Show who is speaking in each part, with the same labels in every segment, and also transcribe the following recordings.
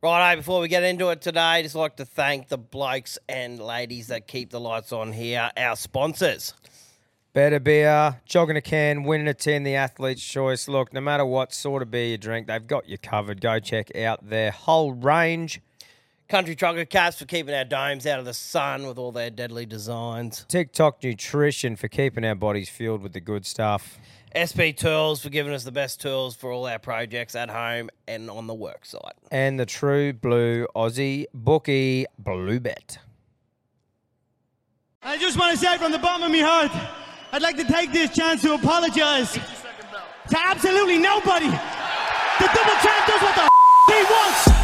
Speaker 1: Righto, before we get into it today, just like to thank the blokes and ladies that keep the lights on here, our sponsors.
Speaker 2: Better beer, jogging a can, winning a 10, the athlete's choice. Look, no matter what sort of beer you drink, they've got you covered. Go check out their whole range.
Speaker 1: Country Trucker Caps for keeping our domes out of the sun with all their deadly designs.
Speaker 2: TikTok Nutrition for keeping our bodies fueled with the good stuff.
Speaker 1: SB Tools for giving us the best tools for all our projects at home and on the work site.
Speaker 2: And the true blue Aussie bookie, Bluebet.
Speaker 3: I just want to say from the bottom of my heart, I'd like to take this chance to apologize to absolutely nobody. The double champ does what the f- he wants.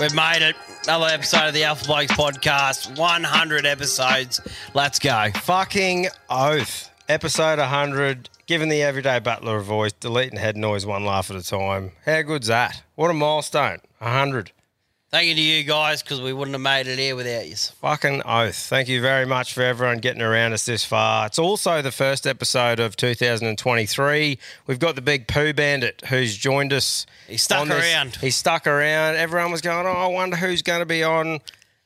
Speaker 1: We've made it. Another episode of the Alpha Blokes podcast. 100 episodes. Let's go.
Speaker 2: Fucking oath. Episode 100, giving the everyday butler a voice, deleting head noise one laugh at a time. How good's that? What a milestone. 100.
Speaker 1: Thank you to you guys because we wouldn't have made it here without you.
Speaker 2: Fucking oath. Thank you very much for everyone getting around us this far. It's also the first episode of 2023. We've got the big poo bandit who's joined us.
Speaker 1: He stuck
Speaker 2: on this-
Speaker 1: around.
Speaker 2: He stuck around. Everyone was going, oh, I wonder who's going to be on.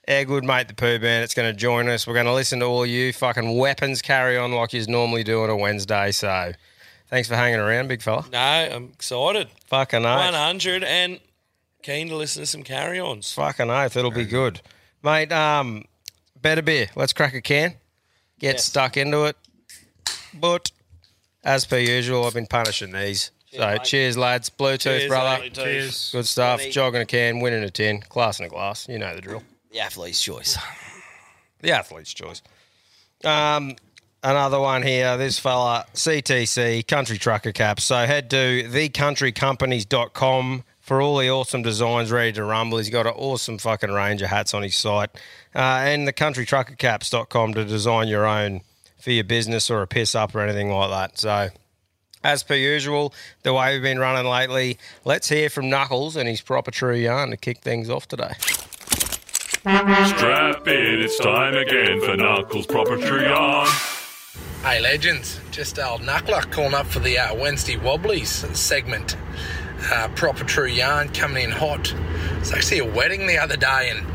Speaker 2: Our good mate, the poo bandit's going to join us. We're going to listen to all you fucking weapons carry on like you normally do on a Wednesday. So thanks for hanging around, big fella.
Speaker 4: No, I'm excited.
Speaker 2: Fucking oath.
Speaker 4: 100 and keen to listen to some carry ons.
Speaker 2: Fucking oath, it'll be good, mate. Um, better beer. Let's crack a can. Get stuck into it. But as per usual, I've been punishing these. so cheers, lads. Bluetooth, brother.
Speaker 4: Cheers.
Speaker 2: Good stuff. Jogging a can, winning a tin, class in a glass. You know the drill.
Speaker 1: The athlete's choice.
Speaker 2: The athlete's choice. Um, another one here. This fella, CTC, Country Trucker Caps. So head to thecountrycompanies.com for all the awesome designs ready to rumble. He's got an awesome fucking range of hats on his site. Uh, and thecountrytruckercaps.com to design your own for your business or a piss up or anything like that. So. As per usual, the way we've been running lately, let's hear from Knuckles and his proper true yarn to kick things off today.
Speaker 5: Strap in, it's time again for Knuckles Proper Trion.
Speaker 6: Hey legends, just old Knuckler calling up for the uh, Wednesday Wobblies segment. Uh, proper true yarn coming in hot. It's actually a wedding the other day, and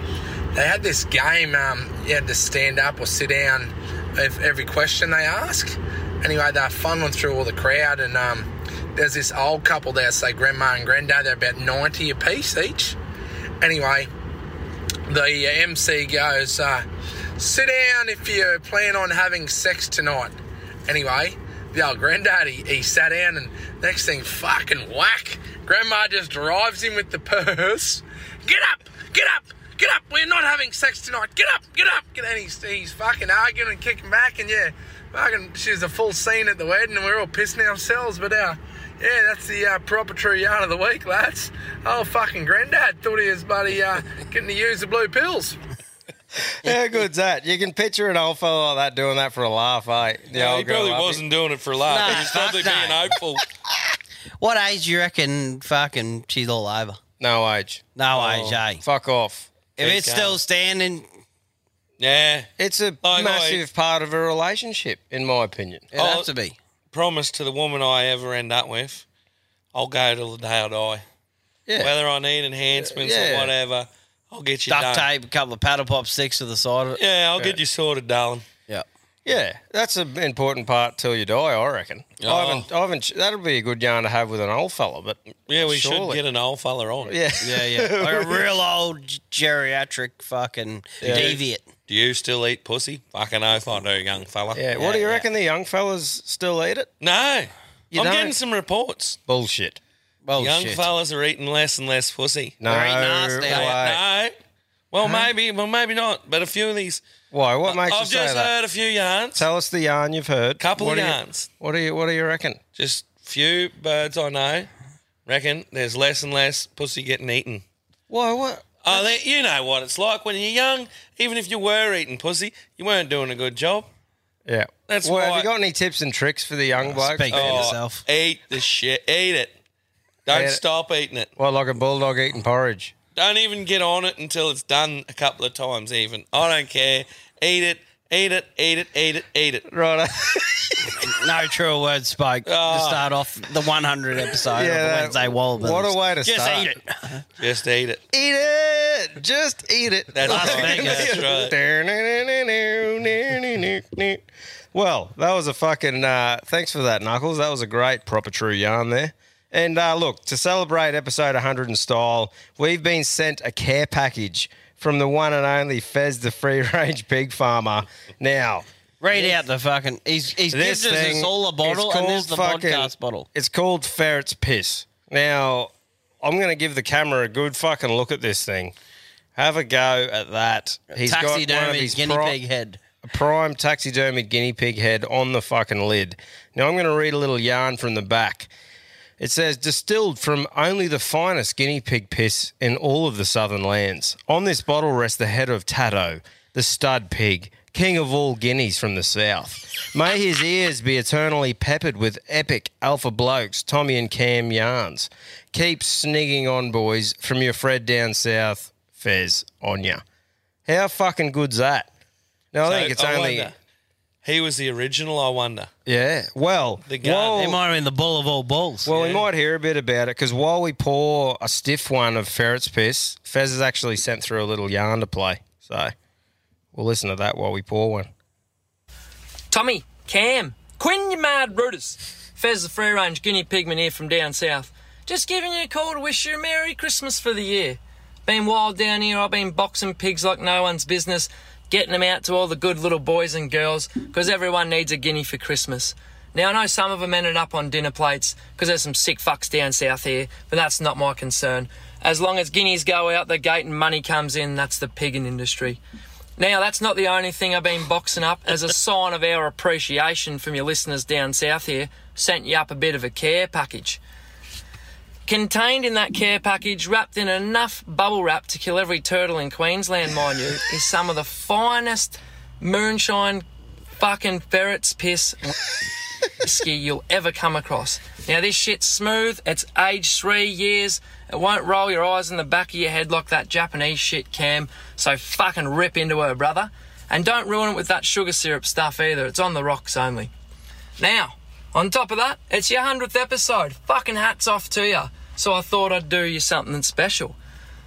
Speaker 6: they had this game. Um, you had to stand up or sit down with every question they ask. Anyway, they're funneling through all the crowd, and um, there's this old couple there, say grandma and granddad. They're about ninety apiece each. Anyway, the MC goes, uh, sit down if you plan on having sex tonight. Anyway, the old granddaddy, he sat down and next thing, fucking whack. Grandma just drives him with the purse. Get up, get up, get up. We're not having sex tonight. Get up, get up. Get, and he's, he's fucking arguing and kicking back. And yeah, fucking, she's a full scene at the wedding and we're all pissing ourselves. But uh, yeah, that's the uh, proper true yarn of the week, lads. Oh, fucking granddad thought he was buddy uh, getting to use the blue pills.
Speaker 2: How good's that? You can picture an old fella like that doing that for a laugh, eh? The
Speaker 4: No,
Speaker 2: old
Speaker 4: he
Speaker 2: girl
Speaker 4: probably
Speaker 2: up here.
Speaker 4: wasn't doing it for a laugh.
Speaker 1: Nah,
Speaker 4: he was probably
Speaker 1: fuck no.
Speaker 4: being hopeful.
Speaker 1: What age do you reckon fucking she's all over?
Speaker 2: No age. Oh,
Speaker 1: No age, eh?
Speaker 2: Fuck off.
Speaker 1: If it's
Speaker 4: going.
Speaker 1: still standing,
Speaker 4: yeah.
Speaker 2: It's a
Speaker 4: Like,
Speaker 2: massive part of a relationship, in my opinion.
Speaker 1: it
Speaker 4: Oh,
Speaker 1: has to be.
Speaker 4: Promise to the woman I ever end up with, I'll go till the day I die.
Speaker 2: Yeah.
Speaker 4: Whether I need enhancements
Speaker 2: Yeah.
Speaker 4: or whatever, I'll get you done.
Speaker 1: Duct tape, a couple of paddle pop sticks to the side of it.
Speaker 4: Yeah, I'll get you sorted, darling.
Speaker 1: Yeah.
Speaker 2: yeah, that's an important part till you die, I reckon. I
Speaker 4: Oh.
Speaker 2: haven't, I haven't, that'll be a good yarn to have with an old fella, but
Speaker 4: Yeah, we
Speaker 2: Surely.
Speaker 4: should get an old fella on.
Speaker 2: yeah.
Speaker 1: Yeah, yeah. Like a real old g- geriatric fucking deviant.
Speaker 4: Do you still eat pussy? Fucking oath I do, young fella.
Speaker 2: Yeah, what do you reckon the young fellas still eat it?
Speaker 4: No. I'm
Speaker 2: don't?
Speaker 4: getting some reports.
Speaker 2: Bullshit.
Speaker 1: Well,
Speaker 4: young
Speaker 1: shit.
Speaker 4: fellas are eating less and less pussy.
Speaker 2: No.
Speaker 1: They're eating nasty,
Speaker 2: way.
Speaker 4: No.
Speaker 1: eh?
Speaker 4: Well, maybe. Well, maybe not. But a few of these.
Speaker 2: Why? What makes
Speaker 4: I've
Speaker 2: you say
Speaker 4: just
Speaker 2: that?
Speaker 4: heard a few yarns.
Speaker 2: Tell us the yarn you've heard.
Speaker 4: couple
Speaker 2: what
Speaker 4: of
Speaker 2: do you-
Speaker 4: yarns.
Speaker 2: what do you what do you reckon?
Speaker 4: Just few birds I know reckon there's less and less pussy getting eaten.
Speaker 2: Why what
Speaker 4: Oh, they, you know what it's like when you're young. Even if you were eating pussy, you weren't doing a good job.
Speaker 2: Yeah.
Speaker 4: That's
Speaker 2: well, have
Speaker 4: why- Uh,
Speaker 2: you got any tips and tricks for the young bloke?
Speaker 1: Speak for
Speaker 4: Oh,
Speaker 1: yourself.
Speaker 4: Eat the shit. Eat it. Don't
Speaker 2: Yeah.
Speaker 4: stop eating it.
Speaker 2: Well, like a bulldog eating porridge.
Speaker 4: Don't even get on it until it's done a couple of times, even. I don't care. Eat it, eat it, eat it, eat it, eat it.
Speaker 2: Right.
Speaker 1: No true words spoke to
Speaker 4: Oh.
Speaker 1: start off the 100
Speaker 2: Yeah,
Speaker 1: episode of the
Speaker 2: that-
Speaker 1: Wednesday Wall.
Speaker 2: what a way to
Speaker 1: Just
Speaker 2: start.
Speaker 1: eat it.
Speaker 4: Just eat it.
Speaker 2: Eat it. Just eat it.
Speaker 4: That's,
Speaker 1: Las Vegas.
Speaker 4: that's right.
Speaker 2: Well, that was a fucking. Uh, thanks for that, Knuckles. That was a great, proper, true yarn there. And uh, look, to celebrate episode 100 in style, we've been sent a care package from the one and only Fez the Free Range Pig Farmer. Now,
Speaker 1: Read out the fucking. He's he's
Speaker 2: this
Speaker 1: given
Speaker 2: thing.
Speaker 1: us all a bottle,
Speaker 2: it's
Speaker 1: and this is the
Speaker 2: called fucking-
Speaker 1: podcast bottle.
Speaker 2: It's called Ferret's Piss. Now, I'm going to give the camera a good fucking look at this thing. Have a go at that. He's got one of
Speaker 1: Taxidermy
Speaker 2: his
Speaker 1: guinea
Speaker 2: pro-
Speaker 1: pig head.
Speaker 2: a prime taxidermy guinea pig head on the fucking lid. Now I'm going to read a little yarn from the back. It says, distilled from only the finest guinea pig piss in all of the southern lands. On this bottle rests the head of Tato, the stud pig, king of all guineas from the south. May his ears be eternally peppered with epic alpha blokes, Tommy and Cam yarns. Keep snigging on, boys, from your Fred down south, Fez on ya. How fucking good's that? Now, I think it's only.
Speaker 4: wonder, he was the original, I wonder.
Speaker 2: Yeah. Well,
Speaker 4: The gun.
Speaker 2: while-
Speaker 1: He might have been the bull of all bulls.
Speaker 2: well, we might hear a bit about it because while we pour a stiff one of ferret's piss, Fez has actually sent through a little yarn to play. So we'll listen to that while we pour one.
Speaker 7: Tommy, Cam, Quinn, you mad rooters. Fez the free range guinea pigman here from down south. Just giving you a call to wish you a Merry Christmas for the year. Been wild down here, I've been boxing pigs like no one's business, getting them out to all the good little boys and girls, 'cause everyone needs a guinea for Christmas. Now, I know some of them ended up on dinner plates, 'cause there's some sick fucks down south here, but that's not my concern. As long as guineas go out the gate and money comes in, that's the piggin industry. Now, that's not the only thing I've been boxing up. As a sign of our appreciation from your listeners down south here, sent you up a bit of a care package. Contained in that care package, wrapped in enough bubble wrap to kill every turtle in Queensland, mind you, is some of the finest moonshine fucking ferret's piss whiskey you'll ever come across. Now, this shit's smooth, it's aged three years, it won't roll your eyes in the back of your head like that Japanese shit cam, so fucking rip into her, brother. And don't ruin it with that sugar syrup stuff either, it's on the rocks only. Now, on top of that, it's your 100th episode. Fucking hats off to you. So I thought I'd do you something special.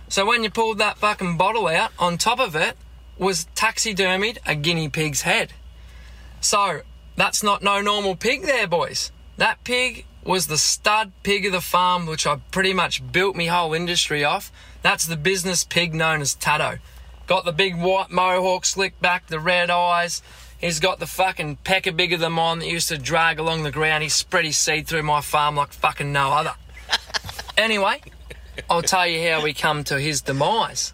Speaker 7: So when you pulled that fucking bottle out, on top of it was taxidermied a guinea pig's head. So that's not no normal pig there, boys. That pig was the stud pig of the farm, which I pretty much built my whole industry off. That's the business pig known as Tato. Got the big white mohawk slick back, the red eyes. He's got the fucking pecker big of the mon that used to drag along the ground. He spread his seed through my farm like fucking no other. anyway, I'll tell you how we come to his demise.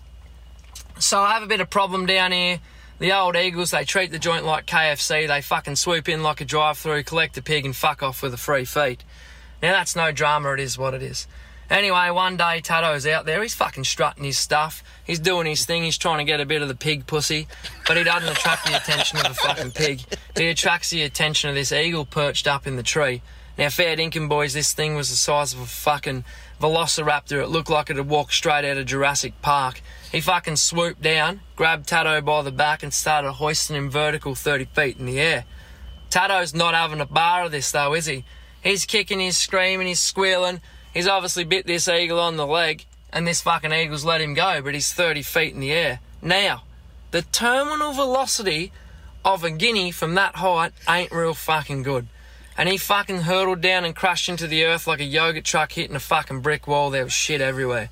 Speaker 7: So I have a bit of problem down here. The old Eagles, they treat the joint like KFC. They fucking swoop in like a drive-through, collect the pig, and fuck off with a free feed. Now that's no drama. It is what it is. Anyway, one day Tato's out there. He's fucking strutting his stuff. He's doing his thing. He's trying to get a bit of the pig pussy, but he doesn't attract the attention of the fucking pig. He attracts the attention of this eagle perched up in the tree. Now, fair dinkum, boys, this thing was the size of a fucking velociraptor. It looked like it had walked straight out of Jurassic Park. He fucking swooped down, grabbed Tato by the back, and started hoisting him vertical 30 feet in the air. Tato's not having a bar of this though, is he? He's kicking, he's screaming, he's squealing. He's obviously bit this eagle on the leg, and this fucking eagle's let him go, but he's 30 feet in the air. Now, the terminal velocity of a guinea from that height ain't real fucking good. And he fucking hurtled down and crashed into the earth like a yogurt truck hitting a fucking brick wall. There was shit everywhere.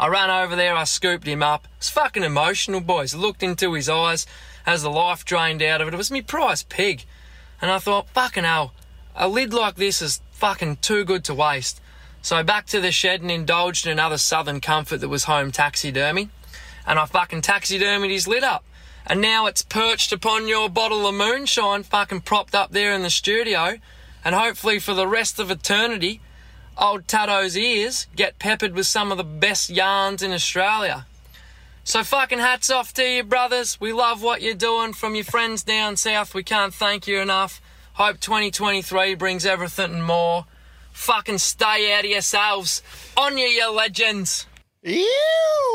Speaker 7: I ran over there, I scooped him up. It's fucking emotional, boys. I looked into his eyes as the life drained out of it. It was me prize pig. And I thought, fucking hell, a lid like this is fucking too good to waste. So back to the shed and indulged in another southern comfort that was home taxidermy. And I fucking taxidermied his lid up. And now it's perched upon your bottle of moonshine, fucking propped up there in the studio. And hopefully for the rest of eternity, old Tato's ears get peppered with some of the best yarns in Australia. So fucking hats off to you, brothers. We love what you're doing from your friends down south. We can't thank you enough. Hope 2023 brings everything and more. Fucking stay out of yourselves. On you, you legends.
Speaker 2: Ew!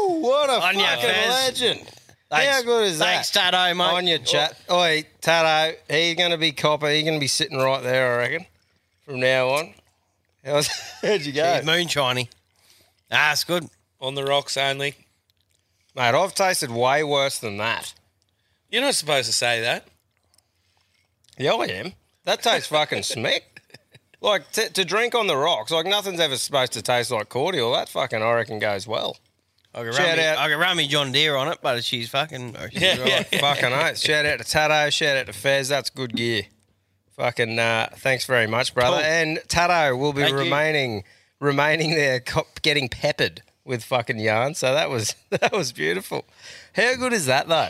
Speaker 2: What a
Speaker 1: On
Speaker 2: fucking
Speaker 1: your Fez.
Speaker 2: legend.
Speaker 1: Thanks-
Speaker 2: How good is
Speaker 1: Thanks,
Speaker 2: that?
Speaker 1: Tato, mate. Oh.
Speaker 2: On your chat. Oi, Tato, he's going to be copper. He's going to be sitting right there, I reckon, from now on. How's, how'd you go?
Speaker 1: He's moonshiny. Ah, it's good.
Speaker 4: On the rocks only.
Speaker 2: Mate, I've tasted way worse than that.
Speaker 4: You're not supposed to say that.
Speaker 2: Yeah, I am. That tastes fucking smack. Like t- to drink on the rocks, like nothing's ever supposed to taste like cordial. That fucking I reckon goes well.
Speaker 1: I could,
Speaker 2: Shout
Speaker 1: run me,
Speaker 2: out.
Speaker 1: I could run me John Deere on it, but she's fucking. oh, she's right.
Speaker 2: fucking oath. Shout out to Tato. Shout out to Fez. That's good gear. Fucking uh, thanks very much, brother.
Speaker 1: Cool.
Speaker 2: And Tato will be
Speaker 1: Thank you.
Speaker 2: remaining remaining there, co- getting peppered with fucking yarn. So that was that was beautiful. How good is that though?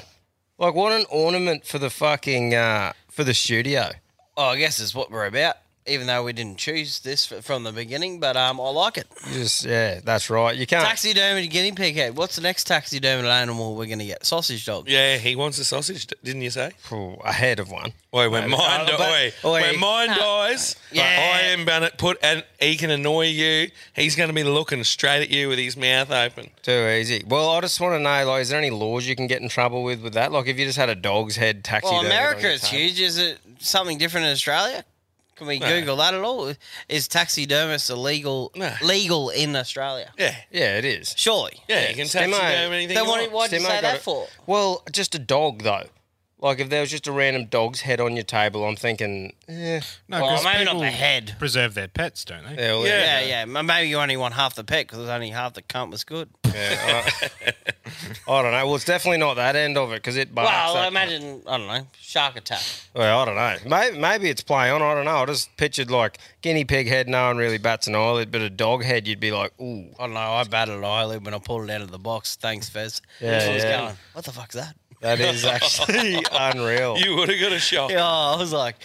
Speaker 2: Like what an ornament for the fucking uh, for the studio.
Speaker 1: Oh, I guess it's what we're about, even though we didn't choose this f- from the beginning, but um, I like it.
Speaker 2: You just yeah, that's right. You can't.
Speaker 1: Taxidermy guinea pig head. What's the next taxidermy animal we're going to get? Sausage dog.
Speaker 4: Yeah, he wants a sausage, d- didn't you say?
Speaker 2: Ooh, a head of one.
Speaker 4: Oi, when mine,
Speaker 2: but-
Speaker 4: oi,
Speaker 2: oi.
Speaker 4: when mine dies,
Speaker 1: Yeah.
Speaker 4: I am gonna put, and he can annoy you. He's gonna be looking straight at you with his mouth open.
Speaker 2: Too easy. Well, I just want to know, like, is there any laws you can get in trouble with with that? Like, if you just had a dog's head taxi.
Speaker 1: Well, America it's huge. Is it something different in Australia? Can we Google that at all? Is taxidermist illegal
Speaker 4: No.
Speaker 1: legal in Australia?
Speaker 4: Yeah,
Speaker 2: Yeah, it is.
Speaker 1: Surely.
Speaker 4: yeah, you can
Speaker 2: Simo.
Speaker 4: taxi him anything.
Speaker 1: Then
Speaker 4: you
Speaker 1: what,
Speaker 4: want.
Speaker 1: why'd you
Speaker 2: Simo
Speaker 1: say
Speaker 2: got
Speaker 1: that
Speaker 2: it.
Speaker 1: for?
Speaker 2: Well, just a dog though. Like, if there was just a random dog's head on your table, I'm thinking, eh,
Speaker 8: No,
Speaker 1: Well,
Speaker 8: 'cause
Speaker 1: maybe not
Speaker 8: people
Speaker 1: the head.
Speaker 8: Preserve their pets, don't they?
Speaker 2: yeah, well,
Speaker 1: Yeah, yeah. m- Maybe you only want half the pet because only half the cunt was good.
Speaker 2: yeah, I, I don't know. Well, it's definitely not that end of it because it barks.
Speaker 1: well, um,
Speaker 2: that-
Speaker 1: I imagine, I don't know, shark attack.
Speaker 2: Well, I don't know. Maybe, maybe it's play on. I don't know. I just pictured like guinea pig head. No one really bats an eyelid, but a dog head, you'd be like, ooh.
Speaker 1: I don't know. I batted an eyelid when I pulled it out of the box. Thanks, Fez.
Speaker 2: Yeah,
Speaker 1: I was
Speaker 2: yeah.
Speaker 1: going, what the fuck's that?
Speaker 2: That is actually unreal.
Speaker 4: You would have got a shock.
Speaker 1: Yeah, I was like,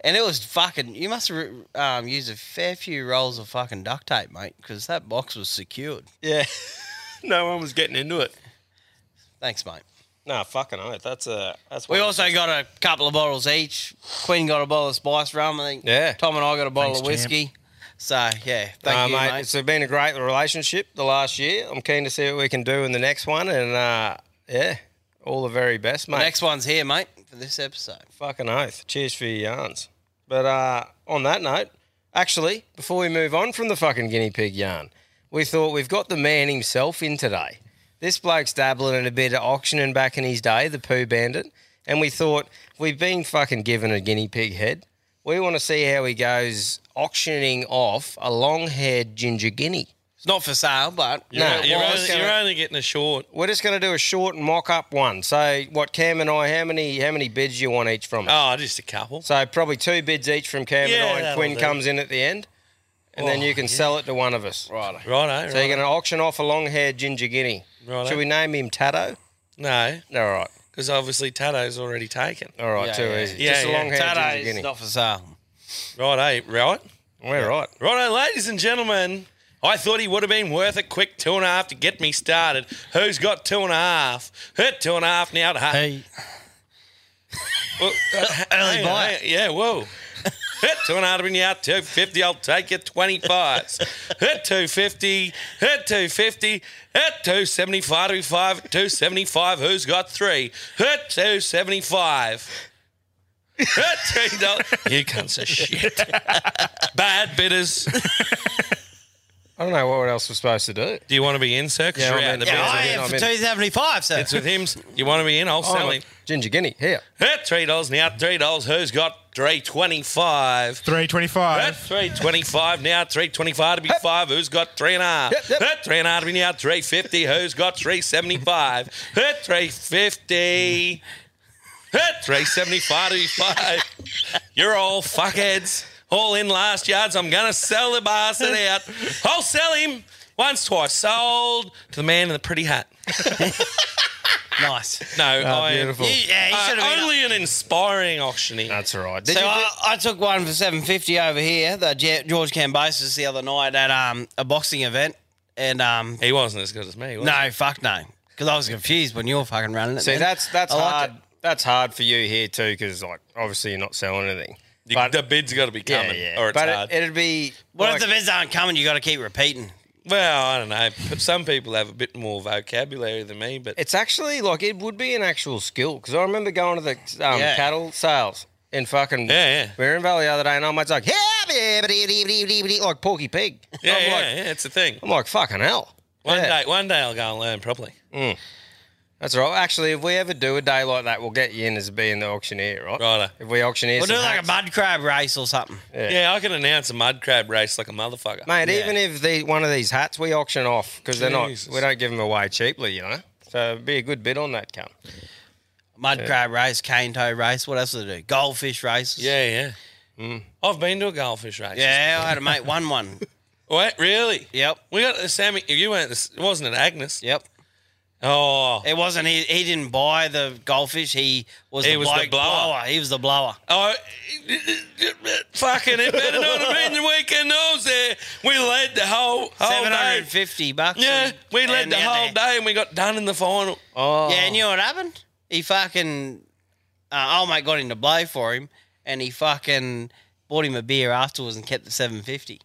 Speaker 1: and it was fucking. You must have um, used a fair few rolls of fucking duct tape, mate, because that box was secured.
Speaker 2: Yeah. no one was getting into it.
Speaker 1: Thanks, mate.
Speaker 2: No, fucking oath. That's a that's
Speaker 1: We
Speaker 2: one-
Speaker 1: also got a couple of bottles each. Queen got a bottle of spice rum. I think.
Speaker 2: Yeah.
Speaker 1: Tom and I got a bottle
Speaker 8: Thanks,
Speaker 1: of whiskey. So yeah,
Speaker 2: Uh,
Speaker 1: thank you,
Speaker 2: mate,
Speaker 1: mate.
Speaker 2: It's been a great relationship the last year. I'm keen to see what we can do in the next one and uh yeah, all the very best, mate.
Speaker 1: Next one's here, mate, for this episode.
Speaker 2: fucking oath. Cheers for your yarns. But uh on that note, actually, before we move on from the fucking guinea pig yarn, we thought we've got the man himself in today. This bloke's dabbling in a bit of auctioning back in his day, the poo bandit. And we thought, we've been fucking given a guinea pig head. We want to see how he goes auctioning off a long haired ginger guinea.
Speaker 1: It's not for sale, but
Speaker 2: No,
Speaker 4: You're,
Speaker 2: Well, I was
Speaker 4: only,
Speaker 2: gonna-
Speaker 4: you're only getting a short.
Speaker 2: We're just going to do a short and mock up one. So, what Cam and I, how many how many bids you want each from us?
Speaker 4: Oh, just a couple.
Speaker 2: So probably two bids each from Cam
Speaker 4: Yeah,
Speaker 2: and I, and
Speaker 4: that'll
Speaker 2: Quinn
Speaker 4: do. Oh,
Speaker 2: comes in at the end, and then you can sell it to one of us.
Speaker 1: right.
Speaker 4: Righto.
Speaker 2: So you're going to auction off a long-haired ginger guinea.
Speaker 4: Righto.
Speaker 2: Should we name him Tato?
Speaker 4: No,
Speaker 2: No, all right,
Speaker 4: because obviously Tato's already taken.
Speaker 2: all right,
Speaker 1: Yeah,
Speaker 2: too
Speaker 1: yeah.
Speaker 2: easy.
Speaker 4: Yeah,
Speaker 2: Just a
Speaker 4: yeah.
Speaker 2: long-haired ginger
Speaker 1: Tato's
Speaker 2: guinea.
Speaker 1: not for sale.
Speaker 4: Right, eh? Right.
Speaker 2: We're right.
Speaker 4: Righto, ladies and gentlemen. I thought he would have been worth a quick two and a half to get me started. Who's got two and a half? Hurt two and a half now to half.
Speaker 1: Hey,
Speaker 4: Well,
Speaker 1: early
Speaker 4: hang on,
Speaker 1: buy.
Speaker 4: hang on. Yeah, whoa. Hit two and a half in you out, 250, I'll take your 25s. Hit 250, hit 250, hit 275, 275, who's got three? Hit 275. Hit three dollars. You cunts of shit. Bad bidders.
Speaker 2: I don't know what else we're supposed to do.
Speaker 4: Do you want to be in, sir? 'Cause
Speaker 2: Yeah,
Speaker 4: you're
Speaker 2: I'm
Speaker 4: out
Speaker 2: in.
Speaker 4: in the
Speaker 2: Yeah,
Speaker 1: Yeah,
Speaker 4: bidders.
Speaker 1: I
Speaker 2: in,
Speaker 1: am
Speaker 2: I'm
Speaker 1: for
Speaker 2: in.
Speaker 1: two seventy five, sir.
Speaker 4: It's with him. You want to be in? I'll sell him.
Speaker 2: Oh, Ginger guinea here.
Speaker 4: Hit three dollars now, three dollars. Who's got three twenty-five?
Speaker 8: Three
Speaker 4: At
Speaker 8: twenty-five.
Speaker 4: 325 now, 325 to be five. Who's got three and a half?
Speaker 2: Yep, yep.
Speaker 4: At three and a half to be now, 350. Who's got 375? At 350. At 375 to be five. You're all fuckheads. All in last yards. I'm going to sell the bastard out. I'll sell him once, twice. Sold to the man in the pretty hat.
Speaker 1: nice.
Speaker 4: No, I
Speaker 2: Ah, beautiful.
Speaker 1: You- yeah, you
Speaker 4: Uh,
Speaker 1: should have been
Speaker 4: only an inspiring auctioneer.
Speaker 2: That's all right. Did
Speaker 1: So
Speaker 2: you
Speaker 1: I, I took one for seven fifty over here, the Ge- George Cambosis the other night at um, a boxing event, and um,
Speaker 4: He wasn't as good as me. Was he?
Speaker 1: no, fuck no, because I was confused when you were fucking running it.
Speaker 2: See,
Speaker 1: man.
Speaker 2: that's that's
Speaker 1: I liked
Speaker 2: hard.
Speaker 1: it.
Speaker 2: That's hard for you here too, because like obviously you're not selling anything.
Speaker 4: You-
Speaker 2: But-
Speaker 4: the bid's got to be coming, or it's
Speaker 2: but
Speaker 4: hard.
Speaker 2: It, it'd be
Speaker 1: What
Speaker 2: like-
Speaker 1: if the bids aren't coming? You got to keep repeating.
Speaker 4: well, I don't know. But some people have a bit more vocabulary than me, but
Speaker 2: It's actually like it would be an actual skill because I remember going to the um,
Speaker 1: Yeah.
Speaker 2: cattle sales in fucking
Speaker 4: Yeah, yeah.
Speaker 2: We were in Valley the other day, and I mate's like, yeah, blah, blah, blah, blah, blah, blah," like Porky Pig.
Speaker 4: yeah,
Speaker 2: I'm
Speaker 4: yeah,
Speaker 2: like,
Speaker 4: yeah, it's a thing.
Speaker 2: I'm like, fucking hell.
Speaker 4: One
Speaker 2: Yeah. Mm.
Speaker 4: day, one day I'll go and learn properly.
Speaker 2: That's all right. Actually, if we ever do a day like that, we'll get you in as being the auctioneer, right?
Speaker 4: Righto.
Speaker 2: If we auctioneer,
Speaker 1: We'll do
Speaker 2: some
Speaker 1: like
Speaker 2: hats.
Speaker 1: a mud crab race or something.
Speaker 4: Yeah. I can announce a mud crab race like a motherfucker.
Speaker 2: mate. Even if the one of these hats we auction off because they're not,
Speaker 4: Jesus.
Speaker 2: we don't give them away cheaply, you know. So it'd be a good bid on that, cunt.
Speaker 1: Mud crab race, cane toe race. What else do they do? Goldfish races.
Speaker 4: Yeah, yeah.
Speaker 2: Mm.
Speaker 4: I've been to a goldfish race.
Speaker 1: Yeah, I had a mate won one.
Speaker 4: Wait, really?
Speaker 1: Yep.
Speaker 4: We got the Sammy. You weren't. the- It wasn't an Agnes.
Speaker 1: Yep.
Speaker 4: Oh,
Speaker 1: It wasn't he. He didn't buy the goldfish. He was.
Speaker 4: He
Speaker 1: the
Speaker 4: was the
Speaker 1: bloke
Speaker 4: blower.
Speaker 1: He was the blower.
Speaker 4: Oh, fucking it better not have been the weekend I was there. We led the whole whole
Speaker 1: Seven hundred
Speaker 4: day.
Speaker 1: and fifty bucks.
Speaker 4: Yeah,
Speaker 1: and-
Speaker 4: we led
Speaker 1: and
Speaker 4: the
Speaker 1: out
Speaker 4: whole
Speaker 1: there.
Speaker 4: day and we got done in the final.
Speaker 2: Oh,
Speaker 1: Yeah, and you know what happened? He fucking. Uh, old mate got him to blow for him, and he fucking bought him a beer afterwards and kept the seven fifty.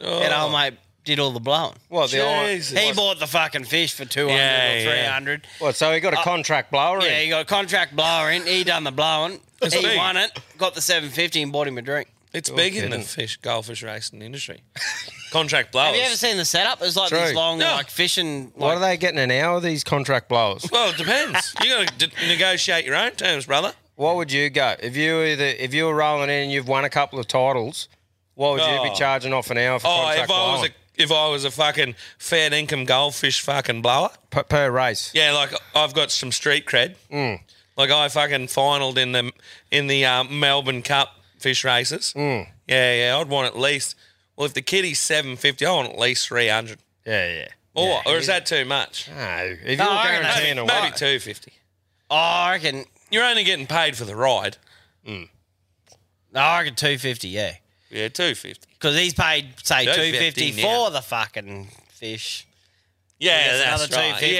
Speaker 4: Oh,
Speaker 1: And old mate did all the blowing.
Speaker 2: what the iron-
Speaker 4: Jesus.
Speaker 1: He bought the fucking fish for two hundred
Speaker 4: Yeah,
Speaker 1: or
Speaker 4: yeah.
Speaker 1: three hundred.
Speaker 2: What? So he got a contract blower
Speaker 1: Yeah,
Speaker 2: in.
Speaker 1: he got a contract blower in. He done the blowing. he
Speaker 4: big.
Speaker 1: won it. Got the seven fifty and bought him a drink.
Speaker 4: It's
Speaker 2: Oh,
Speaker 4: big in the
Speaker 2: kidding.
Speaker 4: fish goldfish racing industry. Contract blowers.
Speaker 1: Have you ever seen the setup? It's like
Speaker 2: True.
Speaker 1: these long,
Speaker 4: No.
Speaker 1: like fishing.
Speaker 2: What
Speaker 1: like-
Speaker 2: are they getting an hour? These contract blowers.
Speaker 4: well, it depends. you got to d- negotiate your own terms, brother.
Speaker 2: What would you go if you were the, if you were rolling in and you've won a couple of titles? What would you
Speaker 4: Oh.
Speaker 2: be charging off an hour for
Speaker 4: Oh,
Speaker 2: contract
Speaker 4: if I was
Speaker 2: blowing
Speaker 4: a if I was a fucking fair income goldfish fucking blower.
Speaker 2: per, per race? Mm.
Speaker 4: Yeah, like I've got some street cred. Like I fucking finalled in the in the uh, Melbourne Cup fish races. Mm. Yeah, yeah, I'd want at least. Well, if the kiddie's seven fifty, I want at least three hundred.
Speaker 2: Yeah, yeah.
Speaker 4: Or or is that too much?
Speaker 2: No, if
Speaker 1: No,
Speaker 2: you're
Speaker 1: I reckon
Speaker 2: guaranteeing
Speaker 4: Maybe,
Speaker 2: a
Speaker 4: maybe
Speaker 2: win,
Speaker 4: two fifty.
Speaker 1: Oh, I reckon.
Speaker 4: You're only getting paid for the ride.
Speaker 2: Mm.
Speaker 1: No, I reckon two fifty. Yeah,
Speaker 4: Yeah, two fifty.
Speaker 1: because he's paid say two
Speaker 4: 250
Speaker 1: fifty
Speaker 4: now.
Speaker 1: for the fucking fish.
Speaker 4: Yeah,
Speaker 1: Gets
Speaker 4: that's
Speaker 1: another
Speaker 4: right.
Speaker 1: 250.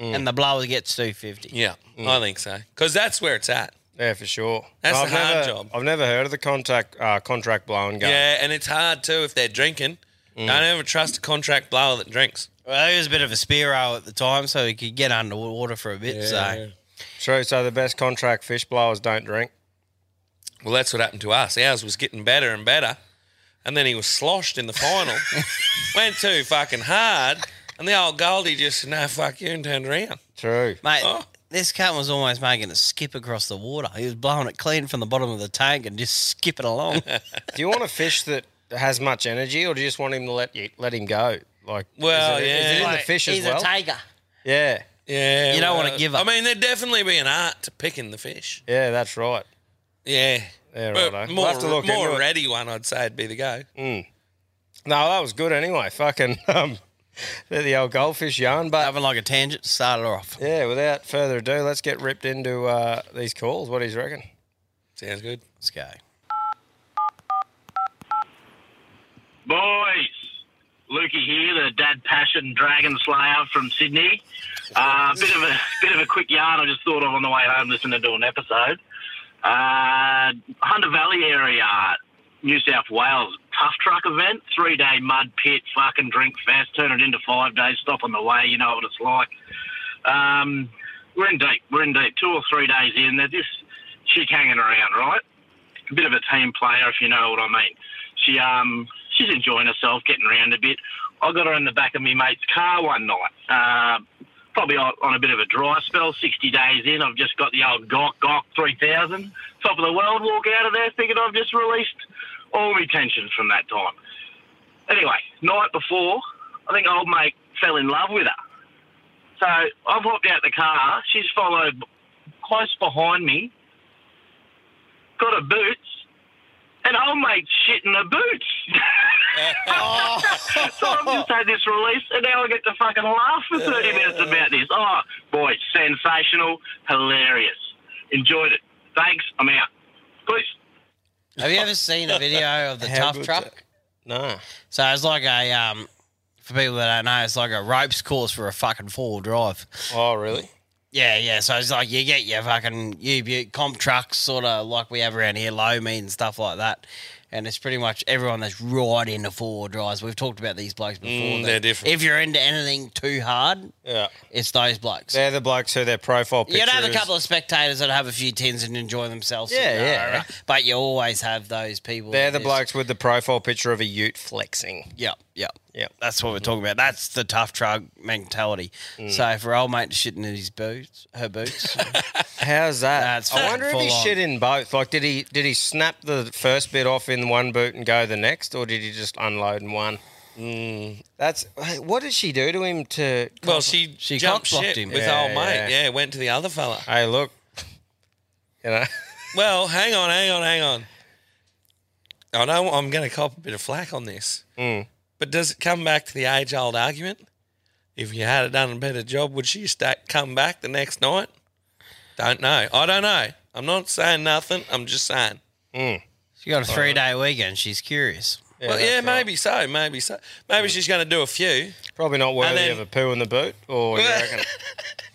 Speaker 4: Yeah,
Speaker 1: And the blower gets two fifty. Mm.
Speaker 4: yeah, I think so. Because that's where it's at.
Speaker 2: yeah, for sure.
Speaker 4: That's
Speaker 2: I've
Speaker 4: the hard
Speaker 2: never,
Speaker 4: job.
Speaker 2: I've never heard of the contract uh, contract blowing game.
Speaker 4: Yeah, and it's hard too if they're drinking.
Speaker 1: Mm.
Speaker 4: Don't ever trust a contract blower that drinks.
Speaker 1: Well, he was a bit of a spearo at the time, so he could get underwater for a bit. so
Speaker 2: True. So the best contract fish blowers don't drink.
Speaker 4: Well, that's what happened to us. Ours was getting better and better, and then he was sloshed in the final. Went too fucking hard, and the old Goldie just no fuck you and turned around.
Speaker 2: True.
Speaker 1: mate.
Speaker 4: Oh.
Speaker 1: This cunt was almost making a skip across the water. He was blowing it clean from the bottom of the tank and just skipping along.
Speaker 2: Do you want a fish that uh, has much energy, or do you just want him to let you, let him go? Like,
Speaker 4: Well,
Speaker 2: is it, is
Speaker 4: yeah.
Speaker 2: it in the
Speaker 1: Like,
Speaker 2: fish as
Speaker 1: he's
Speaker 2: well?
Speaker 1: a tiger.
Speaker 2: yeah,
Speaker 4: Yeah,
Speaker 1: You don't wanna give
Speaker 4: I
Speaker 1: up.
Speaker 4: mean, there'd definitely be an art to picking the fish.
Speaker 2: yeah, that's right.
Speaker 4: Yeah,
Speaker 2: Yeah,
Speaker 4: But
Speaker 2: righto. We'll
Speaker 4: more
Speaker 2: have to look
Speaker 4: more
Speaker 2: into it. Hmm.
Speaker 4: ready one, I'd say, would be the go.
Speaker 2: No, that was good anyway. Fucking um, the old goldfish yarn. But
Speaker 1: Having like a tangent started off.
Speaker 2: yeah, without further ado, let's get ripped into uh, these calls. What do you reckon?
Speaker 4: Sounds good.
Speaker 1: Let's go.
Speaker 8: Boys, Lukey here, the Dad Passion Dragon Slayer from Sydney. Uh, bit of a bit of a quick yarn. I just thought of on the way home listening to an episode. Uh, Hunter Valley area, New South Wales tough truck event, three day mud pit, fucking drink fest, turn it into five days, stop on the way. You know what it's like. Um, we're in deep. We're in deep. Two or three days in, there's this chick hanging around, right? a bit of a team player, if you know what I mean. She um she's enjoying herself, getting around a bit. I got her in the back of my mate's car one night, uh, probably on, on a bit of a dry spell. Sixty days in, I've just got the old Gok Gok three thousand, top of the world. Walk out of there thinking I've just released all my tensions from that time. Anyway, night before, I think old mate fell in love with her. So I've hopped out the car. She's followed close behind me got her boots, and I'll make shit in her boots. so I've just had this release, and now I get to fucking laugh for 30 minutes about this. Oh, boy, sensational, hilarious. Enjoyed it. Thanks, I'm out. Peace.
Speaker 1: Have you ever seen a video of the
Speaker 2: How
Speaker 1: tough
Speaker 2: good's
Speaker 1: truck?
Speaker 2: that? No.
Speaker 1: So it's like a um, for people that don't know, it's like a ropes course for a fucking four wheel drive.
Speaker 2: Oh, really?
Speaker 1: Yeah, yeah. So it's like you get your fucking U Butte comp trucks, sort of like we have around here, low meat and stuff like that. And it's pretty much everyone that's right into four wheel drives. We've talked about these blokes before.
Speaker 4: Mm,
Speaker 1: that
Speaker 4: they're different.
Speaker 1: If you're into anything too hard,
Speaker 2: Yeah.
Speaker 1: it's those blokes.
Speaker 2: They're the blokes who their profile picture
Speaker 1: You'd have a
Speaker 2: is-
Speaker 1: couple of spectators that have a few tins and enjoy themselves.
Speaker 2: Yeah,
Speaker 1: and, uh,
Speaker 2: yeah.
Speaker 1: But you always have those people.
Speaker 2: They're
Speaker 1: that
Speaker 2: the
Speaker 1: just-
Speaker 2: blokes with the profile picture of a ute flexing.
Speaker 1: Yep, yep.
Speaker 2: Yep.
Speaker 1: That's what we're talking about. That's the tough truck mentality.
Speaker 2: Mm. Hmm.
Speaker 1: So for old mate to shit in his boots, her boots,
Speaker 2: How's that?
Speaker 1: That's
Speaker 2: I wonder if
Speaker 1: full
Speaker 2: he
Speaker 1: on.
Speaker 2: shit in both. Like, did he did he snap the first bit off in one boot and go the next, or did he just unload in one?
Speaker 1: Hmm.
Speaker 2: That's hey, what did she do to him to?
Speaker 4: Well, she,
Speaker 1: She
Speaker 4: jumped
Speaker 1: cock-blocked
Speaker 4: shit
Speaker 1: him.
Speaker 4: with
Speaker 2: Yeah,
Speaker 4: old mate.
Speaker 2: yeah.
Speaker 4: Yeah. went to the other fella.
Speaker 2: hey, look, you know,
Speaker 4: Well, hang on, hang on, hang on. I know I'm going to cop a bit of flack on this,
Speaker 2: Hmm.
Speaker 4: but does it come back to the age-old argument? If you had done a better job, would she sta come back the next night? Don't know. I don't know. I'm not saying nothing. I'm just saying.
Speaker 2: Hmm.
Speaker 1: she got a three day weekend. She's curious.
Speaker 4: Yeah, well, yeah, maybe so. Maybe so. Maybe she's going to do a few.
Speaker 2: probably not worthy
Speaker 4: then-
Speaker 2: of a poo in the boot, or you reckon?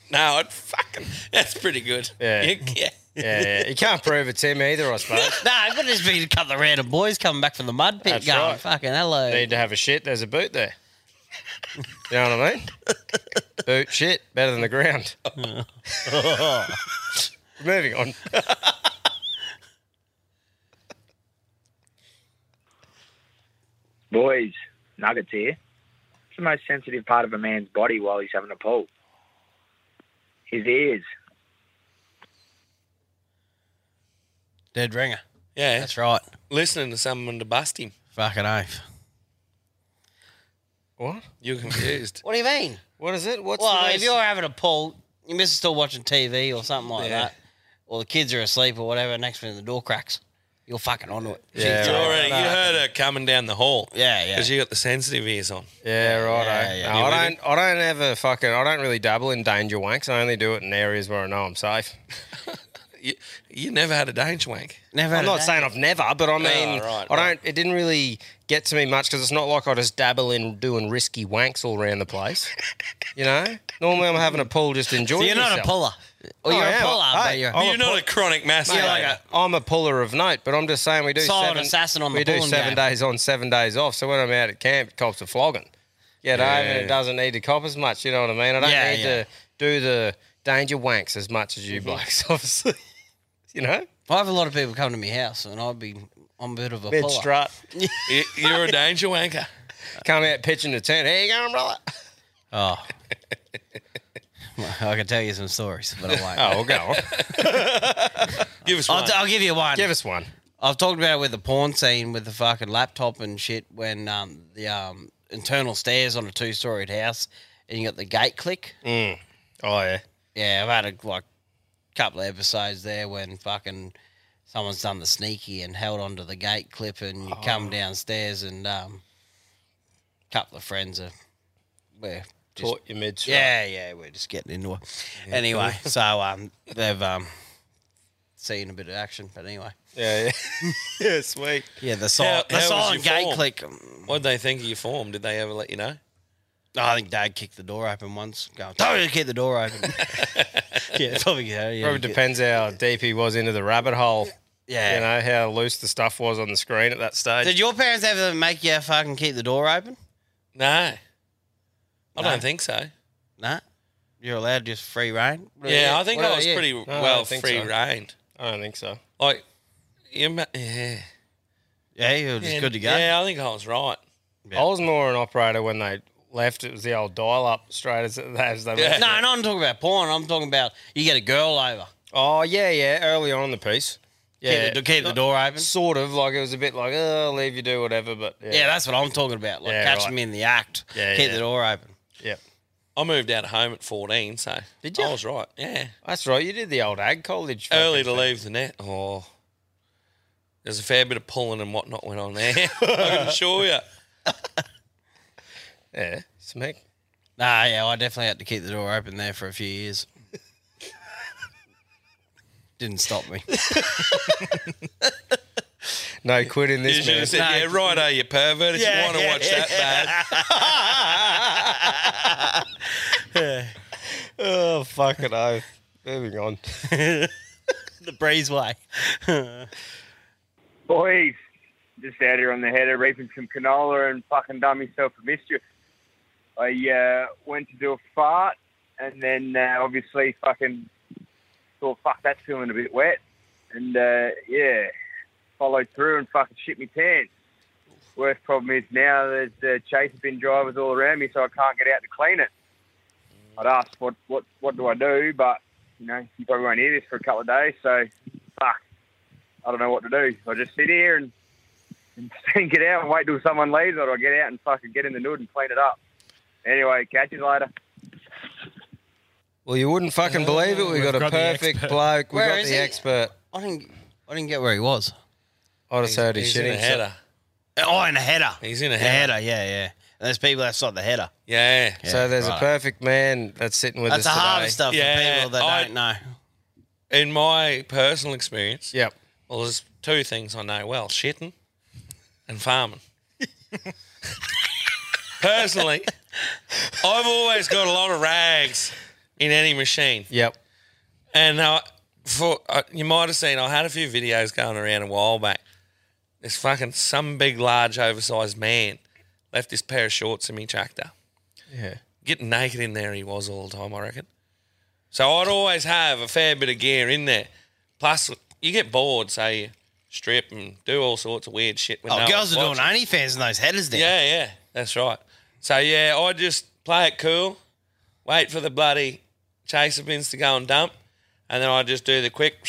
Speaker 4: No, I'd fucking. That's pretty good.
Speaker 2: Yeah.
Speaker 4: You- yeah.
Speaker 2: yeah, yeah, you can't prove it's him either, I suppose.
Speaker 1: No, it could just be a couple of random boys coming back from the mud pit
Speaker 2: That's
Speaker 1: going,
Speaker 2: right.
Speaker 1: fucking hello.
Speaker 2: Need to have a shit. There's a boot there. You know what I mean? boot shit better than the ground. Moving on.
Speaker 9: Boys, nuggets here. It's the most sensitive part of a man's body while he's having a pull. His ears.
Speaker 1: Dead ringer.
Speaker 4: yeah.
Speaker 1: That's right.
Speaker 4: Listening to someone to bust him.
Speaker 1: Fucking oath.
Speaker 2: What?
Speaker 4: You're confused.
Speaker 1: What do you mean?
Speaker 2: What is it? What's
Speaker 1: Well,
Speaker 2: the
Speaker 1: if
Speaker 2: most-
Speaker 1: you're having a pull, your missus still watching TV or something like
Speaker 4: Yeah.
Speaker 1: that, or the kids are asleep or whatever, next minute the door cracks, you're fucking onto it.
Speaker 2: Yeah,
Speaker 1: She's
Speaker 4: You
Speaker 2: right.
Speaker 1: like,
Speaker 4: already, you
Speaker 1: "Fuck."
Speaker 4: heard her coming down the hall.
Speaker 1: Yeah, yeah.
Speaker 4: Because you got the sensitive ears on.
Speaker 2: Yeah, right.
Speaker 1: Yeah, yeah.
Speaker 2: No, I don't. I don't ever fucking. I don't really dabble in danger wanks. I only do it in areas where I know I'm safe.
Speaker 4: You, you never had a danger wank. Ah,
Speaker 1: Never.
Speaker 2: I'm not saying I've never, but I mean,
Speaker 4: right,
Speaker 2: I don't. It didn't really get to me much because it's not like I just dabble in doing risky wanks all around the place. you know, normally I'm having a pull, just enjoying.
Speaker 1: you're not a
Speaker 2: yourself.
Speaker 1: puller. Or
Speaker 2: No,
Speaker 1: you're
Speaker 2: I
Speaker 1: a
Speaker 2: am.
Speaker 1: puller, but
Speaker 2: Hey,
Speaker 1: you're.
Speaker 2: I'm
Speaker 4: you're
Speaker 2: a
Speaker 4: not
Speaker 2: pull-
Speaker 4: a chronic mass.
Speaker 2: Mate,
Speaker 1: like a-
Speaker 2: I'm a puller of note, but I'm just saying we do
Speaker 1: Solid
Speaker 2: seven,
Speaker 1: assassin on the
Speaker 2: we do
Speaker 1: pulling
Speaker 2: seven
Speaker 1: game.
Speaker 2: days on, seven days off. So when I'm out at camp, it cops are flogging. Get home and it doesn't need to cop as much. You know what I mean? I don't
Speaker 1: Yeah,
Speaker 2: need
Speaker 1: yeah. Mhm.
Speaker 2: to do the danger wanks as much as you blokes, obviously. you know,
Speaker 1: I have a lot of people come to my house, and I'd be. I'm a bit of a
Speaker 2: mid
Speaker 1: puller.
Speaker 2: strut,
Speaker 4: You- You're a danger wanker.
Speaker 2: come out pitching the tent. Here you go, umbrella.
Speaker 1: Oh. Well, I can tell you some stories, but I won't.
Speaker 2: Oh, well, go on.
Speaker 4: Give us
Speaker 1: I'll,
Speaker 4: one.
Speaker 1: t- I'll give you one.
Speaker 2: Give us one.
Speaker 1: I've talked about it with the porn scene with the fucking laptop and shit when um, the um, internal stairs on a two storied house and you got the gate click.
Speaker 2: Oh yeah.
Speaker 1: Yeah, I've had a like couple of episodes there when fucking someone's done the sneaky and held onto the gate clip and you
Speaker 2: Oh.
Speaker 1: come downstairs and um couple of friends are we're just
Speaker 2: Caught you mid strut.
Speaker 1: yeah, yeah, we're just getting into it. Anyway, so um they've um seen a bit of action, but anyway.
Speaker 2: Yeah, yeah. yeah, sweet.
Speaker 1: Yeah, the sil-
Speaker 4: How-
Speaker 1: the
Speaker 4: how was
Speaker 1: silent
Speaker 4: your
Speaker 1: gate
Speaker 4: form?
Speaker 1: click.
Speaker 4: What'd they think of your form? Did they ever let you know?
Speaker 1: I think Dad kicked the door open once. Going, don't keep the door open. yeah, probably. Yeah, yeah,
Speaker 2: Probably depends how deep he was into the rabbit hole.
Speaker 1: Yeah.
Speaker 2: You know, how loose the stuff was on the screen at that stage.
Speaker 1: Did your parents ever make you fucking keep the door open?
Speaker 4: No. I
Speaker 1: No.
Speaker 4: don't think so.
Speaker 1: No. You're allowed just free reign? What
Speaker 4: Yeah,
Speaker 1: about
Speaker 4: I
Speaker 1: you?
Speaker 4: think
Speaker 1: What
Speaker 4: I
Speaker 1: about
Speaker 4: was
Speaker 1: you?
Speaker 4: pretty
Speaker 2: Oh, I
Speaker 4: well
Speaker 2: don't think
Speaker 4: free
Speaker 2: so.
Speaker 4: reigned.
Speaker 2: I don't think so.
Speaker 4: Like, you ma- yeah.
Speaker 1: Yeah, you were just good to go.
Speaker 4: Yeah, I think I was right.
Speaker 1: Yeah.
Speaker 2: I was more an operator when they left. It was the old dial up straight as, as they
Speaker 4: Yeah.
Speaker 2: left.
Speaker 1: No, no, I'm talking about porn. I'm talking about you get a girl over.
Speaker 2: Oh, yeah, yeah. Early on in the piece. Yeah.
Speaker 1: Keep, the, keep the door open.
Speaker 2: Sort of. Like it was a bit like, oh, I'll leave you do whatever. But yeah.
Speaker 1: Yeah, that's what I'm talking about. Like
Speaker 2: Yeah,
Speaker 1: catch
Speaker 2: right.
Speaker 1: me in the act.
Speaker 2: Yeah,
Speaker 1: keep
Speaker 2: yeah.
Speaker 1: the door open.
Speaker 2: Yeah.
Speaker 4: I moved out of home at 14, so
Speaker 2: Did ya?
Speaker 4: I was right. Yeah.
Speaker 2: That's right. You did the old ag college. fucking
Speaker 4: early to
Speaker 2: thing.
Speaker 4: leave the net. Oh, there's a fair bit of pulling and whatnot went on there. I can assure you.
Speaker 2: Yeah. Smack.
Speaker 1: Nah, yeah, I definitely had to keep the door open there for a few years. Didn't stop me.
Speaker 2: No quit in
Speaker 4: You
Speaker 2: this
Speaker 4: should
Speaker 2: man.
Speaker 4: have said, "Yeah, right, are you pervert? If you want to watch that bad."
Speaker 2: Oh, fucking oath. Moving on.
Speaker 1: the breezeway.
Speaker 9: Boys, just out here on the header reaping some canola and fucking done myself a mischief. I uh, went to do a fart and then uh, obviously fucking thought, fuck, that's feeling a bit wet. And uh, yeah, followed through and fucking shit my pants. Worst problem is now there's uh, chaser bin drivers all around me, so I can't get out to clean it. I'd ask, what, what, what do I do? But, you know, you probably won't hear this for a couple of days, so fuck. I don't know what to do. I just sit here and, and get out and wait till someone leaves, or do I get out and fucking get in the nude and clean it up? Anyway, catch you later.
Speaker 2: Well, you wouldn't fucking believe it. We got, a
Speaker 10: got the
Speaker 2: perfect
Speaker 10: expert.
Speaker 2: bloke. We
Speaker 1: Where
Speaker 2: got
Speaker 1: is
Speaker 2: the
Speaker 1: he?
Speaker 2: expert.
Speaker 1: I didn't. I didn't get where he was.
Speaker 2: I just heard he's
Speaker 4: He's in a
Speaker 2: shitting.
Speaker 4: header.
Speaker 1: Oh, in a header.
Speaker 4: He's in a
Speaker 1: The
Speaker 4: header.
Speaker 1: header. Yeah, yeah. And there's people outside the header.
Speaker 4: Yeah.
Speaker 1: Yeah,
Speaker 2: so there's
Speaker 1: right.
Speaker 2: a perfect man that's sitting with
Speaker 1: That's the
Speaker 2: us today.
Speaker 1: hard stuff
Speaker 4: Yeah,
Speaker 1: for people that
Speaker 4: I-
Speaker 1: don't know.
Speaker 4: In my personal experience,
Speaker 2: Yep.
Speaker 4: well, there's two things I know well shitting and farming. Personally, I've always got a lot of rags in any machine.
Speaker 2: Yep.
Speaker 4: And uh, for uh, you might have seen, I had a few videos going around a while back. This fucking some big, large, oversized man left his pair of shorts in me tractor.
Speaker 2: Yeah.
Speaker 4: Getting naked in there, he was all the time, I reckon. So I'd always have a fair bit of gear in there. Plus, you get bored, so you strip and do all sorts of weird shit. When
Speaker 1: Oh,
Speaker 4: no
Speaker 1: girls
Speaker 4: one's
Speaker 1: are doing
Speaker 4: watching.
Speaker 1: OnlyFans in those headers now.
Speaker 4: Yeah, yeah, that's right. So yeah, I just play it cool, wait for the bloody chaser bins to go and dump, and then I just do the quick,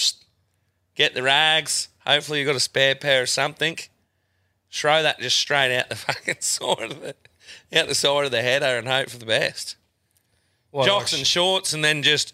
Speaker 4: get the rags. Hopefully, you got a spare pair of something. Throw that just straight out the fucking side of the out the side of the header and hope for the best.
Speaker 2: What,
Speaker 4: Jocks
Speaker 2: like
Speaker 4: and shorts, and then just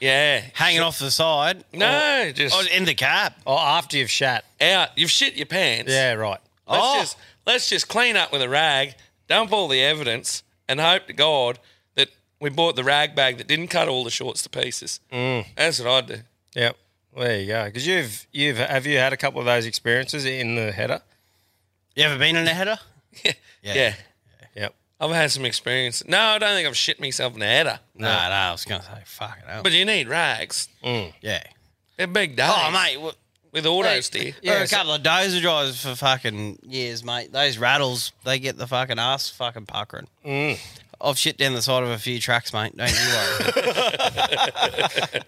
Speaker 4: yeah,
Speaker 1: Hanging off the side.
Speaker 4: no, just
Speaker 1: Or, or in the cab.
Speaker 2: Oh, after you've shat.
Speaker 4: out. You've shit your pants.
Speaker 2: Yeah, right.
Speaker 4: Let's
Speaker 1: Oh.
Speaker 4: just let's just clean up with a rag, dump all the evidence, and hope to God that we bought the rag bag that didn't cut all the shorts to pieces. Mm. That's what I'd do.
Speaker 2: Yep. There you go. Because you've you've have you had a couple of those experiences in the header?
Speaker 1: You ever been in a header?
Speaker 4: Yeah.
Speaker 2: Yep.
Speaker 4: I've had some experience. No, I don't think I've shit myself in the header.
Speaker 1: No, no. I was gonna say, fuck it. Mm.
Speaker 4: But you need rags.
Speaker 1: yeah.
Speaker 4: They're big days.
Speaker 1: Oh, mate. Well,
Speaker 4: With auto steer.
Speaker 1: Yeah, a couple of dozer drivers for fucking years, mate. Those rattles, they get the fucking ass fucking puckering.
Speaker 2: Mm.
Speaker 1: I've shit down the side of a few tracks, mate. Don't you worry.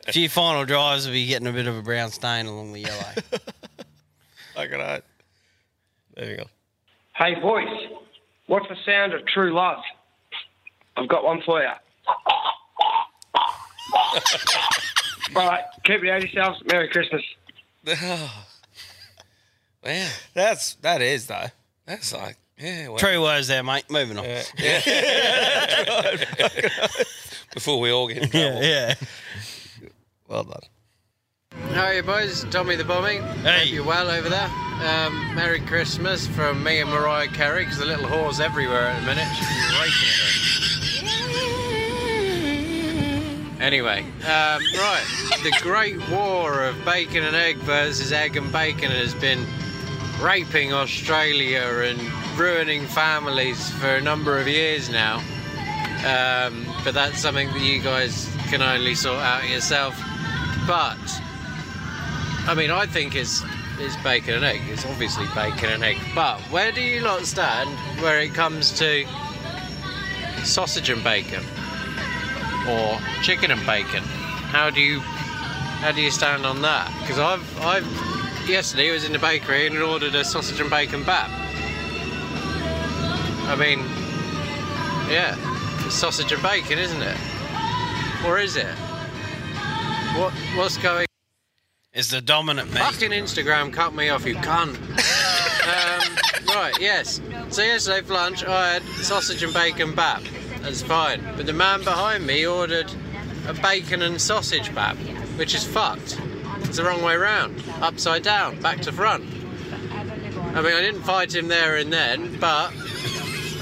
Speaker 1: a few final drives will be getting a bit of a brown stain along the yellow.
Speaker 2: Fucking right. There you go.
Speaker 11: Hey, voice, what's the sound of true love? I've got one for you. All right, keep it out yourselves. Merry Christmas.
Speaker 4: Wow.
Speaker 2: That's that is though.
Speaker 4: That's like yeah, well,
Speaker 1: True words there, mate. Moving on. Yeah,
Speaker 4: before we all get in trouble.
Speaker 1: yeah.
Speaker 2: Well done.
Speaker 12: How are you, boys? Tommy the Bombing.
Speaker 1: Hey.
Speaker 12: Hope you're well over there. Um, Merry Christmas from me and Mariah Carey, 'cause the little whore's everywhere at the minute. She's raking it. Anyway, um, right. The great war of bacon and egg versus egg and bacon has been raping Australia and ruining families for a number of years now. Um, but that's something that you guys can only sort out yourself. But I mean, I think it's it's bacon and egg. It's obviously bacon and egg. But where do you lot stand where it comes to sausage and bacon or chicken and bacon? How do you how do you stand on that? Because I've I've yesterday I was in the bakery and ordered a sausage and bacon bap. I mean, yeah, it's sausage and bacon, isn't it? Or is it? What what's going?
Speaker 1: It's the dominant meat.
Speaker 12: Fucking Instagram cut me off, you cunt. um, right, yes. So yesterday for lunch, I had sausage and bacon bap. That's fine. But the man behind me ordered a bacon and sausage bap, which is fucked. It's the wrong way round, upside down, back to front. I mean, I didn't fight him there and then, but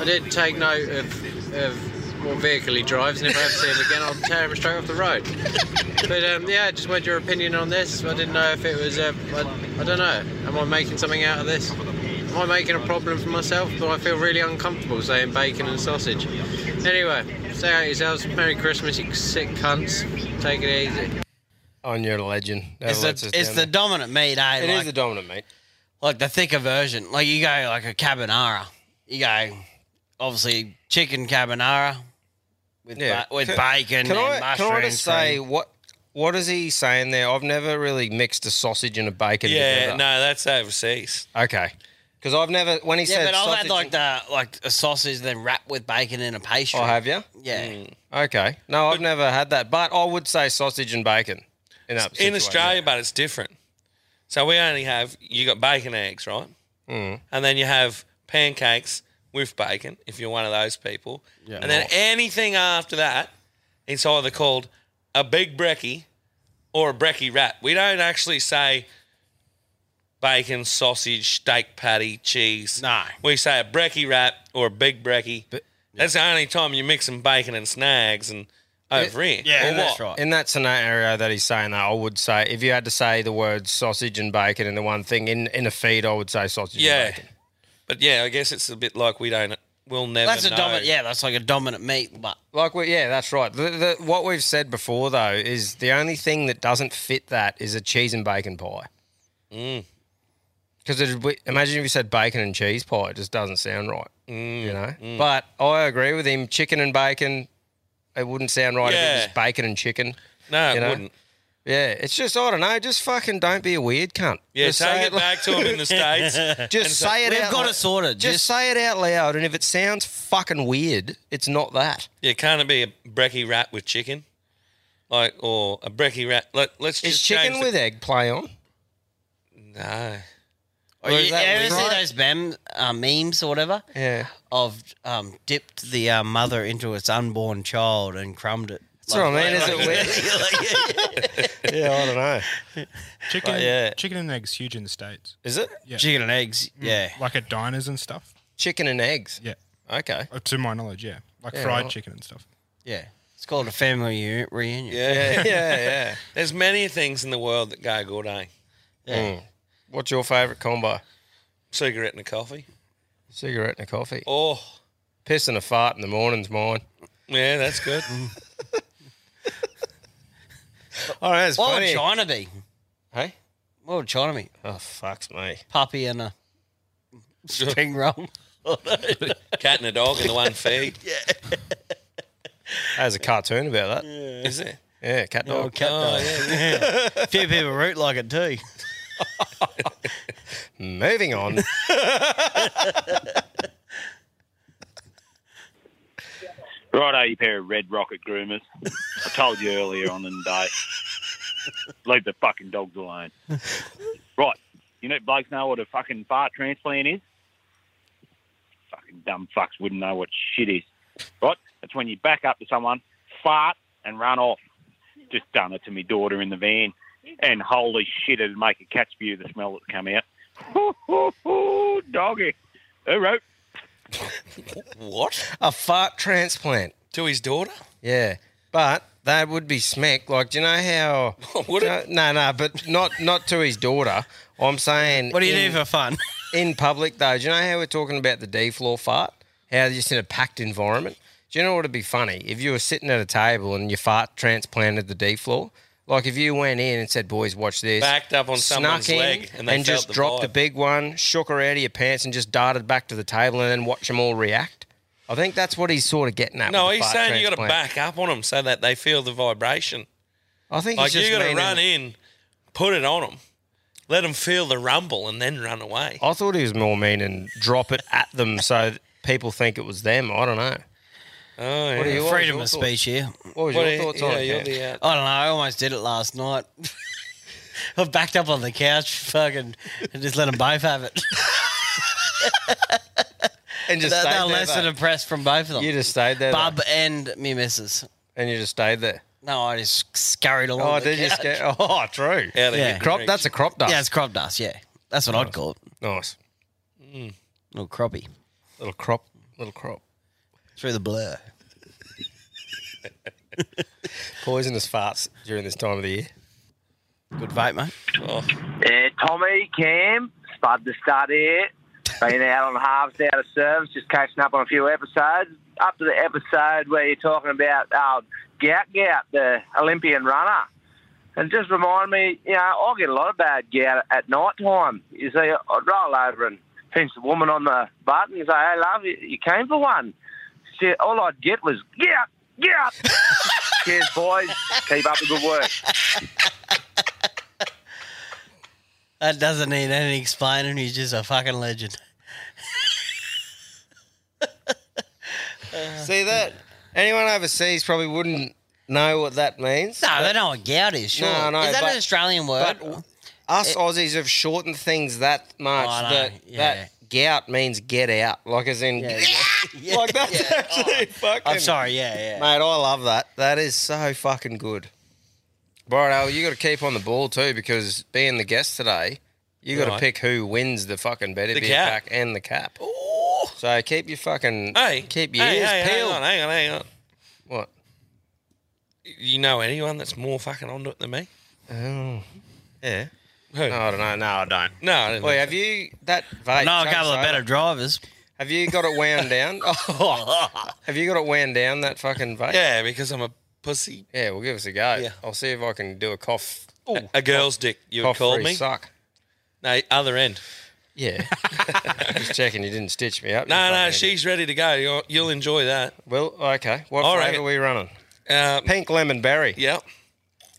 Speaker 12: I did take note of, of what vehicle he drives, and if I ever see him again, I'll tear him straight off the road. But um, yeah, I just wanted um, your opinion on this. I didn't know if it was. Uh, I, I don't know. Am I making something out of this?
Speaker 13: I'm making a problem for myself, but I feel really uncomfortable saying bacon and sausage. Anyway, stay out yourselves. Merry Christmas, you sick cunts. Take it easy.
Speaker 2: On your legend. That
Speaker 1: It's
Speaker 2: lets
Speaker 1: the,
Speaker 2: us
Speaker 1: it's
Speaker 2: down
Speaker 1: the
Speaker 2: there.
Speaker 1: dominant meat, eh?
Speaker 2: It is the dominant meat.
Speaker 1: Like the thicker version. Like you go like a carbonara. You go obviously chicken carbonara with ba- with
Speaker 2: Can-
Speaker 1: bacon
Speaker 2: Can
Speaker 1: and
Speaker 2: I,
Speaker 1: mushrooms.
Speaker 2: Can I just say
Speaker 1: cream.
Speaker 2: what what is he saying there? I've never really mixed a sausage and a bacon.
Speaker 4: Yeah,
Speaker 2: together.
Speaker 4: no, that's overseas.
Speaker 2: Okay. Because I've never when he
Speaker 1: yeah,
Speaker 2: said
Speaker 1: but I've had
Speaker 2: sausage
Speaker 1: like the like a sausage then wrapped with bacon in a pastry.
Speaker 2: Oh, have you?
Speaker 1: Yeah.
Speaker 2: Okay. No, I've never had that, but I would say sausage and bacon. In, that
Speaker 4: in
Speaker 2: situation.
Speaker 4: Australia, but it's different. So we only have you got bacon eggs, right?
Speaker 2: Mm.
Speaker 4: And then you have pancakes with bacon if you're one of those people.
Speaker 2: Yeah.
Speaker 4: and then
Speaker 2: Nice.
Speaker 4: anything after that, it's either called a big brekkie or a brekkie wrap. We don't actually say bacon, sausage, steak patty, cheese. No. We say a brekkie wrap or a big brekkie. That's the only time you're mixing bacon and snags and over here. Oh, or what?
Speaker 2: In that scenario that he's saying that, I would say if you had to say the words sausage and bacon in the one thing in, in a feed, I would say sausage.
Speaker 4: Yeah. But yeah, I guess it's a bit like we don't, we'll never
Speaker 1: That's a
Speaker 4: know.
Speaker 1: dominant yeah, that's like a dominant meat, but
Speaker 2: Like, we, yeah, that's right. The, the, what we've said before though is the only thing that doesn't fit that is a cheese and bacon pie.
Speaker 4: Mm.
Speaker 2: Because imagine if you said bacon and cheese pie, it just doesn't sound right.
Speaker 4: Mm.
Speaker 2: you know. But I agree with him. Chicken and bacon, it wouldn't sound right if
Speaker 4: Yeah.
Speaker 2: it was bacon and chicken.
Speaker 4: No, it
Speaker 2: you know?
Speaker 4: wouldn't.
Speaker 2: Yeah, it's just I don't know. Just fucking don't be a weird cunt.
Speaker 4: Yeah,
Speaker 2: just
Speaker 4: take
Speaker 2: say
Speaker 4: it back to 'em in the States and
Speaker 2: just say
Speaker 4: say-
Speaker 2: it.
Speaker 4: We've
Speaker 2: out
Speaker 4: got
Speaker 2: lou-
Speaker 4: it sorted,
Speaker 2: Just,
Speaker 4: just-
Speaker 2: say it out loud, and if it sounds fucking weird, it's not that.
Speaker 4: Yeah, can't it be a brekkie wrap with chicken? Like, or a brekkie wrap? Let, let's
Speaker 2: Is
Speaker 4: just
Speaker 2: chicken
Speaker 4: change
Speaker 2: with
Speaker 4: the,
Speaker 2: egg play on?
Speaker 4: No.
Speaker 1: Or you ever see those mem, uh, memes or whatever?
Speaker 2: Yeah.
Speaker 1: Of um, dipped the uh, mother into its unborn child and crumbed it.
Speaker 2: That's what I mean. Is it weird? yeah, I don't know.
Speaker 14: Chicken,
Speaker 2: But yeah.
Speaker 14: chicken and eggs huge in the states.
Speaker 2: Is it?
Speaker 14: Yeah.
Speaker 1: Chicken and eggs.
Speaker 14: Mm, like at diners and stuff.
Speaker 2: Chicken and eggs.
Speaker 14: Yeah. Uh,
Speaker 2: Okay.
Speaker 14: To my knowledge, yeah, like
Speaker 1: Yeah,
Speaker 14: fried
Speaker 1: well-
Speaker 14: chicken and stuff.
Speaker 1: Yeah. It's called a family u- reunion.
Speaker 4: There's many things in the world that go good, eh?
Speaker 1: Yeah. Mm.
Speaker 2: What's your favourite combo?
Speaker 4: Cigarette and a coffee.
Speaker 2: Cigarette and a coffee.
Speaker 4: Oh,
Speaker 2: piss and a fart in the morning's mine.
Speaker 4: Yeah, that's good.
Speaker 1: Mm.
Speaker 2: Oh, that's
Speaker 1: What would
Speaker 2: funny.
Speaker 1: China be?
Speaker 2: Hey?
Speaker 1: What would China be?
Speaker 2: Oh, fucks me.
Speaker 1: Puppy and a spring roll.
Speaker 4: Cat and a dog in the one feed.
Speaker 1: Yeah.
Speaker 2: There's a cartoon about that.
Speaker 4: Is there?
Speaker 2: Yeah, cat
Speaker 1: Oh,
Speaker 2: dog.
Speaker 1: cat dog.
Speaker 2: yeah.
Speaker 1: A few people root like it too.
Speaker 2: Moving on.
Speaker 15: Righto, you pair of red rocket groomers. I told you earlier on in the day. Leave the fucking dogs alone. Right. You know, blokes know what a fucking fart transplant is? Fucking dumb fucks wouldn't know what shit is. Right? That's when you back up to someone, fart, and run off. Just done it to me daughter in the van. And holy shit, it'd make a cat's view the smell that's come out. Hoo, hoo, hoo, doggy. Who wrote?
Speaker 4: What?
Speaker 2: A fart transplant.
Speaker 4: To his daughter?
Speaker 2: Yeah. But that would be smack. Like, do you know how
Speaker 4: would
Speaker 2: do you
Speaker 4: it?
Speaker 2: know- No, no, but not not to his daughter. I'm saying
Speaker 1: What do you do for fun?
Speaker 2: in public though, do you know how we're talking about the D floor fart? How just in a packed environment? Do you know what would be funny? If you were sitting at a table and your fart transplanted the D floor, like if you went in and said, Boys, watch this.
Speaker 4: Backed up on
Speaker 2: snuck
Speaker 4: someone's
Speaker 2: in
Speaker 4: leg
Speaker 2: and,
Speaker 4: and they felt
Speaker 2: just
Speaker 4: the
Speaker 2: dropped a
Speaker 4: vibe.
Speaker 2: big one, shook her out of your pants and just darted back to the table and then watch them all react. I think that's what he's sort of getting at.
Speaker 4: No,
Speaker 2: with the
Speaker 4: he's
Speaker 2: fart
Speaker 4: saying you got to
Speaker 2: transplant.
Speaker 4: back up on them so that they feel the vibration.
Speaker 2: I think
Speaker 4: like
Speaker 2: he's just
Speaker 4: you got to
Speaker 2: meaning-
Speaker 4: run in, put it on them, let them feel the rumble, and then run away.
Speaker 2: I thought he was more mean and drop it at them so that people think it was them. I don't know.
Speaker 4: Oh,
Speaker 2: What are yeah. your- what
Speaker 1: freedom of
Speaker 2: was your
Speaker 1: speech
Speaker 2: thoughts? Oh,
Speaker 1: here?
Speaker 2: What was What your are- thoughts on yeah, it, you're Kev? the, uh,
Speaker 1: I don't know. I almost did it last night. I backed up on the couch, fucking, and just let them both have it.
Speaker 2: And just
Speaker 1: They-
Speaker 2: stayed
Speaker 1: they
Speaker 2: there,
Speaker 1: were less than
Speaker 2: though.
Speaker 1: impressed from both of them.
Speaker 2: You just stayed there, though.
Speaker 1: Bub and me missus.
Speaker 2: And you just stayed there.
Speaker 1: No, I just scurried along.
Speaker 2: Oh,
Speaker 1: the
Speaker 2: did you
Speaker 1: couch.
Speaker 2: scare? Oh, true.
Speaker 1: Out of Yeah. your
Speaker 2: crop.
Speaker 1: drinks.
Speaker 2: That's a crop dust.
Speaker 1: Yeah, it's crop dust. Yeah, that's what I'd call it.
Speaker 2: Nice.
Speaker 4: Mm.
Speaker 1: Little croppy.
Speaker 2: Little crop. Little crop.
Speaker 1: Through the blur.
Speaker 2: Poisonous farts during this time of the year.
Speaker 1: Good vape, mate.
Speaker 4: Oh.
Speaker 16: Yeah, Tommy, Cam, Spud the Stud here.
Speaker 9: Been out on halves, out of service, just catching up on a few episodes. Up to the episode where you're talking about uh, Gout Gout, the Olympian runner. And just remind me, you know, I get a lot of bad gout at night time. You see, I'd roll over and pinch the woman on the butt and say, hey, love, you, you came for one. She, all I'd get was, gout, gout. Cheers, boys. Keep up the good work.
Speaker 1: That doesn't need any explaining. He's just a fucking legend.
Speaker 2: See that? Anyone overseas probably wouldn't know what that means.
Speaker 1: No, they know what gout is, sure.
Speaker 2: No, no,
Speaker 1: Is that
Speaker 2: but-
Speaker 1: an Australian word?
Speaker 2: But us Aussies have shortened things that much
Speaker 1: Oh, I know,
Speaker 2: that
Speaker 1: yeah.
Speaker 2: that gout means get out, like as in like that's actually fucking.
Speaker 1: I'm sorry, yeah, yeah.
Speaker 2: Mate, I love that. That is so fucking good. Right, Al, you got to keep on the ball too because being the guest today, you got to
Speaker 4: Right.
Speaker 2: pick who wins the fucking better
Speaker 4: The
Speaker 2: beer
Speaker 4: cap.
Speaker 2: pack and the cap. So keep your fucking
Speaker 4: Hey,
Speaker 2: keep your
Speaker 4: hey,
Speaker 2: ears
Speaker 4: hey,
Speaker 2: peeled.
Speaker 4: Hang on, hang on, hang on.
Speaker 2: What?
Speaker 4: You know anyone that's more fucking onto it than me?
Speaker 2: Oh.
Speaker 4: Yeah.
Speaker 2: No, I don't know. No, I don't.
Speaker 4: No, I didn't
Speaker 2: Wait,
Speaker 4: think
Speaker 2: have
Speaker 4: so.
Speaker 2: you that?
Speaker 4: I
Speaker 2: Vape
Speaker 4: know a couple of better
Speaker 1: drivers.
Speaker 2: Have you got it wound down? have you got it wound down that fucking vape?
Speaker 4: Yeah, because I'm a pussy.
Speaker 2: Yeah, well, give us a go. I'll see if I can do a cough.
Speaker 4: A- a girl's dick, you would
Speaker 2: cough
Speaker 4: call
Speaker 2: free
Speaker 4: me?
Speaker 2: Suck.
Speaker 4: No, other end.
Speaker 2: Yeah. Just checking you didn't stitch me up. you
Speaker 4: No, no,
Speaker 2: fucking idiot.
Speaker 4: she's ready to go. You'll, you'll enjoy that.
Speaker 2: Well, okay. What flavour are we running?
Speaker 4: Uh,
Speaker 2: Pink lemon berry.
Speaker 4: Yep.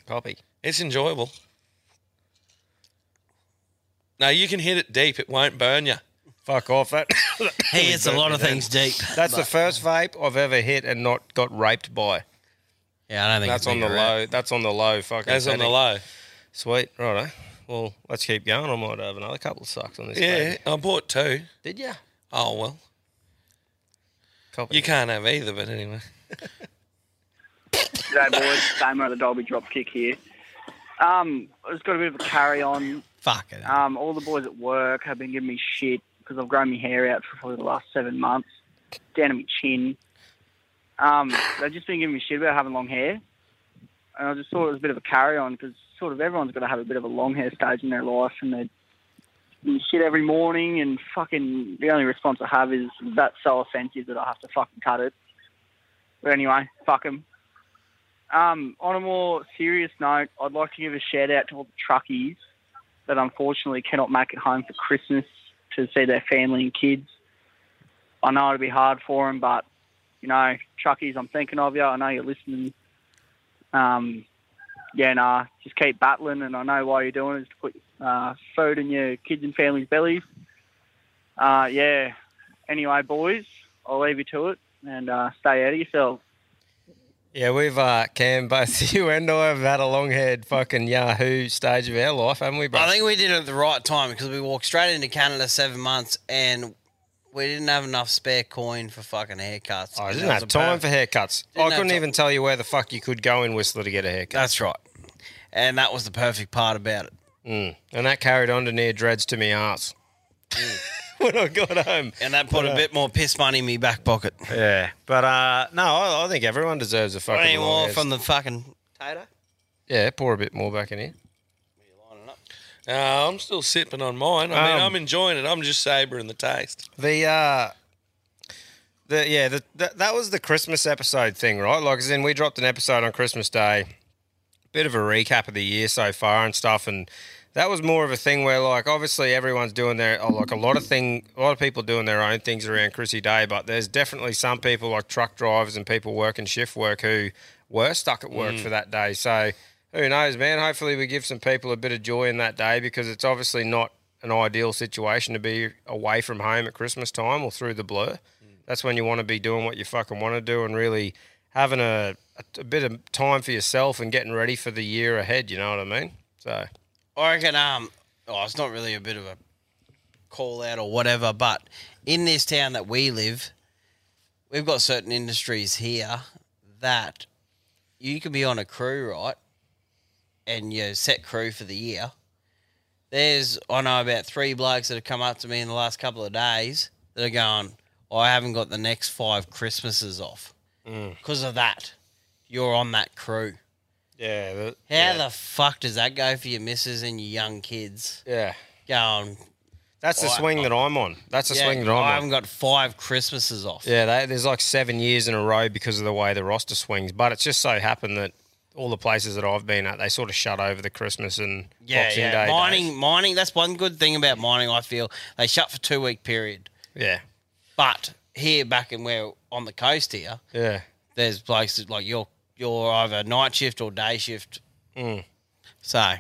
Speaker 2: Copy.
Speaker 4: It's enjoyable. No, you can hit it deep. It won't burn you.
Speaker 2: Fuck off. That
Speaker 1: He hits a lot of things deep.
Speaker 2: That's the
Speaker 1: But-
Speaker 2: first vape I've ever hit and not got raped by.
Speaker 1: Yeah, I don't think
Speaker 2: that's
Speaker 1: it's
Speaker 2: on the
Speaker 1: bigger, right?
Speaker 2: low. That's on the low. Fucking.
Speaker 4: That's on the
Speaker 2: setting.
Speaker 4: low.
Speaker 2: Sweet. Righto. Well, let's keep going. I might have another couple of sucks on this.
Speaker 4: Yeah,
Speaker 2: baby.
Speaker 4: I bought two.
Speaker 2: Did you?
Speaker 4: Oh well.
Speaker 2: Copy.
Speaker 4: You can't have either, but anyway.
Speaker 16: G'day, boys. Damo the Dolby Dropkick here. Um, I just got a bit of a carry on.
Speaker 1: Fuck it.
Speaker 16: Um, all the boys at work have been giving me shit because I've grown my hair out for probably the last seven months, down to my chin. Um, they've just been giving me shit about having long hair, and I just thought it was a bit of a carry on because sort of everyone's got to have a bit of a long hair stage in their life, and they give me shit every morning. And fucking the only response I have is that's so offensive that I have to fucking cut it. But anyway, fuck 'em. Um, on a more serious note, I'd like to give a shout out to all the truckies that unfortunately cannot make it home for Christmas to see their family and kids. I know it'll be hard for them, but you know, truckies, I'm thinking of you. I know you're listening. Um, yeah, nah, just keep battling, and I know why you're doing it is to put uh, food in your kids and family's bellies. Uh, yeah. Anyway, boys, I'll leave you to it, and uh, stay out of yourself.
Speaker 2: Yeah, we've uh, Cam, both you and I have had a long-haired fucking Yahoo stage of our life, haven't we, bro?
Speaker 1: I think we did it at the right time because we walked straight into Canada seven months and we didn't have enough spare coin for fucking haircuts.
Speaker 2: I
Speaker 1: And
Speaker 2: didn't
Speaker 1: that was
Speaker 2: have
Speaker 1: a
Speaker 2: Oh, time
Speaker 1: perk.
Speaker 2: for haircuts.
Speaker 1: Didn't
Speaker 2: I
Speaker 1: have
Speaker 2: couldn't
Speaker 1: time.
Speaker 2: even tell you where the fuck you could go in Whistler to get a haircut.
Speaker 1: That's right. And that was the perfect part about it.
Speaker 2: Mm. And that carried on to near dreads to me arse. when I got home.
Speaker 1: And that put
Speaker 2: But,
Speaker 1: a
Speaker 2: uh,
Speaker 1: bit more piss money in my back pocket.
Speaker 2: Yeah. But uh, no, I, I think everyone deserves a fucking.
Speaker 1: What do you
Speaker 2: long
Speaker 1: want
Speaker 2: hair.
Speaker 1: from the fucking tater?
Speaker 2: Yeah, pour a bit more back in here.
Speaker 4: Uh, I'm still sipping on mine. I mean,
Speaker 2: Um,
Speaker 4: I'm enjoying it. I'm just sabering the taste.
Speaker 2: The uh the yeah, the, that that was the Christmas episode thing, right? Like as in we dropped an episode on Christmas Day, bit of a recap of the year so far and stuff and that was more of a thing where like obviously everyone's doing their oh, like a lot of thing a lot of people doing their own things around Chrissy Day, but there's definitely some people like truck drivers and people working shift work who were stuck at work
Speaker 4: Mm.
Speaker 2: for that day. So who knows, man? Hopefully we give some people a bit of joy in that day because it's obviously not an ideal situation to be away from home at Christmas time or through the blur. That's when you want to be doing what you fucking want to do and really having a, a, a bit of time for yourself and getting ready for the year ahead. You know what I mean? So
Speaker 1: I reckon, um, oh, it's not really a bit of a call out or whatever, but in this town that we live, we've got certain industries here that you can be on a crew, right? And you set crew for the year. There's, I know about three blokes that have come up to me in the last couple of days that are going, "Oh, I haven't got the next five Christmases off
Speaker 2: Mm.
Speaker 1: because of that. You're on that crew.
Speaker 2: Yeah.
Speaker 1: How the fuck does that go for your missus and your young kids?
Speaker 2: Yeah.
Speaker 1: Going.
Speaker 2: That's the
Speaker 1: Right.
Speaker 2: swing that I'm on. That's the
Speaker 1: Yeah,
Speaker 2: swing that I'm
Speaker 1: I
Speaker 2: on.
Speaker 1: haven't got five Christmases off.
Speaker 2: Yeah, they, there's like seven years in a row because of the way the roster swings. But it's just so happened that all the places that I've been at, they sort of shut over the Christmas and
Speaker 1: Yeah,
Speaker 2: Boxing
Speaker 1: yeah.
Speaker 2: Day.
Speaker 1: mining,
Speaker 2: days.
Speaker 1: mining. That's one good thing about mining. I feel they shut for two week period.
Speaker 2: Yeah,
Speaker 1: but here, back in where on the coast here,
Speaker 2: Yeah.
Speaker 1: there's places like you're you're either night shift or day shift.
Speaker 2: Mm.
Speaker 1: So,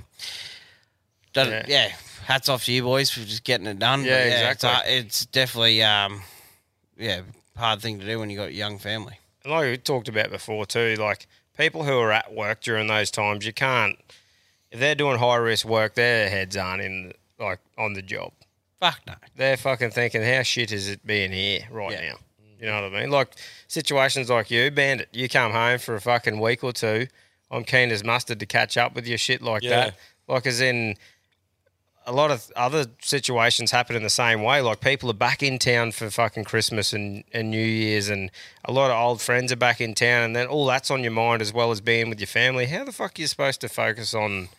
Speaker 1: doesn't-
Speaker 2: Yeah.
Speaker 1: yeah. hats off to you boys for just getting it done. But
Speaker 2: Yeah,
Speaker 1: it's
Speaker 2: exactly.
Speaker 1: hard- It's, definitely um, yeah, hard thing to do when you got a young family.
Speaker 2: And like we talked about before too, like people who are at work during those times, you can't. If they're doing high risk work, their heads aren't in like on the job.
Speaker 1: Fuck no.
Speaker 2: They're fucking thinking, how shit is it being here right
Speaker 1: Yeah.
Speaker 2: now? You know what I mean? Like situations like you, bandit. You come home for a fucking week or two. I'm keen as mustard to catch up with your shit like
Speaker 4: Yeah.
Speaker 2: that. Like as in, a lot of other situations happen in the same way. Like people are back in town for fucking Christmas and, and New Year's, and a lot of old friends are back in town, and then all that's on your mind as well as being with your family. How the fuck are you supposed to focus on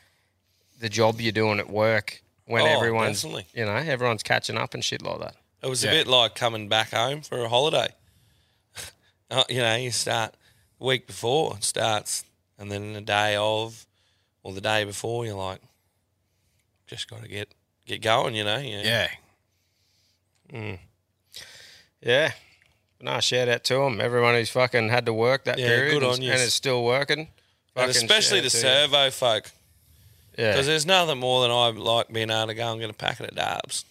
Speaker 2: the job you're doing at work when
Speaker 4: Oh,
Speaker 2: everyone's
Speaker 4: definitely.
Speaker 2: you know everyone's catching up and shit like that?
Speaker 4: It was a
Speaker 2: Yeah.
Speaker 4: bit like coming back home for a holiday. Uh, you know, you start the week before it starts, and then the day of, or the day before, you're like, just got to get get going. You know, you,
Speaker 2: Yeah. Mm. Yeah. No, shout out to them. Everyone who's fucking had to work that
Speaker 4: Yeah,
Speaker 2: period
Speaker 4: good
Speaker 2: and-
Speaker 4: on yous.
Speaker 2: and is still working.
Speaker 4: and
Speaker 2: Fucking shout
Speaker 4: especially
Speaker 2: out
Speaker 4: the
Speaker 2: to you.
Speaker 4: servo folk.
Speaker 2: Yeah.
Speaker 4: Because there's nothing more than I like being able to go and get a packet of darbs.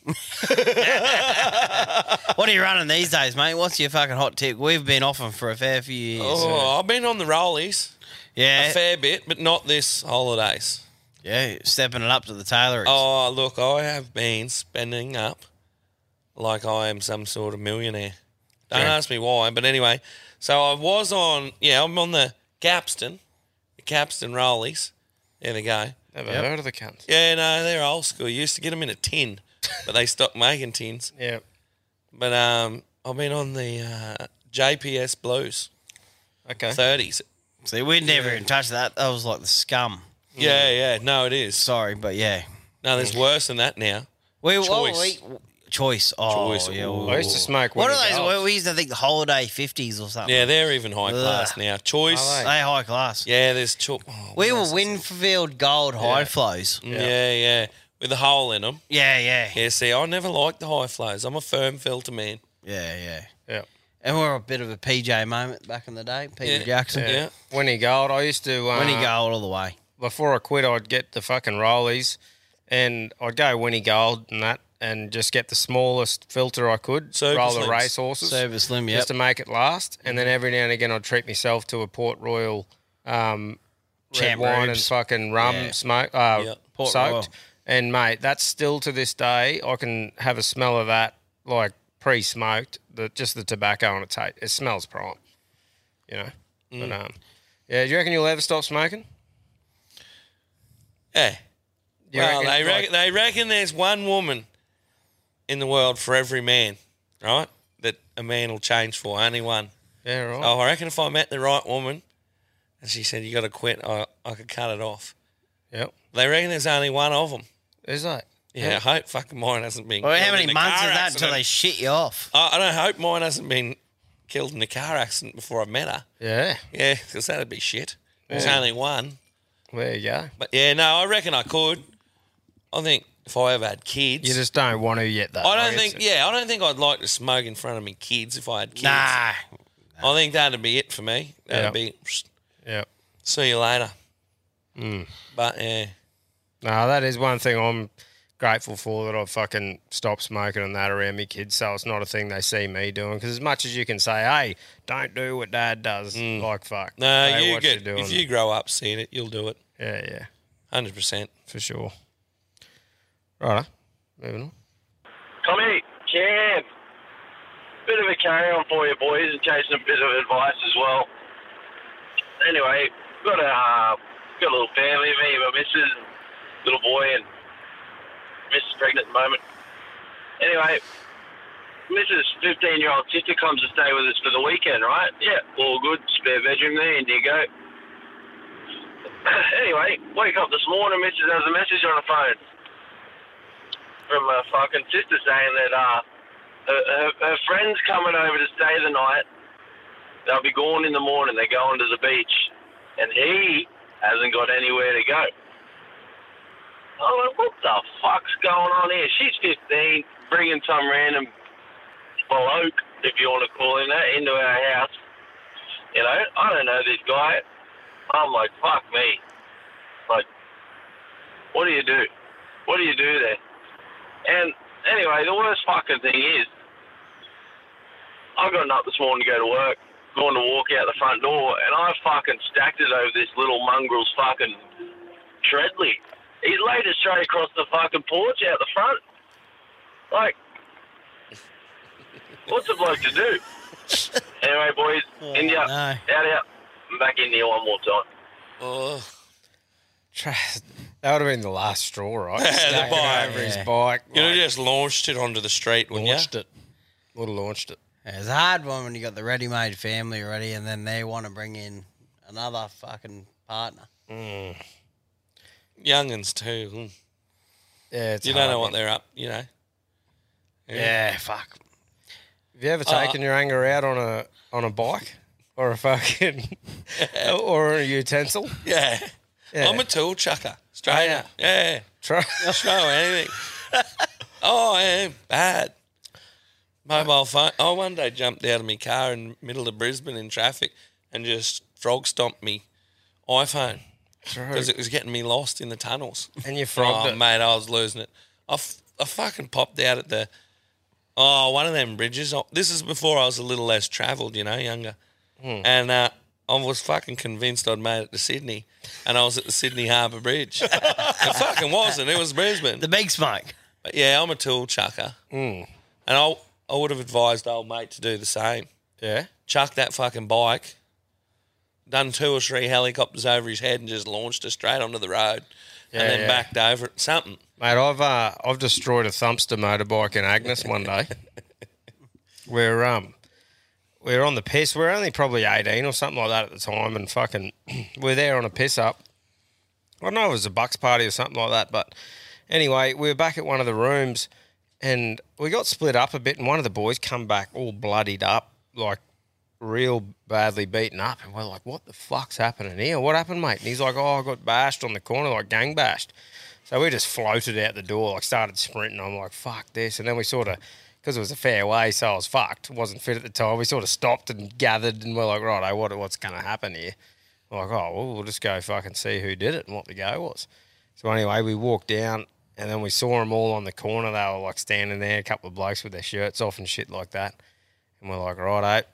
Speaker 1: What are you running these days, mate? What's your fucking hot tip? We've been off 'em for a fair few years.
Speaker 4: Oh, I've been on the rollies.
Speaker 1: Yeah.
Speaker 4: A fair bit, but not this holidays.
Speaker 1: Yeah, stepping it up to the tailoring.
Speaker 4: Oh, look, I have been spending up like I am some sort of millionaire. Don't
Speaker 1: Yeah.
Speaker 4: ask me why, but anyway, so I was on, yeah, I'm on the Capstan, the Capstan Rollies. There they go.
Speaker 2: Never heard of the cunts.
Speaker 4: Yeah, no, they're old school. You used to get them in a tin, but they stopped making tins.
Speaker 2: Yeah.
Speaker 4: But um, I've been on the uh, JPS Blues.
Speaker 2: Okay.
Speaker 4: 30s.
Speaker 1: See, we're never in touch with that. That was like the scum.
Speaker 4: Yeah, yeah. No, it is.
Speaker 1: Sorry, but yeah.
Speaker 4: No, there's worse than that now.
Speaker 1: We,
Speaker 4: choice.
Speaker 1: well, we- choice. Oh,
Speaker 4: Choice.
Speaker 1: yeah.
Speaker 4: Ooh. I used to smoke
Speaker 1: What
Speaker 4: when
Speaker 1: are
Speaker 4: in
Speaker 1: those?
Speaker 4: college.
Speaker 1: We used to think the holiday fifties or something.
Speaker 4: yeah, they're even high
Speaker 1: Ugh.
Speaker 4: class now. Choice.
Speaker 1: Are they? They high class.
Speaker 4: Yeah, there's cho- oh,
Speaker 1: We were Winfield Gold high
Speaker 4: Yeah.
Speaker 1: flows.
Speaker 4: Yeah. Mm, yeah, With a hole in them.
Speaker 1: Yeah, yeah.
Speaker 4: Yeah, see, I never liked the high flows. I'm a firm filter man.
Speaker 1: Yeah, yeah.
Speaker 2: Yeah.
Speaker 1: And we were a bit of a PJ moment back in the day. Peter
Speaker 2: Yeah.
Speaker 1: Jackson.
Speaker 2: Yeah. Winnie Gold. I used to. Uh,
Speaker 1: Winnie Gold all the way.
Speaker 2: Before I quit, I'd get the fucking rollies, and I'd go Winnie Gold and that, and just get the smallest filter I could.
Speaker 1: Super
Speaker 2: roll the
Speaker 1: slims.
Speaker 2: race horses.
Speaker 1: Super slim, yep.
Speaker 2: Just to make it last, and
Speaker 4: Mm-hmm.
Speaker 2: then every now and again I'd treat myself to a Port Royal, um, red
Speaker 1: Champ
Speaker 2: wine
Speaker 1: rubes.
Speaker 2: and fucking rum
Speaker 1: Yeah.
Speaker 2: smoke uh,
Speaker 1: Yep. Port
Speaker 2: soaked.
Speaker 1: Royal.
Speaker 2: And mate, that's still to this day. I can have a smell of that, like pre-smoked, the just the tobacco on its taste. It smells prime, you know.
Speaker 4: Mm.
Speaker 2: But um, yeah, do you reckon you'll ever stop smoking?
Speaker 4: Yeah.
Speaker 2: You
Speaker 4: well,
Speaker 2: reckon,
Speaker 4: they,
Speaker 2: like-
Speaker 4: reckon, they reckon there's one woman in the world for every man, right? That a man will change for. Only one.
Speaker 2: Yeah, right.
Speaker 4: Oh, I reckon if I met the right woman and she said, you got to quit, I, I could cut it off.
Speaker 2: Yep.
Speaker 4: They reckon there's only one of them.
Speaker 2: Is that?
Speaker 4: Yeah, I hope fucking mine hasn't been.
Speaker 1: Well, how
Speaker 4: killed
Speaker 1: many
Speaker 4: in a
Speaker 1: months
Speaker 4: car
Speaker 1: is that
Speaker 4: accident.
Speaker 1: until they shit you off?
Speaker 4: I, I don't hope mine hasn't been killed in a car accident before I met her.
Speaker 2: Yeah.
Speaker 4: Yeah, because that'd be shit. There's
Speaker 2: Yeah.
Speaker 4: only one.
Speaker 2: There you go.
Speaker 4: But yeah, no, I reckon I could. I think if I ever had kids,
Speaker 2: You just don't want to yet, though.
Speaker 4: I
Speaker 2: Like,
Speaker 4: don't
Speaker 2: it's-
Speaker 4: think. Yeah, I don't think I'd like to smoke in front of me kids if I had kids.
Speaker 1: Nah.
Speaker 4: I think that'd be it for me. That'd
Speaker 2: Yep.
Speaker 4: be.
Speaker 2: Yep.
Speaker 4: See you later.
Speaker 2: Mm.
Speaker 4: But yeah,
Speaker 2: No, that is one thing I'm grateful for that I've fucking stopped smoking and that around me kids. So it's not a thing they see me doing. Because as much as you can say, hey, don't do what dad does, like fuck.
Speaker 4: no,
Speaker 2: they
Speaker 4: Mm. you
Speaker 2: watch
Speaker 4: get if you grow up seeing it, you'll do it.
Speaker 2: Yeah, yeah,
Speaker 4: hundred percent
Speaker 2: for sure. Right, moving on.
Speaker 9: Tommy, Cam, bit of a carry on for you boys in case a bit of advice as well. Anyway, got a uh, got a little family, me and my missus, little boy, and missus pregnant at the moment. Anyway, missus, fifteen year old sister comes to stay with us for the weekend, right? Yeah, all good, spare bedroom there, and you go. anyway, wake up this morning, missus has a message on her phone.
Speaker 17: from a fucking sister saying that uh, her, her, her friend's coming over to stay the night. They'll be gone in the morning. They're going to the beach, and he hasn't got anywhere to go. I'm like, what the fuck's going on here? She's 15, bringing some random bloke, if you want to call him that, into our house. You know, I don't know this guy. I'm like, fuck me. Like, what do you do? What do you do there? And anyway, the worst fucking thing is, I got up this morning to go to work, going to walk out the front door, and I fucking stacked it over this little mongrel's fucking treadley. He's laid it straight across the fucking porch out the front. Like, what's a bloke to do? anyway, boys, India, out, out. I'm back in here one more time.
Speaker 4: Oh.
Speaker 2: That would have been the last straw, right?
Speaker 4: the
Speaker 2: Stack it
Speaker 4: bike.
Speaker 2: over his bike.
Speaker 4: You know, just launched it onto the street when you
Speaker 2: it. Would have launched it.
Speaker 1: It's a hard one when you got the ready-made family already, and then they want to bring in another fucking partner.
Speaker 4: Mm. Youngins too. mm.
Speaker 2: Yeah, it's
Speaker 4: you
Speaker 2: a
Speaker 4: don't
Speaker 2: hard
Speaker 4: know what
Speaker 2: one.
Speaker 4: they're up. You know.
Speaker 2: Yeah, fuck. Have you ever
Speaker 4: Uh,
Speaker 2: taken your anger out on a on a bike or a fucking or a utensil?
Speaker 4: Yeah.
Speaker 2: Yeah. Oh,
Speaker 4: I'm a tool chucker. Straight up. Yeah.
Speaker 2: Try.
Speaker 4: Throw anything. oh, I am bad. Mobile phone. I one day jumped out of my car in middle of Brisbane in traffic and just frog stomped me iPhone
Speaker 2: True.
Speaker 4: because it was getting me lost in the tunnels.
Speaker 2: And you frogged
Speaker 4: oh,
Speaker 2: it.
Speaker 4: mate. I was losing it. I, f- I fucking popped out at the oh one of them bridges. Oh, This is before I was a little less travelled, you know, younger.
Speaker 2: Hmm.
Speaker 4: And uh, I was fucking convinced I'd made it to Sydney, and I was at the Sydney Harbour Bridge. it fucking wasn't. It was Brisbane. The
Speaker 1: big smoke.
Speaker 4: But yeah, I'm a tool chucker,
Speaker 2: Mm.
Speaker 4: and I I would have advised old mate to do the same.
Speaker 2: Yeah.
Speaker 4: Chuck that fucking bike. Done two or three helicopters over his head and just launched her straight onto the road,
Speaker 2: Yeah,
Speaker 4: and then
Speaker 2: yeah.
Speaker 4: backed over it. Something.
Speaker 2: Mate, I've uh, I've destroyed a thumpster motorbike in Agnes one day. we're um we're on the piss. We're only probably eighteen or something like that at the time, and fucking we're there on a piss up. I don't know if it was a bucks party or something like that, but anyway, we were back at one of the rooms, and we got split up a bit, and one of the boys come back all bloodied up, like real badly beaten up, and we're like, "What the fuck's happening here? What happened, mate?" And he's like, "Oh, I got bashed on the corner, like gang bashed." So we just floated out the door, like started sprinting. I'm like, fuck this. And then we sort of, because it was a fair way, so I was fucked. Wasn't fit at the time. We sort of stopped and gathered and we're like, right, what, what's going to happen here? We're like, oh, well, we'll just go fucking see who did it and what the go was. So anyway, we walked down and then we saw them all on the corner. They were like standing there, a couple of blokes with their shirts off and shit like that. And we're like, right,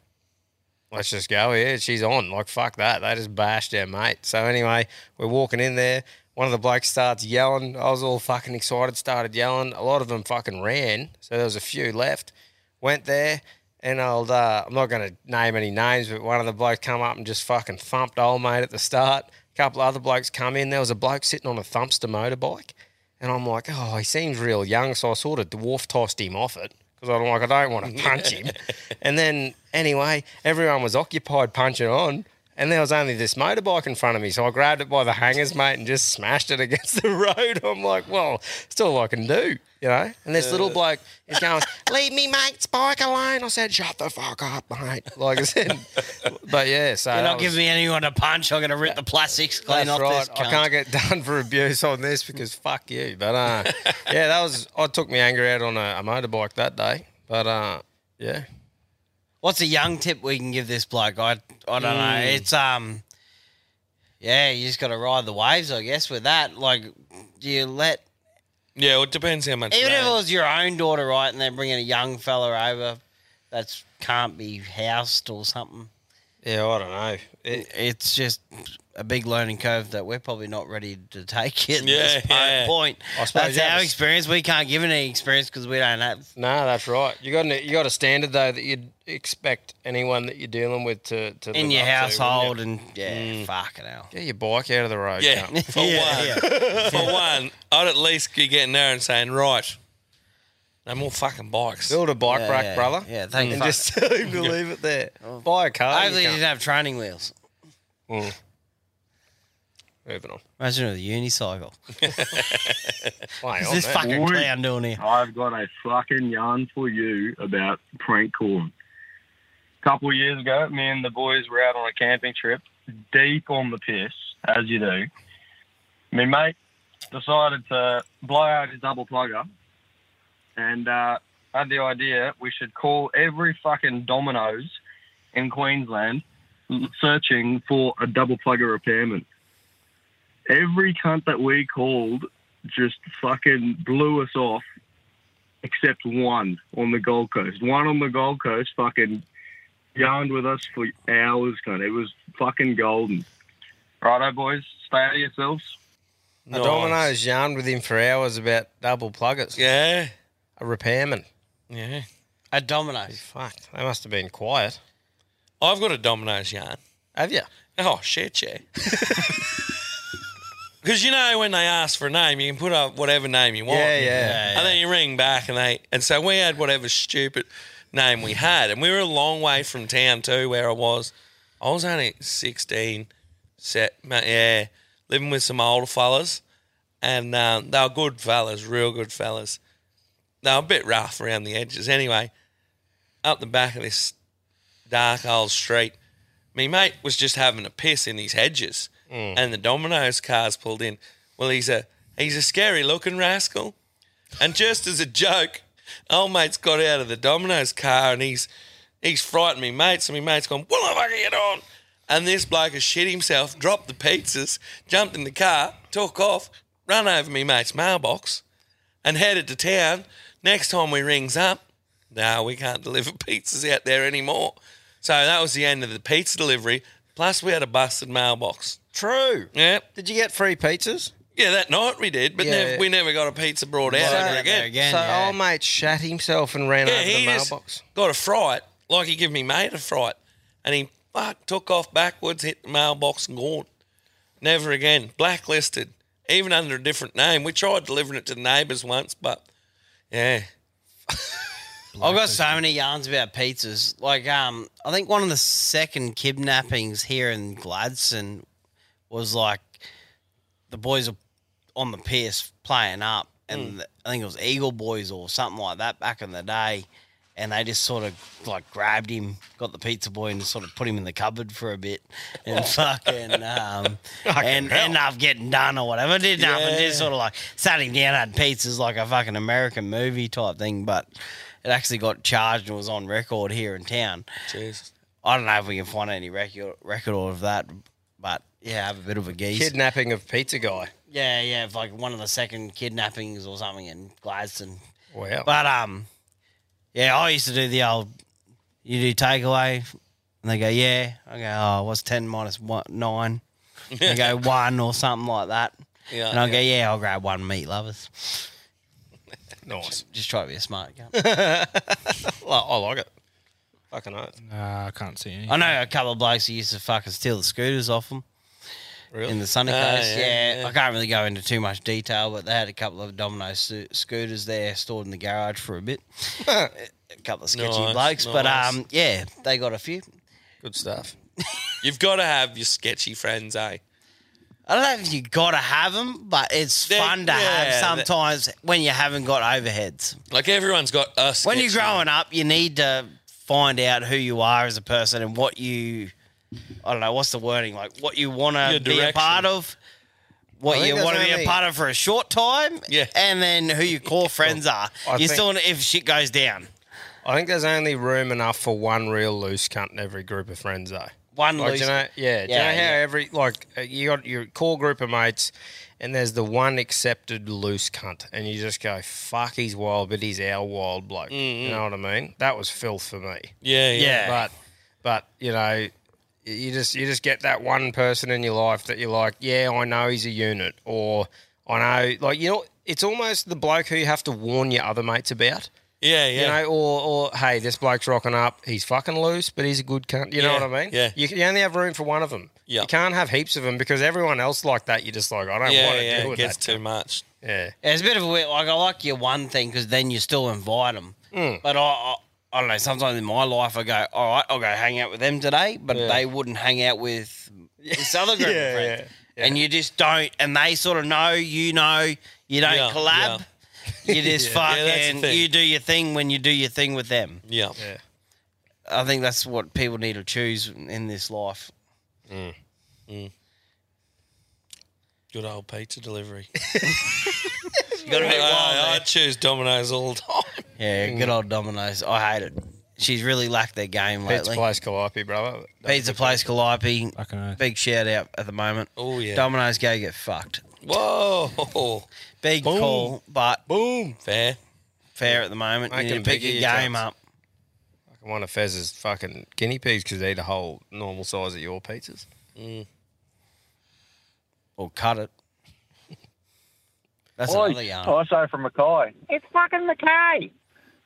Speaker 2: let's just go. Yeah, she's on. Like, fuck that. They just bashed our mate. So anyway, we're walking in there. One of the blokes starts yelling. I was all fucking excited, started yelling. A lot of them fucking ran. So there was a few left. Went there. And old, uh, I'm not going to name any names, but one of the blokes come up and just fucking thumped old mate at the start. A couple other blokes come in. There was a bloke sitting on a thumpster motorbike. And I'm like, oh, he seems real young. So I sort of dwarf tossed him off it because I'm like, I don't want to punch him. and then anyway, everyone was occupied punching on. And there was only this motorbike in front of me. So I grabbed it by the hangers, mate, and just smashed it against the road. I'm like, well, it's all I can do, you know? And this little
Speaker 18: Yeah.
Speaker 2: bloke is going, leave me mate's bike alone. I said, shut the fuck up, mate. Like I said, but yeah, so.
Speaker 1: You're
Speaker 2: that
Speaker 1: not
Speaker 2: was-
Speaker 1: giving me anyone to punch. I'm going to rip the plastics clean
Speaker 2: that's
Speaker 1: off
Speaker 2: right.
Speaker 1: this. Cunt.
Speaker 2: I can't get done for abuse on this because fuck you. But uh, yeah, that was I took my anger out on a, a motorbike that day. But uh, yeah,
Speaker 1: What's a young tip we can give this bloke? I I don't know.
Speaker 2: Mm.
Speaker 1: It's um, yeah, you just got to ride the waves, I guess. With that, like, do you let
Speaker 4: Yeah, well, it depends how much.
Speaker 1: even if it
Speaker 4: rain.
Speaker 1: was your own daughter, right? And they're bringing a young fella over that's can't be housed or something.
Speaker 2: Yeah, I don't know.
Speaker 1: it's just a big learning curve that we're probably not ready to take at
Speaker 2: Yeah,
Speaker 1: this po-
Speaker 2: yeah.
Speaker 1: point.
Speaker 2: I suppose
Speaker 1: that's
Speaker 2: you have
Speaker 1: our
Speaker 2: a-
Speaker 1: experience. We can't give any experience because we don't have
Speaker 2: no, that's right. You got an, you got a standard though that you'd expect anyone that you're dealing with to, to
Speaker 1: in
Speaker 2: live
Speaker 1: your
Speaker 2: up to, wouldn't
Speaker 1: household
Speaker 2: you? Mm.
Speaker 1: and yeah, fucking hell.
Speaker 2: Get your bike out of the road.
Speaker 4: Yeah,
Speaker 2: cunt.
Speaker 4: for one, for one, I'd at least be getting there and saying, right, no more fucking bikes.
Speaker 2: Build a bike rack, brother.
Speaker 1: Yeah, thank
Speaker 2: And
Speaker 1: fuck.
Speaker 2: just tell him to leave
Speaker 4: Oh.
Speaker 2: it there. Buy a car. you
Speaker 1: Hopefully, he
Speaker 2: cunt.
Speaker 1: didn't have training wheels.
Speaker 2: Mm. Moving on.
Speaker 1: Imagine with a unicycle.
Speaker 2: Play
Speaker 1: Is
Speaker 2: on
Speaker 1: this
Speaker 2: that.
Speaker 1: fucking clown doing here?
Speaker 18: I've got a fucking yarn for you about prank corn. A couple of years ago, me and the boys were out on a camping trip, deep on the piss, as you do. Me mate decided to blow out his double plugger and uh, had the idea we should call every fucking Domino's in Queensland searching for a double plugger repairman. Every cunt that we called just fucking blew us off, except one on the Gold Coast. One on the Gold Coast fucking yarned with us for hours, cunt. It was fucking golden. Righto, boys, stay out of yourselves.
Speaker 2: A Domino's yarned with him for hours about double pluggers. Yeah. A repairman.
Speaker 4: Yeah.
Speaker 1: A Domino's.
Speaker 2: Fuck. They must have been quiet.
Speaker 4: I've got a Domino's yarn.
Speaker 2: Have you?
Speaker 4: Oh, shit, yeah. Because you know when they ask for a name, you can put up whatever name you want.
Speaker 2: Yeah, yeah.
Speaker 4: And then you ring back and they and so we had whatever stupid name we had, and we were a long way from town too, where I was. I was only sixteen, set ma- yeah, living with some older fellas, and um, they were good fellas, real good fellas. They were a bit rough around the edges. Anyway, up the back of this dark old street, me mate was just having a piss in these hedges,
Speaker 2: Mm.
Speaker 4: and the Domino's cars pulled in. Well, he's a he's a scary looking rascal, and just as a joke, old mate's got out of the Domino's car and he's he's frightened me mate. So me mate's gone, "Well, I'm fucking get on," and this bloke has shit himself, dropped the pizzas, jumped in the car, took off, run over me mate's mailbox, and headed to town. Next time we rings up, no, we can't deliver pizzas out there anymore. So that was the end of the pizza delivery. Plus, we had a busted mailbox.
Speaker 2: True.
Speaker 4: Yeah.
Speaker 2: Did you get free pizzas?
Speaker 4: Yeah, that night we did, but
Speaker 2: Yeah,
Speaker 4: nev-
Speaker 2: yeah.
Speaker 4: we never got a pizza brought out
Speaker 2: So-
Speaker 4: ever again.
Speaker 2: so old mate shat himself and ran over the mailbox.
Speaker 4: got a fright, like he gave me mate a fright, and he fuck took off backwards, hit the mailbox, and gone. Never again. Blacklisted, even under a different name. We tried delivering it to the neighbours once, but yeah,
Speaker 1: I've got so many yarns about pizzas. Like, um, I think one of the second kidnappings here in Gladstone was like the boys are on the piss playing up, and
Speaker 19: Mm.
Speaker 1: I think it was Eagle Boys or something like that back in the day, and they just sort of like grabbed him, got the pizza boy, and sort of put him in the cupboard for a bit, and fucking um, and end up getting done or whatever. Did nothing,
Speaker 19: Yeah.
Speaker 1: just sort of like sat him down, had pizzas like a fucking American movie type thing, but it actually got charged and was on record here in town.
Speaker 4: Jeez.
Speaker 1: I don't know if we can find any record record of that, but yeah, have a bit of a geese.
Speaker 2: Kidnapping of pizza guy.
Speaker 1: Yeah, yeah, if like one of the second kidnappings or something in Gladstone.
Speaker 2: Wow.
Speaker 1: But um, yeah, I used to do the old. You do takeaway, and they go, yeah. I go, oh, what's ten minus one nine? They go one or something like that.
Speaker 4: Yeah,
Speaker 1: and I
Speaker 4: yeah.
Speaker 1: go, yeah, I'll grab one meat lovers.
Speaker 2: Nice.
Speaker 1: Just try to be a smart guy.
Speaker 2: Well, I like it. Fucking oath.
Speaker 1: Nah, I can't see any. I know a couple of blokes who used to fucking steal the scooters off them.
Speaker 2: Really?
Speaker 1: In the sunny
Speaker 2: Ah,
Speaker 1: coast,
Speaker 2: yeah,
Speaker 1: yeah,
Speaker 2: yeah.
Speaker 1: I can't really go into too much detail, but they had a couple of Domino sco- scooters there stored in the garage for a bit. a couple of sketchy
Speaker 4: Nice,
Speaker 1: blokes, but
Speaker 4: nice.
Speaker 1: um, yeah, they got a few.
Speaker 2: Good stuff.
Speaker 4: you've got to have your sketchy friends, eh?
Speaker 1: I don't know if you got to have them, but it's fun to have
Speaker 4: yeah, they-
Speaker 1: sometimes when you haven't got overheads.
Speaker 4: Like everyone's got us.
Speaker 1: When you're growing up, you need to find out who you are as a person and what you, I don't know, what's the wording? Like what you want
Speaker 4: Your
Speaker 1: to be a
Speaker 4: direction.
Speaker 1: part of,
Speaker 4: I
Speaker 1: what
Speaker 4: think
Speaker 1: you
Speaker 4: that's
Speaker 1: want to be
Speaker 4: only-
Speaker 1: a part of for a short time, yeah, and then who your core friends are.
Speaker 2: I
Speaker 1: you
Speaker 2: think-
Speaker 1: still, if shit goes down,
Speaker 2: I think there's only room enough for one real loose cunt in every group of friends, though.
Speaker 1: One
Speaker 2: like, do
Speaker 1: loose-
Speaker 2: you know, yeah, do you know
Speaker 1: Yeah,
Speaker 2: how
Speaker 1: yeah.
Speaker 2: every like uh, you got your core group of mates, and there's the one accepted loose cunt, and you just go, "Fuck, he's wild, but he's our wild bloke."
Speaker 4: Mm,
Speaker 2: You
Speaker 4: mm.
Speaker 2: know what I mean? That was filth for me.
Speaker 4: Yeah, yeah. Yeah.
Speaker 2: But but you know, y- you just you just get that one person in your life that you're like, "Yeah, I know he's a unit," or "I know," like you know, it's almost the bloke who you have to warn your other mates about.
Speaker 4: Yeah, yeah.
Speaker 2: You know, or, or hey, this bloke's rocking up. He's fucking loose, but he's a good cunt. You know
Speaker 4: Yeah,
Speaker 2: what I mean?
Speaker 4: yeah.
Speaker 2: You, can- you only have room for one of them.
Speaker 4: Yeah.
Speaker 2: You can't have heaps of them because everyone else like that. You're just like, I don't
Speaker 4: yeah,
Speaker 2: want to
Speaker 4: yeah,
Speaker 2: deal
Speaker 4: it
Speaker 2: with
Speaker 4: gets
Speaker 2: that.
Speaker 4: too much.
Speaker 2: Yeah.
Speaker 1: Yeah, it's a bit of a weird. Like I like your one thing because then you still invite them. But I, I, I don't know. Sometimes in my life, I go, all right, I'll go hang out with them today, but
Speaker 2: Yeah.
Speaker 1: they wouldn't hang out with this other group
Speaker 2: Yeah,
Speaker 1: of friends. and you just don't, and they sort of know, you know, you don't
Speaker 4: Yeah,
Speaker 1: collab. You just
Speaker 4: Yeah. Yeah, that's the
Speaker 1: fucking
Speaker 4: thing.
Speaker 1: you do your thing when you do your thing with them.
Speaker 4: Yeah.
Speaker 1: I think that's what people need to choose in this life.
Speaker 4: Mm. Good old pizza delivery.
Speaker 1: You gotta be
Speaker 4: I-
Speaker 1: wild,
Speaker 4: I, I
Speaker 1: man.
Speaker 4: choose Domino's all the time.
Speaker 1: Yeah, good old Domino's. I hate it. She's really lacked their game
Speaker 4: Pizza
Speaker 1: lately.
Speaker 4: Place
Speaker 1: Calliope, brother. Pizza Place Calliope. Big shout out at the moment. Oh
Speaker 4: yeah.
Speaker 1: Domino's go get fucked.
Speaker 4: Whoa.
Speaker 1: Big
Speaker 4: Boom.
Speaker 1: call, but
Speaker 4: boom, fair,
Speaker 1: fair at the moment.
Speaker 2: I
Speaker 1: You
Speaker 2: can
Speaker 1: need to pick
Speaker 2: pick
Speaker 1: your
Speaker 2: your
Speaker 1: game
Speaker 2: chops.
Speaker 1: up.
Speaker 2: Fucking one of Fez's fucking guinea pigs because they eat a whole normal size of your pizzas.
Speaker 4: Mm.
Speaker 1: Or cut it. That's
Speaker 19: Oi, Oh,
Speaker 1: another yarn.
Speaker 19: Also from Mackay.
Speaker 20: It's fucking McKay.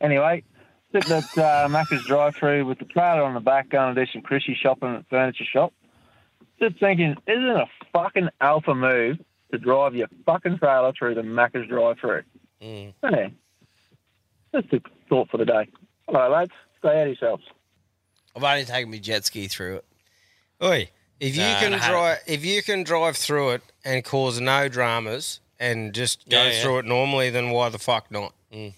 Speaker 19: Anyway, sitting at uh, Macca's drive-through with the trailer on the back, going to do some Chrissy shopping at furniture shop. Just thinking, isn't it a fucking alpha move to drive your fucking trailer through the Macca's drive-through?
Speaker 4: Mm.
Speaker 19: Hey, that's a thought for the day. All right, lads, stay out of yourselves.
Speaker 1: I've only taken my jet ski through it.
Speaker 2: Oi, if you
Speaker 1: Nah,
Speaker 2: can
Speaker 1: I hate
Speaker 2: drive, if you can drive through it and cause no dramas and just go
Speaker 4: Yeah, Mm. yeah.
Speaker 2: through it normally, then why the fuck not?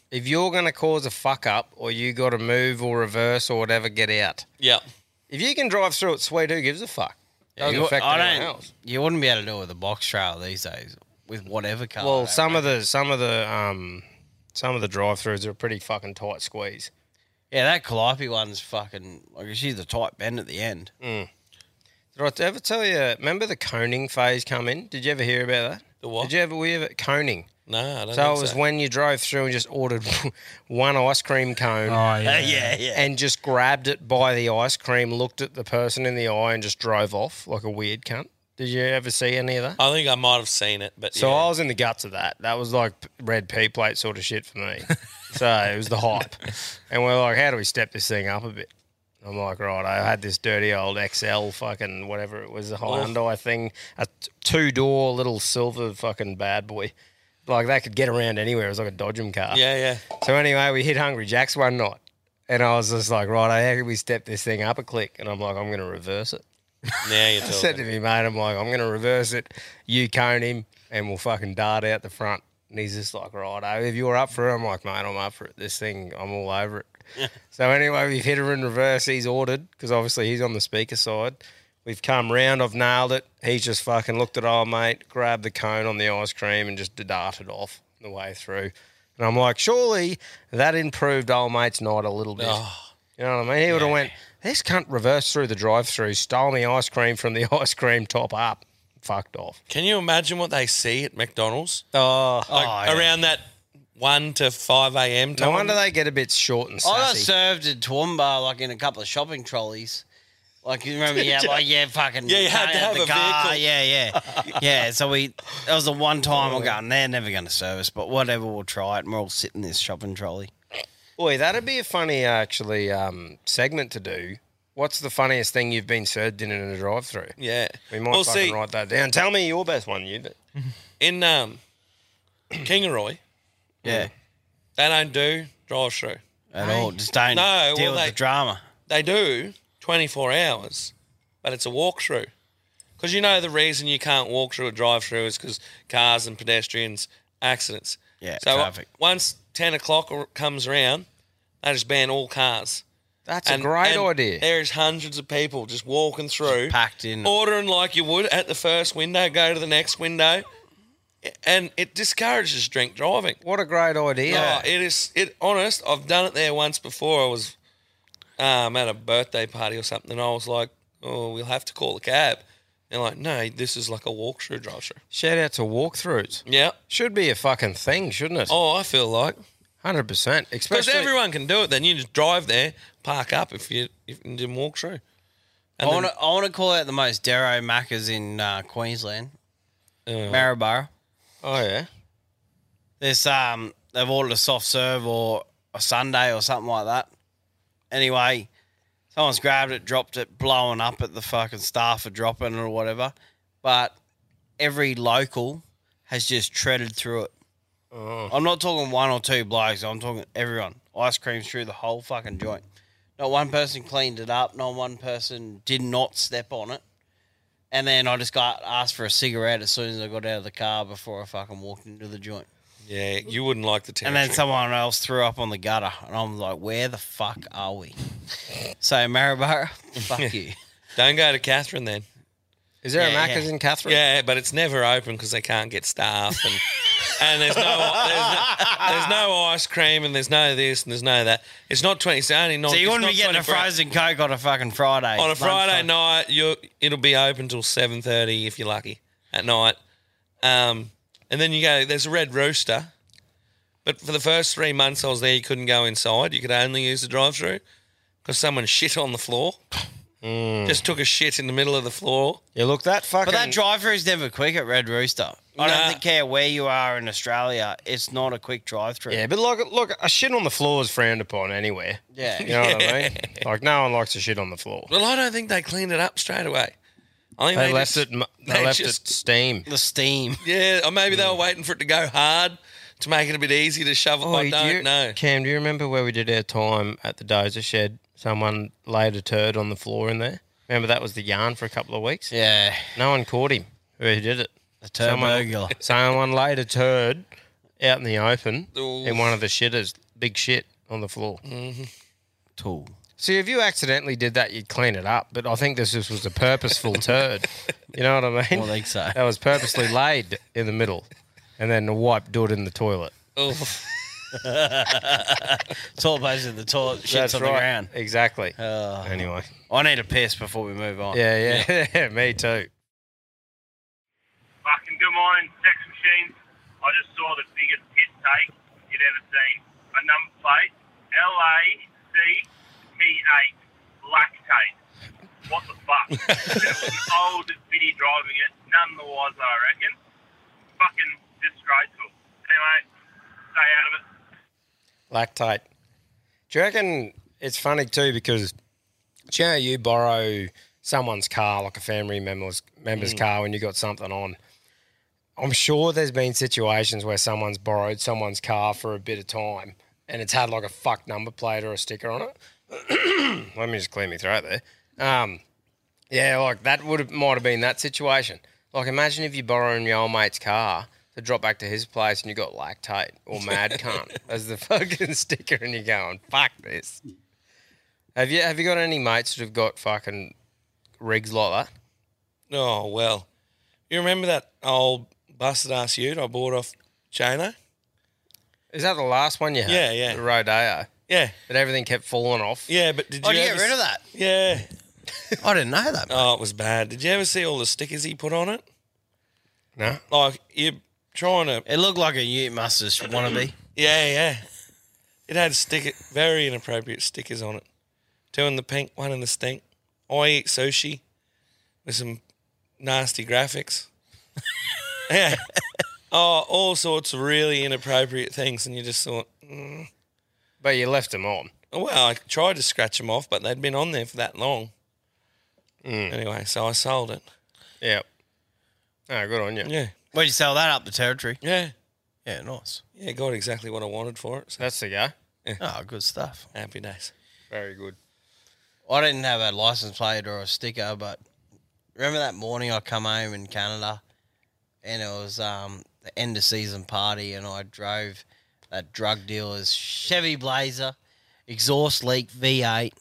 Speaker 2: If you're gonna cause a fuck up or you got to move or reverse or whatever, get out.
Speaker 4: Yeah.
Speaker 2: If you can drive through it, sweet, who gives a fuck? Doesn't
Speaker 1: You-
Speaker 2: affect
Speaker 1: I
Speaker 2: anyone
Speaker 1: don't-
Speaker 2: else.
Speaker 1: You wouldn't be able to do it with a box trailer these days with whatever car.
Speaker 2: Well, some of the some of the um some of the drive-throughs are pretty fucking tight squeeze.
Speaker 1: Yeah, that Calliope one's fucking like she's a tight bend at the end.
Speaker 2: Mm. Did I ever tell you? Remember the coning phase come in? Did you ever hear about that? The what? Did you ever we ever coning?
Speaker 4: No, I don't
Speaker 2: so
Speaker 4: think
Speaker 2: it was
Speaker 4: so.
Speaker 2: when you drove through and just ordered one ice cream cone.
Speaker 4: Oh, yeah. Yeah, yeah.
Speaker 2: And just grabbed it by the ice cream, looked at the person in the eye, and just drove off like a weird cunt. Did you ever see any of that?
Speaker 4: I think I might have seen it, but
Speaker 2: So
Speaker 4: yeah.
Speaker 2: I was in the guts of that. That was like red pea plate sort of shit for me. so it was the hype. And we're like, how do we step this thing up a bit? I'm like, right, I had this dirty old XL fucking whatever it was, a Hyundai thing, a two door little silver fucking bad boy. Like that could get around anywhere. It was like a Dodgem car.
Speaker 4: Yeah, yeah.
Speaker 2: So anyway, we hit Hungry Jack's one night. And I was just like, right, how can we step this thing up a click? And I'm like, I'm going to reverse it.
Speaker 4: Now you're
Speaker 2: I said to
Speaker 4: talking.
Speaker 2: me, mate, I'm like, I'm going to reverse it. You cone him, and we'll fucking dart out the front. And he's just like, right, if you're up for it, I'm like, mate, I'm up for it. This thing, I'm all over it. so anyway, we've hit her in reverse. He's ordered because obviously he's on the speaker side. We've come round. I've nailed it. He's just fucking looked at old mate, grabbed the cone on the ice cream, and just darted off the way through. And I'm like, surely that improved old mate's night a little bit.
Speaker 1: Oh.
Speaker 2: You know what I mean? He would have went, this cunt reversed through the drive through, stole me ice cream from the ice cream top up, fucked off.
Speaker 4: Can you imagine what they see at McDonald's?
Speaker 2: Oh,
Speaker 4: Like, around that one to five a.m. time. Oh,
Speaker 2: No wonder they get a bit short and
Speaker 1: I got
Speaker 2: sassy.
Speaker 1: served at Toowoomba like in a couple of shopping trolleys. Like you remember, yeah,
Speaker 4: Did ya?
Speaker 1: like yeah, fucking
Speaker 4: Yeah, you had
Speaker 1: can't
Speaker 4: to have
Speaker 1: the
Speaker 4: a
Speaker 1: car,
Speaker 4: vehicle.
Speaker 1: yeah, yeah, yeah. So we that was the one time I'm going. They're never going to service, but whatever, we'll try it. And we're all sitting in this shopping trolley.
Speaker 2: Boy, that'd be a funny actually um, segment to do. What's the funniest thing you've been served in in a drive through?
Speaker 4: Yeah.
Speaker 2: We might
Speaker 4: Well,
Speaker 2: fucking
Speaker 4: see-
Speaker 2: write that down. Tell me your best one, you. But
Speaker 4: in um, Kingaroy.
Speaker 1: Yeah.
Speaker 4: They don't do drive through
Speaker 1: At all. Just don't
Speaker 4: No,
Speaker 1: deal
Speaker 4: well,
Speaker 1: with
Speaker 4: they-
Speaker 1: the drama.
Speaker 4: They do twenty four hours, but it's a walkthrough. Because you know the reason you can't walk through a drive through is because cars and pedestrians accidents.
Speaker 1: Yeah,
Speaker 4: So uh,
Speaker 1: traffic.
Speaker 4: once ten o'clock ar- comes around, they just ban all cars.
Speaker 2: That's a great idea.
Speaker 4: There is hundreds of people just walking through,
Speaker 1: packed in,
Speaker 4: ordering like you would at the first window, go to the next window, and it discourages drink driving.
Speaker 2: What a great idea.
Speaker 4: it is. It honest, I've done it there once before. I was um, at a birthday party or something, and I was like, "Oh, we'll have to call a cab." They're like, "No, this is like a walkthrough drive-through."
Speaker 2: Shout out to walkthroughs.
Speaker 4: Yeah.
Speaker 2: Should be a fucking thing, shouldn't it?
Speaker 4: Oh, I feel like.
Speaker 2: 100%.
Speaker 4: Because
Speaker 2: Especially
Speaker 4: everyone can do it. Then you just drive there, park up if you if you didn't walk through.
Speaker 1: I want to. I want to call out the most Darrow Maccas in uh, Queensland, Maryborough.
Speaker 2: Oh yeah.
Speaker 1: This um, they've ordered a soft serve or a Sunday or something like that. Anyway, someone's grabbed it, dropped it, blowing up at the fucking staff for dropping it or whatever. But every local has just treaded through it. I'm not talking one or two blokes. I'm talking everyone. Ice creams through the whole fucking joint. Not one person cleaned it up. Not one person did not step on it. And then I just got asked for a cigarette as soon as I got out of the car before I fucking walked into the joint.
Speaker 4: Yeah, you wouldn't like the
Speaker 1: And
Speaker 4: territory.
Speaker 1: then someone else threw up on the gutter, and I'm like, "Where the fuck are we?" So Maribara, fuck you.
Speaker 4: Don't go to Catherine then.
Speaker 1: Is there a Yeah, Macca's yeah. in Catherine?
Speaker 4: Yeah, but it's never open because they can't get staff and and there's no, there's no there's no ice cream and there's no this and there's no that. It's not twenty. It's only not.
Speaker 1: so you
Speaker 4: it's
Speaker 1: wouldn't
Speaker 4: not
Speaker 1: be getting a
Speaker 4: 24 hours.
Speaker 1: frozen coke on a fucking Friday.
Speaker 4: on a Friday
Speaker 1: lunchtime.
Speaker 4: night. You it'll be open till seven thirty if you're lucky at night. Um, and then you go. There's a red rooster, but for the first three months I was there, you couldn't go inside. You could only use the drive-through because someone shit on the floor. Just took a shit in the middle of the floor.
Speaker 2: Yeah, Hmm. look that fucking.
Speaker 1: But that drive-through is never quick at Red Rooster.
Speaker 4: Nah.
Speaker 1: I don't think care where you are in Australia. It's not a quick drive-through.
Speaker 2: Yeah, but look, look, a shit on the floor is frowned upon anywhere.
Speaker 1: Yeah.
Speaker 2: you know what I
Speaker 4: Yeah.
Speaker 2: mean. Like no one likes to shit on the floor.
Speaker 4: Well, I don't think they cleaned it up straight away. I
Speaker 2: They,
Speaker 4: think they,
Speaker 2: left
Speaker 4: just-
Speaker 2: it. mu- They, left Hmm.
Speaker 4: just-
Speaker 2: it steam.
Speaker 1: The steam.
Speaker 4: Yeah, or maybe they were waiting for it to go hard to make it a bit easier to shovel. I
Speaker 2: Oh, do
Speaker 4: don't
Speaker 2: you,
Speaker 4: know.
Speaker 2: Cam, do you remember where we did our time at the dozer shed? Someone laid a turd on the floor in there. Remember that was the yarn for a couple of weeks.
Speaker 1: Yeah.
Speaker 2: No one caught him. Who did it? A
Speaker 1: turd burglar.
Speaker 2: Someone laid a turd out in the open in
Speaker 1: Oof.
Speaker 2: one of the shitters. Big shit on the floor. Mm-hmm.
Speaker 1: Tool.
Speaker 2: See, if you accidentally did that, you'd clean it up. But I think this just was a purposeful turd. You know what I mean?
Speaker 1: I think so.
Speaker 2: That was purposely laid in the middle, and then wiped do it in the toilet.
Speaker 1: it's all based in the toilet. Shits
Speaker 2: That's
Speaker 1: on the
Speaker 2: right.
Speaker 1: ground.
Speaker 2: Exactly.
Speaker 1: anyway, I need a piss before we move on.
Speaker 2: Yeah, yeah, me too.
Speaker 20: Fucking good morning, sex machine. I just saw the biggest hit take you'd ever seen. A number plate, L A C T eight, lactate. What the fuck? It was an old biddy driving it, none the wiser, I reckon. Fucking disgraceful. Anyway, stay out of it.
Speaker 2: Lactate. Do you reckon it's funny too because do you know you borrow someone's car, like a family member's member's
Speaker 14: Mm.
Speaker 2: car, when you got something on? I'm sure there's been situations where someone's borrowed someone's car for a bit of time and it's had like a fuck number plate or a sticker on it. Let me just clear my throat there. Um, yeah, like that would have might have been that situation. Like imagine if you're borrowing your old mate's car to drop back to his place and you got lactate or mad cunt as the fucking sticker and you're going, fuck this. Have you have you got any mates that have got fucking rigs like that?
Speaker 4: Oh well, you remember that old busted ass ute I bought off Chano?
Speaker 2: Is that the last one you had?
Speaker 4: Yeah, yeah.
Speaker 2: The Rodeo.
Speaker 4: Yeah.
Speaker 2: But everything kept falling off.
Speaker 4: Yeah, but did
Speaker 2: Oh,
Speaker 4: you,
Speaker 2: you get
Speaker 4: ever
Speaker 2: rid of
Speaker 4: s-
Speaker 2: that?
Speaker 4: Yeah.
Speaker 1: I didn't know that.
Speaker 4: Oh, it was bad. Did you ever see all the stickers he put on it?
Speaker 2: No.
Speaker 4: Like you're trying to.
Speaker 1: It looked like a Ute Mustard wannabe.
Speaker 4: Yeah, yeah. It had sticker, very inappropriate stickers on it. Two in the pink, one in the stink. I eat sushi with some nasty graphics. yeah. Oh, all sorts of really inappropriate things, and you just thought. Mm.
Speaker 2: But you left them on.
Speaker 4: Well, I tried to scratch them off, but they'd been on there for that long.
Speaker 1: Mm.
Speaker 4: Anyway, so I sold it.
Speaker 2: Yep. Oh, good on you.
Speaker 4: Yeah.
Speaker 1: Where'd you sell that up the territory?
Speaker 4: Yeah.
Speaker 1: Yeah, nice.
Speaker 4: Yeah, got exactly what I wanted for it. So.
Speaker 2: That's the go.
Speaker 1: Oh, good stuff.
Speaker 4: Happy days.
Speaker 2: Very good.
Speaker 1: I didn't have a license plate or a sticker, but remember that morning I come home in Canada, and it was um, the end of season party, and I drove that drug dealer's Chevy Blazer, exhaust leak V8.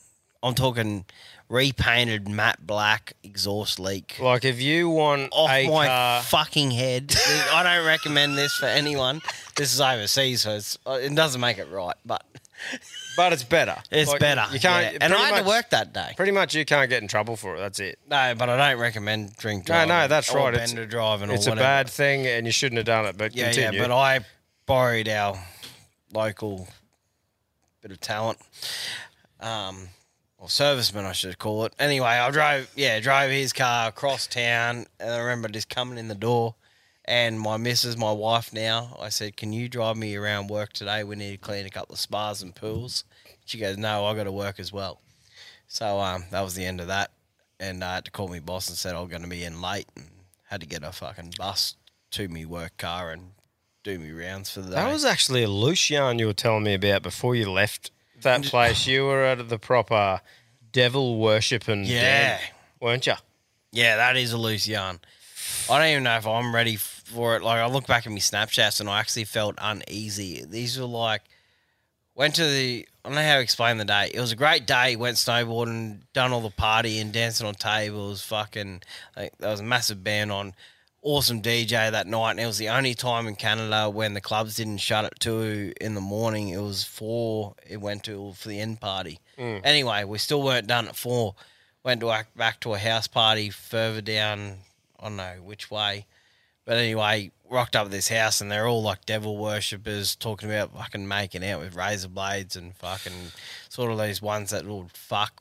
Speaker 1: I'm talking repainted matte black exhaust leak.
Speaker 2: Like if you want
Speaker 1: off
Speaker 2: a
Speaker 1: my
Speaker 2: car-
Speaker 1: fucking head, I don't recommend this for anyone. This is overseas, so it's, uh, it doesn't make it right, but
Speaker 2: But it's better.
Speaker 1: it's
Speaker 2: Like,
Speaker 1: better.
Speaker 2: You can't.
Speaker 1: yeah. and I
Speaker 2: pretty
Speaker 1: had to
Speaker 2: much-
Speaker 1: work that day.
Speaker 2: Pretty much, you can't get in trouble for it. That's it.
Speaker 1: No, but I don't recommend drink
Speaker 2: No,
Speaker 1: driving.
Speaker 2: no, that's
Speaker 1: or
Speaker 2: right. It's,
Speaker 1: bender driving.
Speaker 2: it's
Speaker 1: or
Speaker 2: a
Speaker 1: whatever.
Speaker 2: bad thing, and you shouldn't have done it. But
Speaker 1: Yeah,
Speaker 2: continue.
Speaker 1: yeah. But I borrowed our local bit of talent, um, or serviceman, I should call it. Anyway, I drove. Yeah, drove his car across town, and I remember just coming in the door. And my missus, my wife now, I said, "Can you drive me around work today? We need to clean a couple of spas and pools." She goes, "No, I got to work as well." So um, that was the end of that. And I had to call my boss and said I'm going to be in late, and had to get a fucking bus to me work car and do me rounds for the
Speaker 2: that
Speaker 1: day.
Speaker 2: was actually a loose yarn you were telling me about before you left that place. You were out of the proper devil worshipping, den,
Speaker 1: Yeah.
Speaker 2: weren't you?
Speaker 1: Yeah, that is a loose yarn. I don't even know if I'm ready for it. Like I look back at my Snapchats and I actually felt uneasy. These were like went to the I don't know how to explain the day. It was a great day. Went snowboarding, done all the party and dancing on tables. Fucking, like, there was a massive band on. Awesome DJ that night, and it was the only time in Canada when the clubs didn't shut at two in the morning. It was four. It went to for the end party.
Speaker 2: Mm.
Speaker 1: Anyway, we still weren't done at four. Went to a, back to a house party further down. I don't know which way. But anyway, rocked up at this house and they're all like devil worshippers talking about fucking making out with razor blades and fucking sort of these ones that will fuck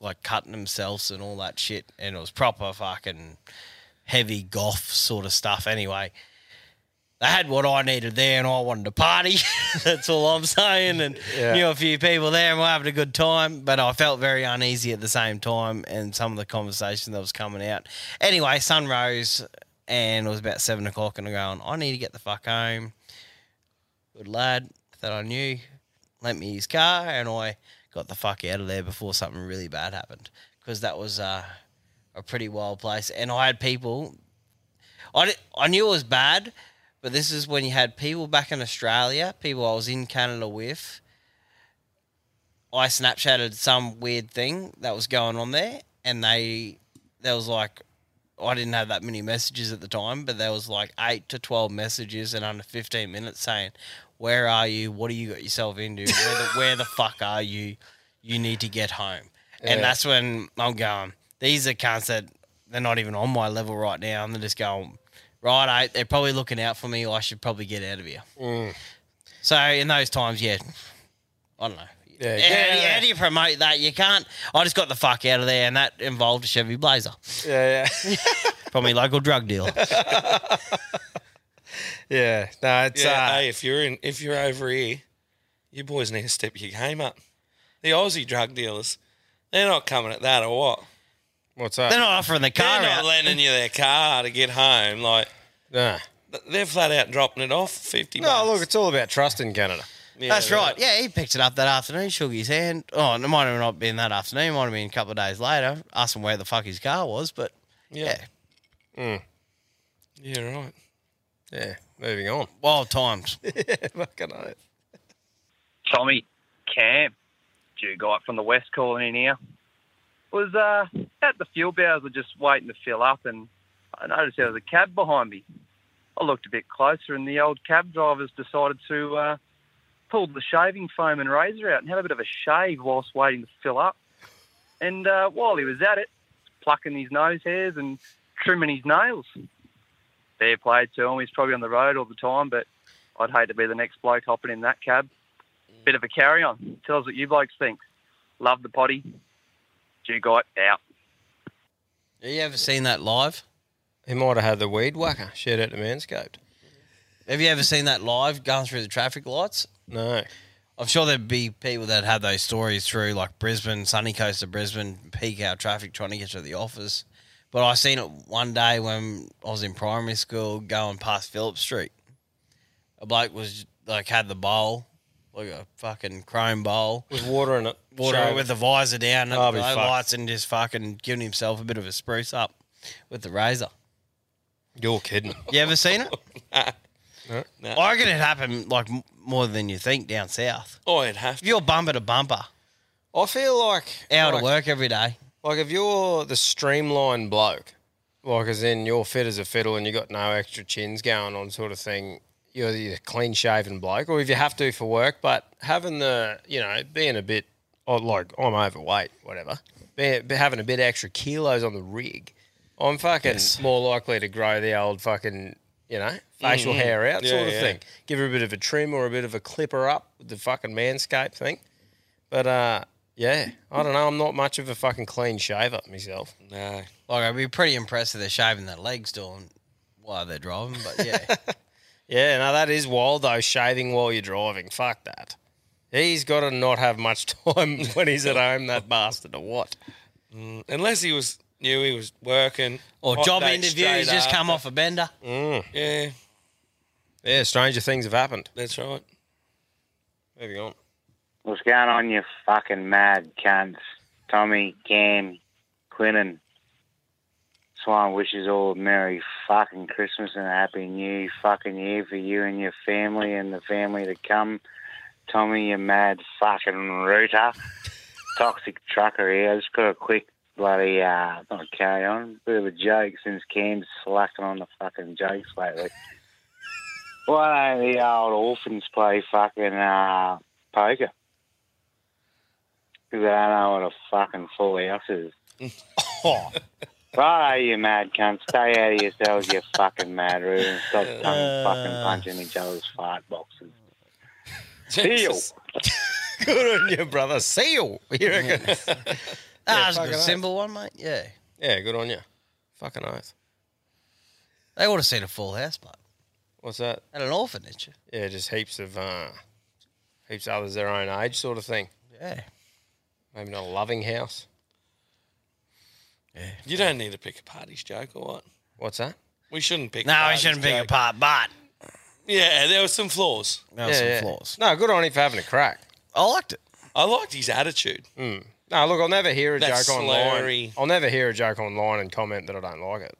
Speaker 1: like cutting themselves and all that shit. And it was proper fucking heavy goth sort of stuff anyway. They had what I needed there and I wanted to party. That's all I'm saying. And
Speaker 2: Yeah.
Speaker 1: knew a few people there and we're having a good time. But I felt very uneasy at the same time and some of the conversation that was coming out. Anyway, sun rose and it was about seven o'clock and I'm going, I need to get the fuck home. Good lad that I knew lent me his car and I got the fuck out of there before something really bad happened. Because that was uh, a pretty wild place. And I had people I, di- I knew it was bad, but this is when you had people back in Australia, people I was in Canada with. I Snapchatted some weird thing that was going on there, and they, there was like, I didn't have that many messages at the time, but there was like eight to 12 messages in under 15 minutes saying, Where are you? What have you got yourself into? Where the, where the fuck are you? You need to get home.
Speaker 2: Yeah.
Speaker 1: And that's when I'm going, These are cunts that they're not even on my level right now. And they're just going, right, I, they're probably looking out for me. I should probably get out of here.
Speaker 2: Mm.
Speaker 1: So in those times, yeah, I don't know.
Speaker 2: Yeah,
Speaker 1: how,
Speaker 2: yeah,
Speaker 1: do you,
Speaker 2: yeah.
Speaker 1: how do you promote that? You can't. I just got the fuck out of there, and that involved a Chevy Blazer
Speaker 2: Yeah, yeah.
Speaker 1: from my local drug dealer.
Speaker 2: yeah. No, it's
Speaker 4: yeah,
Speaker 2: uh,
Speaker 4: hey, if you're in, if you're over here, you boys need to step your game up. The Aussie drug dealers, they're not coming at that or what?
Speaker 2: What's that?
Speaker 1: They're not offering the car
Speaker 4: They're not
Speaker 1: out.
Speaker 4: lending you their car to get home. Like,
Speaker 2: nah.
Speaker 4: they're flat out dropping it off for fifty.
Speaker 2: No, look, it's all about trust in Canada.
Speaker 1: That's right. Yeah, he picked it up that afternoon, shook his hand. Oh, and it might have not been that afternoon. Might have been a couple of days later. Asked him where the fuck his car was, but yeah,
Speaker 2: Mm.
Speaker 4: yeah, right.
Speaker 2: Yeah, moving on.
Speaker 1: Wild times.
Speaker 2: Fucking oath.
Speaker 21: Tommy, Cam, Jew guy from the West calling in here, was uh, at the fuel bowser just waiting to fill up and I noticed there was a cab behind me. I looked a bit closer and the old cab driver's decided to uh, pull the shaving foam and razor out and have a bit of a shave whilst waiting to fill up. And uh, while he was at it, plucking his nose hairs and trimming his nails. Fair play to him. He's probably on the road all the time, but I'd hate to be the next bloke hopping in that cab bit of a carry on. Tell us what you blokes think. Love the potty. Jugite out.
Speaker 1: Have you ever seen that live?
Speaker 2: He might have had the weed whacker. Shout out to Manscaped.
Speaker 1: Have you ever seen that live going through the traffic lights?
Speaker 2: No.
Speaker 1: I'm sure there'd be people that had those stories through like Brisbane, sunny coast of Brisbane, peak hour traffic trying to get to the office. But I seen it one day when I was in primary school going past Phillip Street. A bloke was like had the bowl, like a fucking chrome bowl.
Speaker 2: With water in it.
Speaker 1: Water
Speaker 2: Shave.
Speaker 1: with the visor down,
Speaker 2: I'll
Speaker 1: no
Speaker 2: be fucked.
Speaker 1: lights and just fucking giving himself a bit of a spruce up with the razor.
Speaker 2: You're kidding.
Speaker 1: You ever seen it?
Speaker 2: No.
Speaker 1: I reckon it happened like m- more than you think down south.
Speaker 4: Oh, it has.
Speaker 1: If you're bumper to bumper,
Speaker 2: I feel like
Speaker 1: out of work every day.
Speaker 2: Like if you're the streamlined bloke, like as in you're fit as a fiddle and you got no extra chins going on, sort of thing. You're the clean shaven bloke, or if you have to for work, but having the you know being a bit oh, like I'm overweight, whatever, being, having a bit extra kilos on the rig, I'm fucking more likely to grow the old fucking you know facial
Speaker 4: Mhm.
Speaker 2: hair out
Speaker 4: Yeah,
Speaker 2: sort of
Speaker 4: yeah.
Speaker 2: thing. Give her a bit of a trim or a bit of a clipper up with the fucking manscape thing. But uh, yeah, I don't know. I'm not much of a fucking clean shaver myself.
Speaker 4: No.
Speaker 1: Like I'd be pretty impressed if they're shaving their legs doing while they're driving, but yeah.
Speaker 2: Yeah, no, that is wild though. Shaving while you're driving, fuck that. He's got to not have much time when he's at home, that bastard, or what?
Speaker 4: Mm, unless he was knew he was working
Speaker 1: or
Speaker 4: hot
Speaker 1: job
Speaker 4: date
Speaker 1: interview, he's
Speaker 4: straight
Speaker 1: just come
Speaker 4: after.
Speaker 1: off a bender.
Speaker 4: Yeah,
Speaker 2: Mm. Yeah, stranger things have happened.
Speaker 4: that's right.
Speaker 2: Moving on.
Speaker 22: What's going on, you fucking mad cunts? Tommy, Cam, Quinnen. one wishes all a merry fucking Christmas and a happy new fucking year for you and your family and the family to come. Tommy, you mad fucking rooter. Toxic trucker here. I just got a quick bloody, uh, not carry on, bit of a joke since Cam's slacking on the fucking jokes lately. Why don't the old orphans play fucking uh, poker? Because they don't know what a fucking full house is. Right, you mad cunt. Stay out of yourselves, you fucking mad room. and Stop tongue fucking punching each other's fart boxes. Seal.
Speaker 2: Good on you, brother. Seal. You reckon?
Speaker 1: Ah, it's a
Speaker 2: fucking
Speaker 1: good
Speaker 2: oath.
Speaker 1: symbol one, mate. Yeah.
Speaker 2: Yeah, good on you. Fucking oath.
Speaker 1: They would have seen a full house, mate.
Speaker 2: What's that?
Speaker 1: At an orphanage.
Speaker 2: Yeah, just heaps of uh, heaps of others their own age, sort of thing.
Speaker 1: Yeah.
Speaker 2: Maybe not a loving house.
Speaker 4: You don't need to pick a party's joke or what?
Speaker 2: What's that?
Speaker 4: We shouldn't pick.
Speaker 1: No, we
Speaker 4: party's
Speaker 1: shouldn't pick
Speaker 4: joke.
Speaker 1: apart, but
Speaker 4: Yeah, there were some flaws.
Speaker 1: There were some flaws.
Speaker 2: No, good on him for having a crack.
Speaker 1: I liked it.
Speaker 4: I liked his attitude.
Speaker 2: Mm. No, look, I'll never hear a
Speaker 4: That
Speaker 2: joke online.
Speaker 4: slurry.
Speaker 2: I'll never hear a joke online and comment that I don't like it.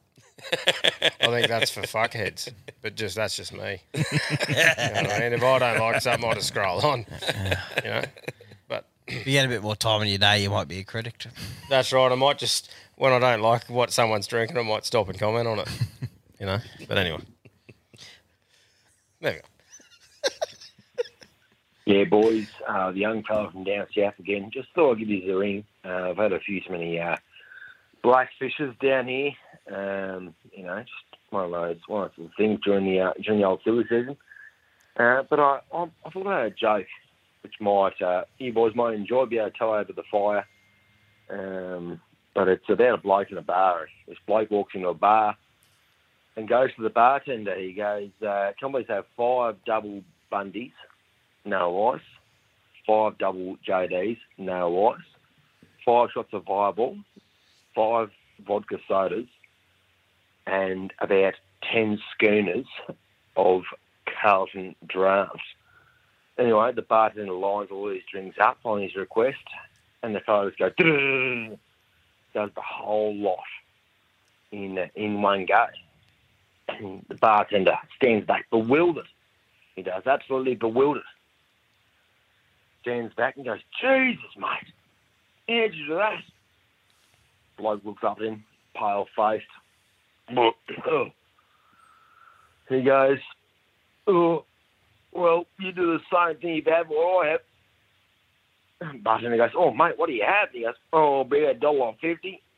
Speaker 2: I think that's for fuckheads, but just that's just me. you know what I mean? If I don't like something, I just scroll on. You know, but
Speaker 1: if you get a bit more time in your day, you might be a critic. to-
Speaker 2: That's right. I might just when I don't like what someone's drinking, I might stop and comment on it. You know. But anyway, there we go.
Speaker 23: Yeah, boys, uh, the young fella from down south again. Just thought I'd give you a ring. Uh, I've had a few too many uh, black fishes down here. Um, you know, just one of those one of those things during the uh, during the old silly season. Uh, but I, I, I thought I had a joke, which might uh, you boys might enjoy, be able to tell over the fire. Um, but it's about a bloke in a bar. This bloke walks into a bar and goes to the bartender. He goes, uh, "Can we have five double bundies?" no ice. Five double JDs, no ice. Five shots of Fireball, five vodka sodas, and about ten schooners of Carlton draughts. Anyway, the bartender lines all these drinks up on his request, and the fellows go "Drrrr," does the whole lot in in one go. And the bartender stands back bewildered. He does absolutely bewildered stands back and goes, Jesus, mate, how'd you do that? Bloke looks up at him, pale faced. he goes, oh, Well, you do the same thing you've had what I have. Bartender goes, Oh, mate, what do you have? He goes, Oh, be a dollar fifty.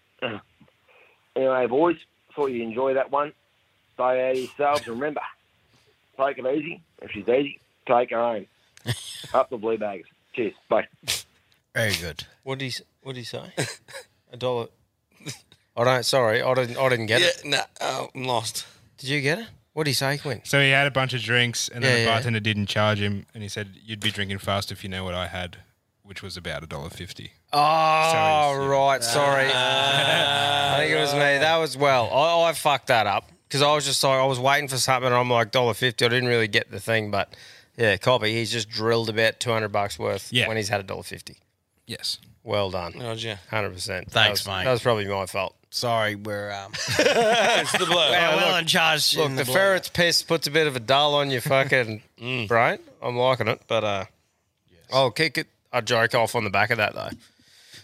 Speaker 23: Anyway, boys, thought you'd enjoy that one. Stay out of yourselves and remember, take it easy. If she's easy, take her own. Up the blue bags. Cheers. Bye.
Speaker 1: Very good.
Speaker 2: What did he? s- What did he say? a dollar. I don't. Sorry, I didn't. I didn't get it.
Speaker 4: No,
Speaker 2: uh,
Speaker 4: I'm lost.
Speaker 2: Did you get it? What did he say, Quinn?
Speaker 14: So he had a bunch of drinks, and then
Speaker 2: Yeah,
Speaker 14: the
Speaker 2: yeah.
Speaker 14: bartender didn't charge him, and he said, "You'd be drinking fast if you know what I had." Which was about a dollar fifty.
Speaker 2: Oh, right. Sorry.
Speaker 1: Uh,
Speaker 2: I think it was me. That was well. I, I fucked that up because I was just like, I was waiting for something and I'm like, $1.50. I didn't really get the thing, but yeah, copy. He's just drilled about 200 bucks worth
Speaker 14: Yeah.
Speaker 2: when he's had $1.50.
Speaker 14: Yes.
Speaker 2: Well done.
Speaker 4: Roger.
Speaker 2: 100%. Thanks,
Speaker 1: Thanks, mate.
Speaker 2: That was probably my fault.
Speaker 1: Sorry, we're um,
Speaker 4: it's the blow.
Speaker 1: We're well in charge.
Speaker 2: Look,
Speaker 1: in
Speaker 2: the,
Speaker 1: the blue.
Speaker 2: ferret's piss puts a bit of a dull on your fucking
Speaker 1: Mm.
Speaker 2: brain. I'm liking it, but uh, I'll kick it. I joke off on the back of that though.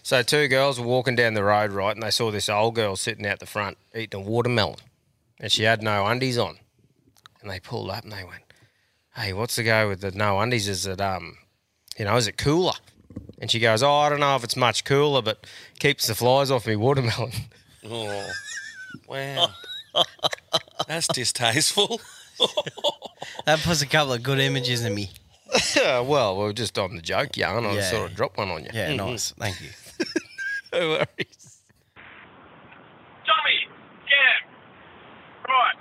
Speaker 2: So two girls were walking down the road, right, and they saw this old girl sitting out the front eating a watermelon, and she had no undies on. And they pulled up and they went, "Hey, what's the go with the no undies? Is it um, you know, is it cooler?" And she goes, "Oh, I don't know if it's much cooler, but keeps the flies off me watermelon."
Speaker 4: Oh, wow. That's distasteful.
Speaker 1: that puts a couple of good images in me.
Speaker 2: Yeah, well, we are just on the joke yarn. I
Speaker 1: Yeah.
Speaker 2: sort of dropped one on you. Mm-hmm.
Speaker 1: Yeah, nice. Thank you.
Speaker 2: No worries.
Speaker 20: Tommy, Cam, right.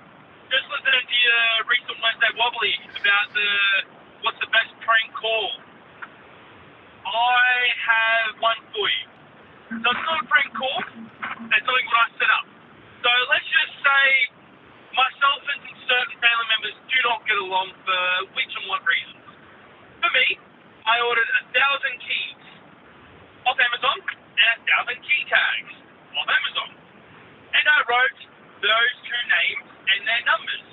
Speaker 20: Just listening to your recent Wednesday wobbly about the what's the best prank call. I have one for you. So it's not a prank call. It's something what I set up. So let's just say myself and some certain family members do not get along for which and what reasons. For me, I ordered a thousand keys off Amazon and a thousand key tags off Amazon. And I wrote those two names and their numbers.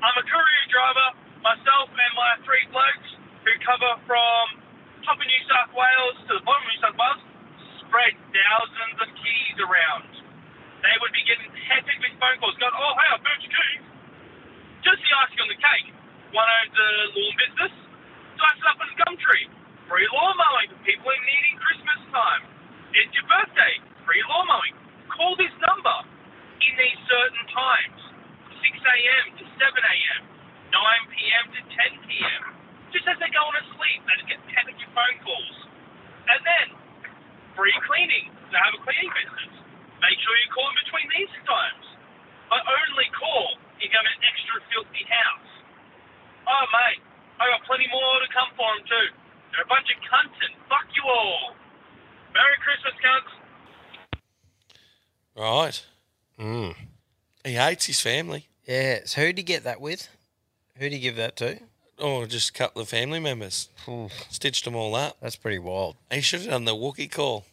Speaker 20: I'm a courier driver, myself and my three blokes who cover from top of New South Wales to the bottom of New South Wales, spread thousands of keys around. They would be getting hectic with phone calls going, oh, hey, I found your keys. Just the icing on the cake. One owns a lawn business, dice it up in Gumtree. Free lawn mowing for people in need in Christmas time. It's your birthday. Free lawn mowing. Call this number in these certain times 6 a.m. to 7 a.m., 9 p.m. to 10 p.m. Just as they're going to sleep, they just get panicky phone calls. And then, free cleaning. They have a cleaning business. Make sure you call in between these times. But only call if you have an extra filthy house. Oh, mate, I got plenty more to come for 'em too. They're a bunch of cunts and fuck you all. Merry Christmas, cunts.
Speaker 4: Right. Hmm. He hates his family.
Speaker 2: Yeah. So who'd you get that with? Who'd you give that to? Hmm.
Speaker 4: Oh, just a couple of family members. Stitched them all up.
Speaker 2: That's pretty wild.
Speaker 4: He should have done the Wookiee call.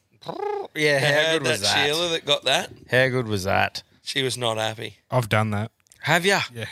Speaker 2: Yeah, how
Speaker 4: Heard
Speaker 2: good was that?
Speaker 4: Sheila that got that.
Speaker 2: How good was that?
Speaker 4: She was not happy.
Speaker 14: I've done that.
Speaker 2: Have you?
Speaker 14: Yeah.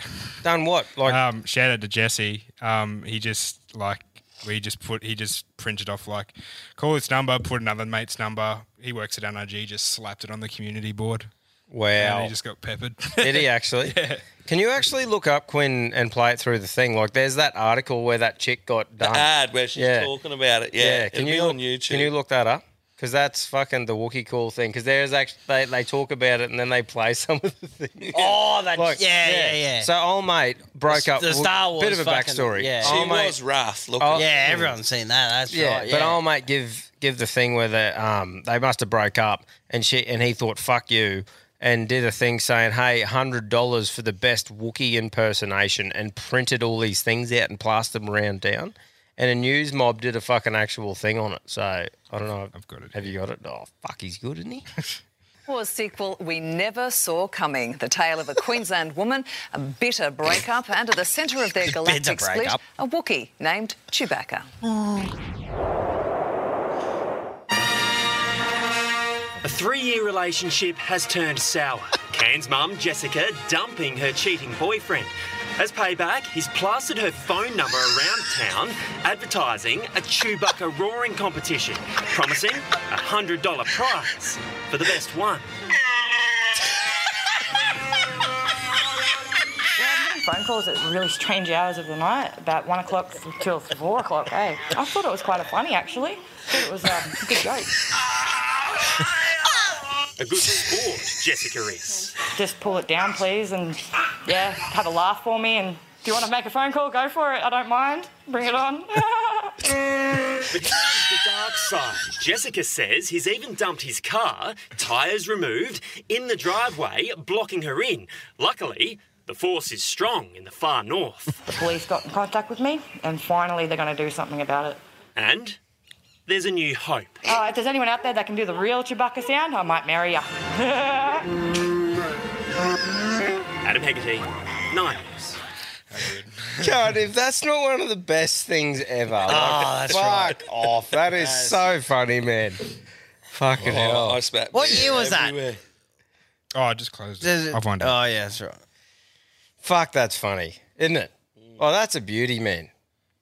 Speaker 2: Done what? Like
Speaker 14: um, shout out to Jesse. Um, he just like we just put he just printed off like call this number, put another mate's number. He works at NRG. Just slapped it on the community board.
Speaker 2: Wow.
Speaker 14: And he just got peppered.
Speaker 2: Did he actually?
Speaker 14: yeah.
Speaker 2: Can you actually look up Quinn and play it through the thing? Like, there's that article where that chick got done.
Speaker 4: ad where she's talking about it. Yeah, it'll
Speaker 2: Can you
Speaker 4: be
Speaker 2: look,
Speaker 4: on YouTube.
Speaker 2: Can you look that up? Because that's fucking the Wookiee call thing. Because there's actually they, they talk about it and then they play some of the things.
Speaker 1: Oh, that.
Speaker 2: Like,
Speaker 1: yeah, yeah, yeah.
Speaker 2: So old mate broke
Speaker 1: The-
Speaker 2: up.
Speaker 1: the
Speaker 2: Wook-
Speaker 1: Star Wars
Speaker 2: Bit of a
Speaker 1: fucking-
Speaker 2: backstory.
Speaker 1: yeah.
Speaker 2: Old
Speaker 1: She
Speaker 2: mate-
Speaker 1: was rough
Speaker 2: looking.
Speaker 1: Yeah, everyone's seen that. That's
Speaker 2: yeah,
Speaker 1: right.
Speaker 2: but
Speaker 1: yeah.
Speaker 2: old mate give give the thing where the um they must have broke up and she and he thought fuck you and did a thing saying hey hundred dollars for the best Wookiee impersonation and printed all these things out and plastered them around down and a news mob did a fucking actual thing on it so I don't know I've got it have you got it oh fuck he's good isn't he
Speaker 3: Or a sequel we never saw coming. The tale of a Queensland woman, a bitter breakup, and at the centre of their galactic split,
Speaker 1: breakup.
Speaker 3: a Wookiee named Chewbacca.
Speaker 24: A three year relationship has turned sour. Can's mum, Jessica, dumping her cheating boyfriend. As payback, he's plastered her phone number around town, advertising a Chewbacca roaring competition, promising a $100 prize for the best one.
Speaker 25: phone calls at really strange hours of the night, about one o'clock till four o'clock. Hey, I thought it was quite funny actually. thought it was um, a good joke.
Speaker 24: A good sport, Jessica is.
Speaker 25: Just pull it down, please, and yeah, have a laugh for me. And do you want to make a phone call? Go for it. I don't mind. Bring it on.
Speaker 24: But here's the dark side. Jessica says he's even dumped his car, tyres removed, in the driveway, blocking her in. Luckily, the force is strong in the far north.
Speaker 25: the police got in contact with me, and finally they're going to do something about it.
Speaker 24: And there's a new hope.
Speaker 25: Uh, if there's anyone out there that can do the real Chewbacca sound, I might marry ya.
Speaker 24: Adam Hegarty, Niles.
Speaker 2: God, if that's not one of the best things ever, like,
Speaker 24: that's
Speaker 2: fuck
Speaker 24: right.
Speaker 2: off. That is
Speaker 24: That is-
Speaker 2: so funny, man. Fucking
Speaker 14: Oh,
Speaker 2: hell.
Speaker 14: I spat What beer year was that? everywhere.
Speaker 2: Oh, I just closed
Speaker 14: it. I'll find
Speaker 2: out. Oh, yeah, that's right. Fuck, that's funny, isn't it? Oh, that's a beauty, man.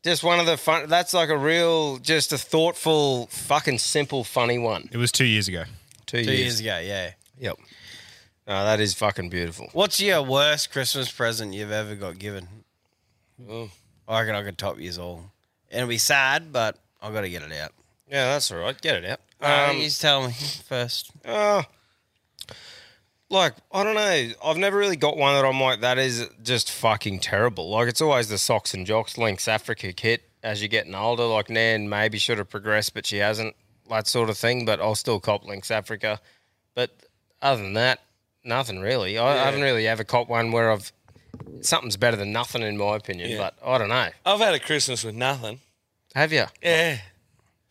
Speaker 2: Just one of the fun. That's like a real, just a thoughtful, fucking simple, funny one.
Speaker 14: It was two years ago.
Speaker 2: Two,
Speaker 14: Two years
Speaker 2: years. ago, yeah. Yep. No, that is fucking beautiful.
Speaker 1: What's your worst Christmas present you've ever got given? I reckon I could top yours all. And it'll be sad, but I've got to get it out.
Speaker 2: Yeah, that's all right. Get it out.
Speaker 1: Uh,
Speaker 2: Um,
Speaker 1: you just tell me first.
Speaker 2: Uh, like, I don't know. I've never really got one that I'm like, that is just fucking terrible. Like, it's always the socks and jocks links Africa kit as you're getting older. Like, Nan maybe should have progressed, but she hasn't, that sort of thing. But I'll still cop links Africa. But other than that, nothing really. I, I
Speaker 4: Yeah.
Speaker 2: haven't really ever cop one where I've, something's better than nothing, in my opinion.
Speaker 4: Yeah.
Speaker 2: But I don't know.
Speaker 4: I've had a Christmas with nothing.
Speaker 2: Have you?
Speaker 4: Yeah.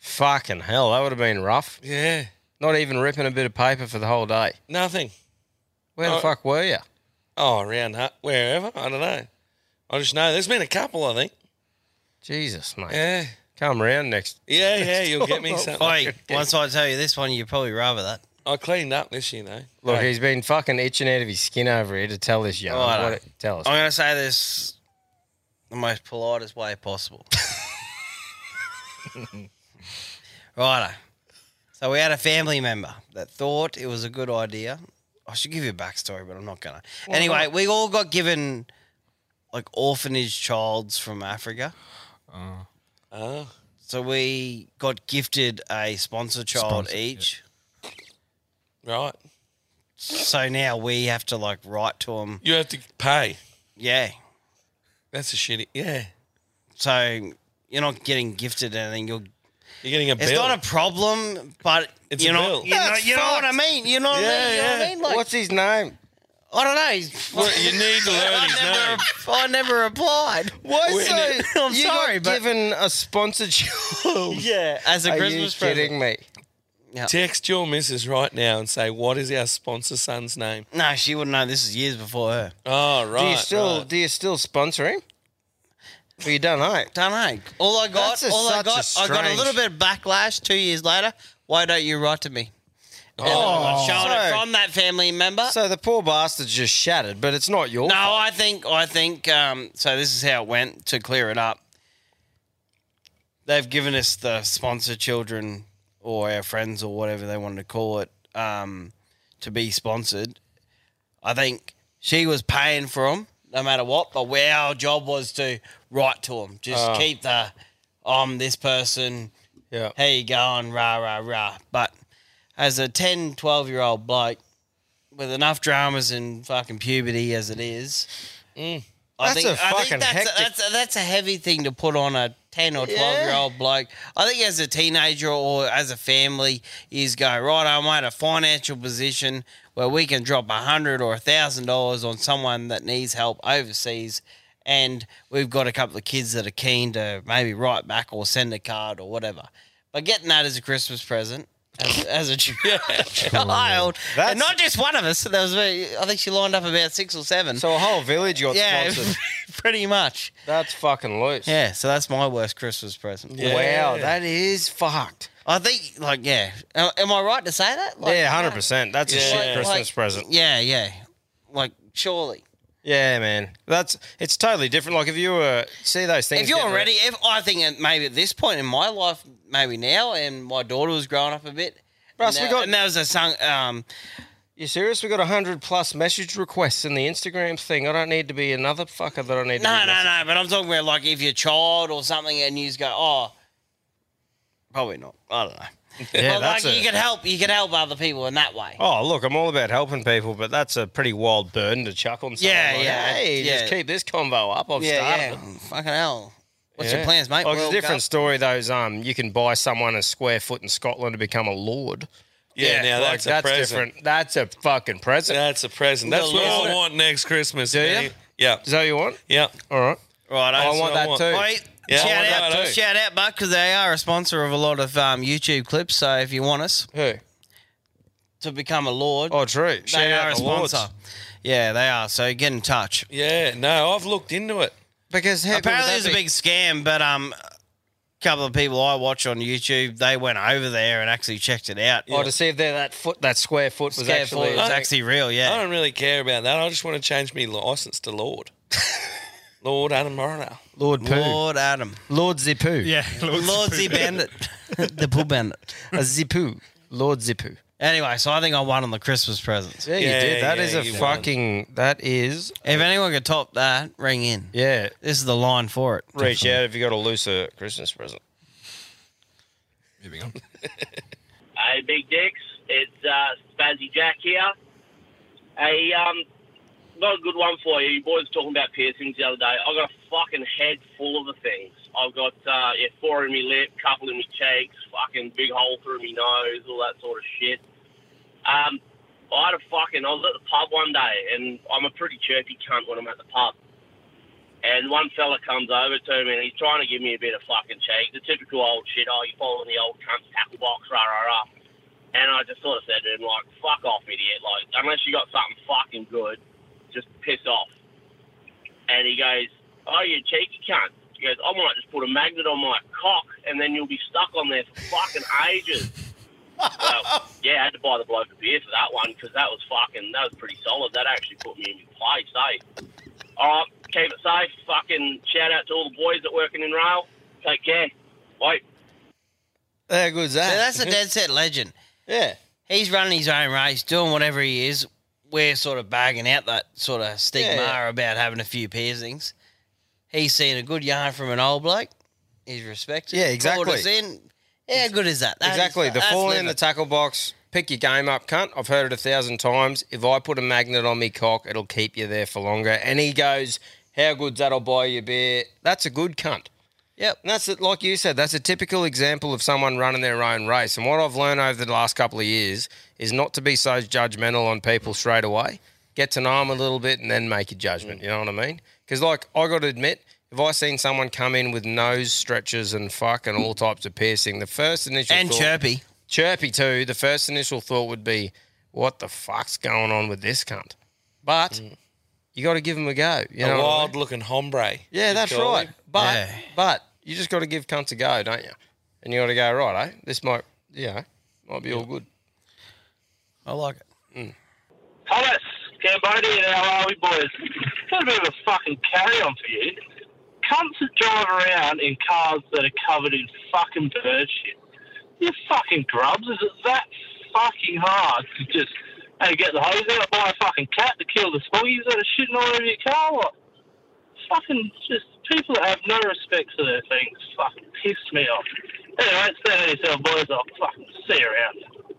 Speaker 2: Fucking hell, that would have been rough.
Speaker 4: Yeah.
Speaker 2: Not even ripping a bit of paper for the whole day.
Speaker 4: Nothing.
Speaker 2: Where the
Speaker 4: Oh.
Speaker 2: fuck were you?
Speaker 4: Oh, around hu- wherever. I don't know. I just know there's been a couple, I think.
Speaker 2: Jesus, mate.
Speaker 4: Yeah.
Speaker 2: Come around next.
Speaker 4: Yeah, yeah, you'll get me
Speaker 1: Oi,
Speaker 4: something.
Speaker 1: once I tell you this one, you'd probably rather that.
Speaker 4: I cleaned up this, you know.
Speaker 2: Look,
Speaker 4: Hey. Oh,
Speaker 2: he's been fucking itching out of his skin over here to tell this yarn.
Speaker 1: Righto.
Speaker 2: What it- tell us.
Speaker 1: I'm going to say this the most politest way possible. Righto. So we had a family member that thought it was a good idea. I should give you a backstory, but I'm not gonna.
Speaker 4: Why
Speaker 1: anyway,
Speaker 4: not?
Speaker 1: we all got given like orphanage childs from Africa. Oh. So we got gifted a sponsor child
Speaker 4: Sponsor, yeah.
Speaker 1: each.
Speaker 4: Right.
Speaker 1: So now we have to like write to them.
Speaker 4: You have to pay.
Speaker 1: Yeah.
Speaker 4: That's a shitty. Yeah.
Speaker 1: So you're not getting gifted anything. You're
Speaker 4: you're getting a
Speaker 1: It's
Speaker 4: bill.
Speaker 1: not a problem, but
Speaker 4: It's
Speaker 1: you
Speaker 4: a
Speaker 1: know,
Speaker 4: bill.
Speaker 1: you know,
Speaker 4: That's
Speaker 1: you know what I
Speaker 4: fucked.
Speaker 1: mean. You know what I
Speaker 4: Yeah,
Speaker 1: mean. You know what I
Speaker 4: yeah.
Speaker 1: mean? Like,
Speaker 4: What's
Speaker 2: his name?
Speaker 1: I don't know. He's,
Speaker 4: Well, you need to learn his name.
Speaker 1: I never replied.
Speaker 2: Why
Speaker 1: When
Speaker 2: so?
Speaker 1: it- I'm
Speaker 2: you
Speaker 1: sorry,
Speaker 2: got
Speaker 1: but
Speaker 2: given a sponsored child.
Speaker 1: Yeah, as a
Speaker 2: Are
Speaker 1: Christmas
Speaker 2: you kidding me?
Speaker 4: Text your missus right now and say, what is our sponsor son's name?
Speaker 1: No, she wouldn't know. This is years before her.
Speaker 4: Oh, right.
Speaker 2: do you still do you still sponsor him? Well, you don't know.
Speaker 1: Don't know. All I got,
Speaker 2: That's a-
Speaker 1: all I
Speaker 2: such a
Speaker 1: got, I got a little
Speaker 2: strange-
Speaker 1: bit of backlash two years later. Why don't you write to me? And
Speaker 2: Oh,
Speaker 1: I'm showing it
Speaker 2: so-
Speaker 1: from that family member.
Speaker 2: So the poor bastard's just shattered, but it's not your.
Speaker 1: No, I think I think um, so. This is how it went to clear it up. They've given us the sponsor children or our friends or whatever they wanted to call it um, to be sponsored. I think she was paying for them no matter what, but where our job was to write to them, just
Speaker 2: Ah.
Speaker 4: Oh.
Speaker 1: keep the I'm this person.
Speaker 4: Yeah.
Speaker 1: How you going? Rah rah rah. But as a 10, 12 year old bloke with enough dramas and fucking puberty as it is, I
Speaker 2: Mm. That's
Speaker 1: think,
Speaker 2: a
Speaker 1: I
Speaker 2: fucking
Speaker 1: think that's,
Speaker 2: hectic-
Speaker 1: A, that's, a, that's a heavy thing to put on a 10 or 12 year old bloke. I think as a teenager or as a family is go, right, I'm at a financial position where we can drop a hundred or a thousand dollars on someone that needs help overseas. And we've got a couple of kids that are keen to maybe write back or send a card or whatever. But getting that as a Christmas present, as, as a ch- child, and not just one of us. There was, very- I think she lined up about six or seven.
Speaker 2: So a whole village got
Speaker 1: yeah,
Speaker 2: sponsored.
Speaker 1: pretty much.
Speaker 2: That's fucking loose.
Speaker 1: Yeah, so that's my worst Christmas present.
Speaker 2: Wow, that is fucked.
Speaker 1: I think, like, yeah. Am am I right to say that? Like,
Speaker 2: yeah, hundred percent. That's a
Speaker 1: Yeah.
Speaker 2: shit
Speaker 1: Like-
Speaker 2: Christmas
Speaker 1: like-
Speaker 2: present.
Speaker 1: Yeah, yeah. Like surely.
Speaker 2: Yeah, man. That's it's totally different. Like if you were see those things.
Speaker 1: If you're
Speaker 2: getting
Speaker 1: already, if I think at- maybe at this point in my life, maybe now, and my daughter was growing up a bit.
Speaker 2: Russ,
Speaker 1: and
Speaker 2: we
Speaker 1: that-
Speaker 2: got-
Speaker 1: and that was a song. Um,
Speaker 2: You serious? We got hundred plus message requests in the Instagram thing. I don't need to be another fucker that I need.
Speaker 1: No,
Speaker 2: to be
Speaker 1: no, no. But I'm talking about like if your child or something, and you just go, oh, probably not. I don't know.
Speaker 2: Yeah,
Speaker 1: but
Speaker 2: that's
Speaker 1: like
Speaker 2: a-
Speaker 1: you could help, you could help other people in that way.
Speaker 2: Oh, look, I'm all about helping people, but that's a pretty wild burden to chuck on someone.
Speaker 1: Yeah,
Speaker 2: Like,
Speaker 1: yeah,
Speaker 2: Hey,
Speaker 1: yeah.
Speaker 2: just keep this convo up. I've
Speaker 1: yeah,
Speaker 2: started.
Speaker 1: yeah.
Speaker 2: it."
Speaker 1: Fucking hell. What's
Speaker 2: Yeah.
Speaker 1: your plans,
Speaker 2: Like,
Speaker 1: mate?
Speaker 2: it's a
Speaker 1: World
Speaker 2: different
Speaker 1: Cup?
Speaker 2: story. Those um, you can buy someone a square foot in Scotland to become a lord.
Speaker 4: Yeah, now that's a present.
Speaker 2: different. That's a fucking present.
Speaker 4: That's a present. That's what I want next Christmas. Do
Speaker 2: ya?
Speaker 4: Yeah.
Speaker 2: Is that what you want?
Speaker 4: Yeah.
Speaker 2: All right. Oh,
Speaker 1: Right,
Speaker 2: I want that too.
Speaker 1: Wait,
Speaker 2: Yeah, I
Speaker 1: shout,
Speaker 2: want
Speaker 1: out,
Speaker 2: that too.
Speaker 1: shout out, Buck, because they are a sponsor of a lot of um, YouTube clips. So if you want us
Speaker 2: Who?
Speaker 1: to become a lord,
Speaker 2: oh, true.
Speaker 1: They
Speaker 4: Shout
Speaker 1: are
Speaker 4: out the
Speaker 1: a
Speaker 4: lords.
Speaker 1: sponsor. Yeah, they are. So get in touch.
Speaker 4: Yeah, no, I've looked into it.
Speaker 2: Because
Speaker 4: how good would
Speaker 1: apparently
Speaker 4: that
Speaker 1: it's a
Speaker 4: be?
Speaker 1: big scam, but um, a couple of people I watch on YouTube, they went over there and actually checked it out.
Speaker 2: Oh, to see if they're that foot, that square foot was
Speaker 1: Square
Speaker 2: actually.
Speaker 1: foot was actually real.
Speaker 4: I
Speaker 1: Yeah.
Speaker 4: don't really care about that. I just want to change my license to Lord. Lord Adam Morano.
Speaker 2: Lord Pooh.
Speaker 1: Lord Adam.
Speaker 2: Lord Zippo.
Speaker 1: Yeah, Lord Lord Zippo. Zibandit. the Pooh Bandit.
Speaker 2: A Zippo. Lord Zippo.
Speaker 1: Anyway, so I think I won on the Christmas presents.
Speaker 2: Yeah, you did. That is a fucking. That is.
Speaker 1: If anyone could top that, ring in.
Speaker 2: Yeah.
Speaker 1: This is the line for it.
Speaker 2: Reach
Speaker 1: Definitely.
Speaker 2: out if you got a looser Christmas present.
Speaker 14: Moving on.
Speaker 5: Hey, Big Dicks, it's uh, Spazzy Jack here. Hey, um, got a good one for you. You boys were talking about piercings the other day. I got a fucking head full of the things. I've got uh, yeah, four in my lip, couple in my cheeks, fucking big hole through my nose, all that sort of shit. Um, I had a fucking. I was at the pub one day, and I'm a pretty chirpy cunt when I'm at the pub. And one fella comes over to me and he's trying to give me a bit of fucking cheek. The typical old shit, oh, you following the old cunt's tackle box, rah, rah, rah. And I just sort of said to him, like, fuck off, idiot. Like, unless you got something fucking good, just piss off. And he goes, oh, you cheeky cunt. He goes, I might just put a magnet on my cock and then you'll be stuck on there for fucking ages. well, yeah, I had to buy the bloke a beer for that one because that was fucking, that was pretty solid. That actually put me in my place, eh? All right, keep it safe. Fucking shout out to all the boys that working in rail. Take care. Bye.
Speaker 1: How good's that? that's a dead set legend. Yeah. He's running his own race, doing whatever he is. We're sort of bagging out that sort of stigma
Speaker 2: yeah.
Speaker 1: about having a few piercings. He's seen a good yarn from an old bloke. He's respected.
Speaker 2: Yeah,
Speaker 1: Called
Speaker 2: exactly.
Speaker 1: us in. How good is that? That is-
Speaker 2: exactly. the
Speaker 1: that's
Speaker 2: fall in
Speaker 1: living.
Speaker 2: the tackle box. Pick your game up, cunt. I've heard it a thousand times. If I put a magnet on me cock, it'll keep you there for longer. And he goes, "How good's that'll buy you beer?" That's a good cunt. Yep. And that's it. Like you said, that's a typical example of someone running their own race. And what I've learned over the last couple of years is not to be so judgmental on people straight away. Get to know them a little bit and then make a judgment. You know what I mean? Because, like, I got to admit, if I seen someone come in with nose stretchers and fuck and all types of piercing, the first initial
Speaker 1: And
Speaker 2: thought-
Speaker 1: chirpy.
Speaker 2: chirpy too. The first initial thought would be, "What the fuck's going on with this cunt?" But you got to give him a go. You
Speaker 4: a
Speaker 2: know what I mean?
Speaker 4: wild-looking hombre.
Speaker 2: Yeah,
Speaker 4: you
Speaker 2: that's
Speaker 4: call
Speaker 2: right.
Speaker 4: him.
Speaker 2: But but you just got to give cunts a go, don't you? And you got to go right, eh? This might yeah might be all good. Mm.
Speaker 1: I like it.
Speaker 5: Thomas, Cambodian, how are we, boys? Got a bit of a fucking carry on for you. Cunts that drive around in cars that are covered in fucking bird shit. You fucking grubs, is it that fucking hard to just, hey, get the hose out, buy a fucking cat to kill the squeeze that are shitting all over your car? What? Fucking just people that have no respect for their things fucking piss me off. Anyway, stand on yourself, boys. I'll fucking see you around.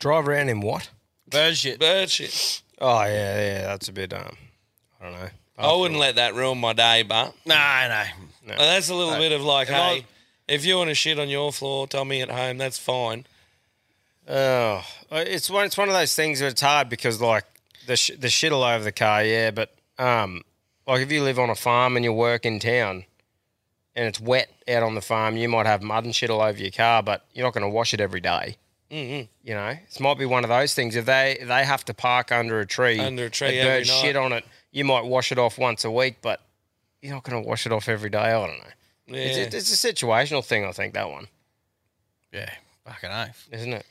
Speaker 2: Drive around in what?
Speaker 4: Bird shit. Bird shit.
Speaker 2: Oh yeah, yeah. That's a bit um, I don't know. Oh,
Speaker 4: I wouldn't let that ruin my day, but
Speaker 1: no, no.
Speaker 2: no.
Speaker 4: that's a little
Speaker 2: No.
Speaker 4: bit of like,
Speaker 2: If I-
Speaker 4: hey, if you want to shit on your floor, tell me at home. That's fine.
Speaker 2: Oh, it's one. It's one of those things where it's hard because like the sh- the shit all over the car, yeah. But um, like if you live on a farm and you work in town, and it's wet out on the farm, you might have mud and shit all over your car, but you're not going to wash it every day.
Speaker 4: Mm-hmm.
Speaker 2: You know, it might be one of those things. If they they have to park under a tree,
Speaker 4: Under a tree
Speaker 2: and
Speaker 4: every
Speaker 2: bird
Speaker 4: night.
Speaker 2: shit on it, you might wash it off once a week, but you're not going to wash it off every day. I don't know. It's,
Speaker 1: Yeah.
Speaker 2: it's a situational thing, I think that one,
Speaker 1: Yeah, fucking oath.
Speaker 2: isn't it?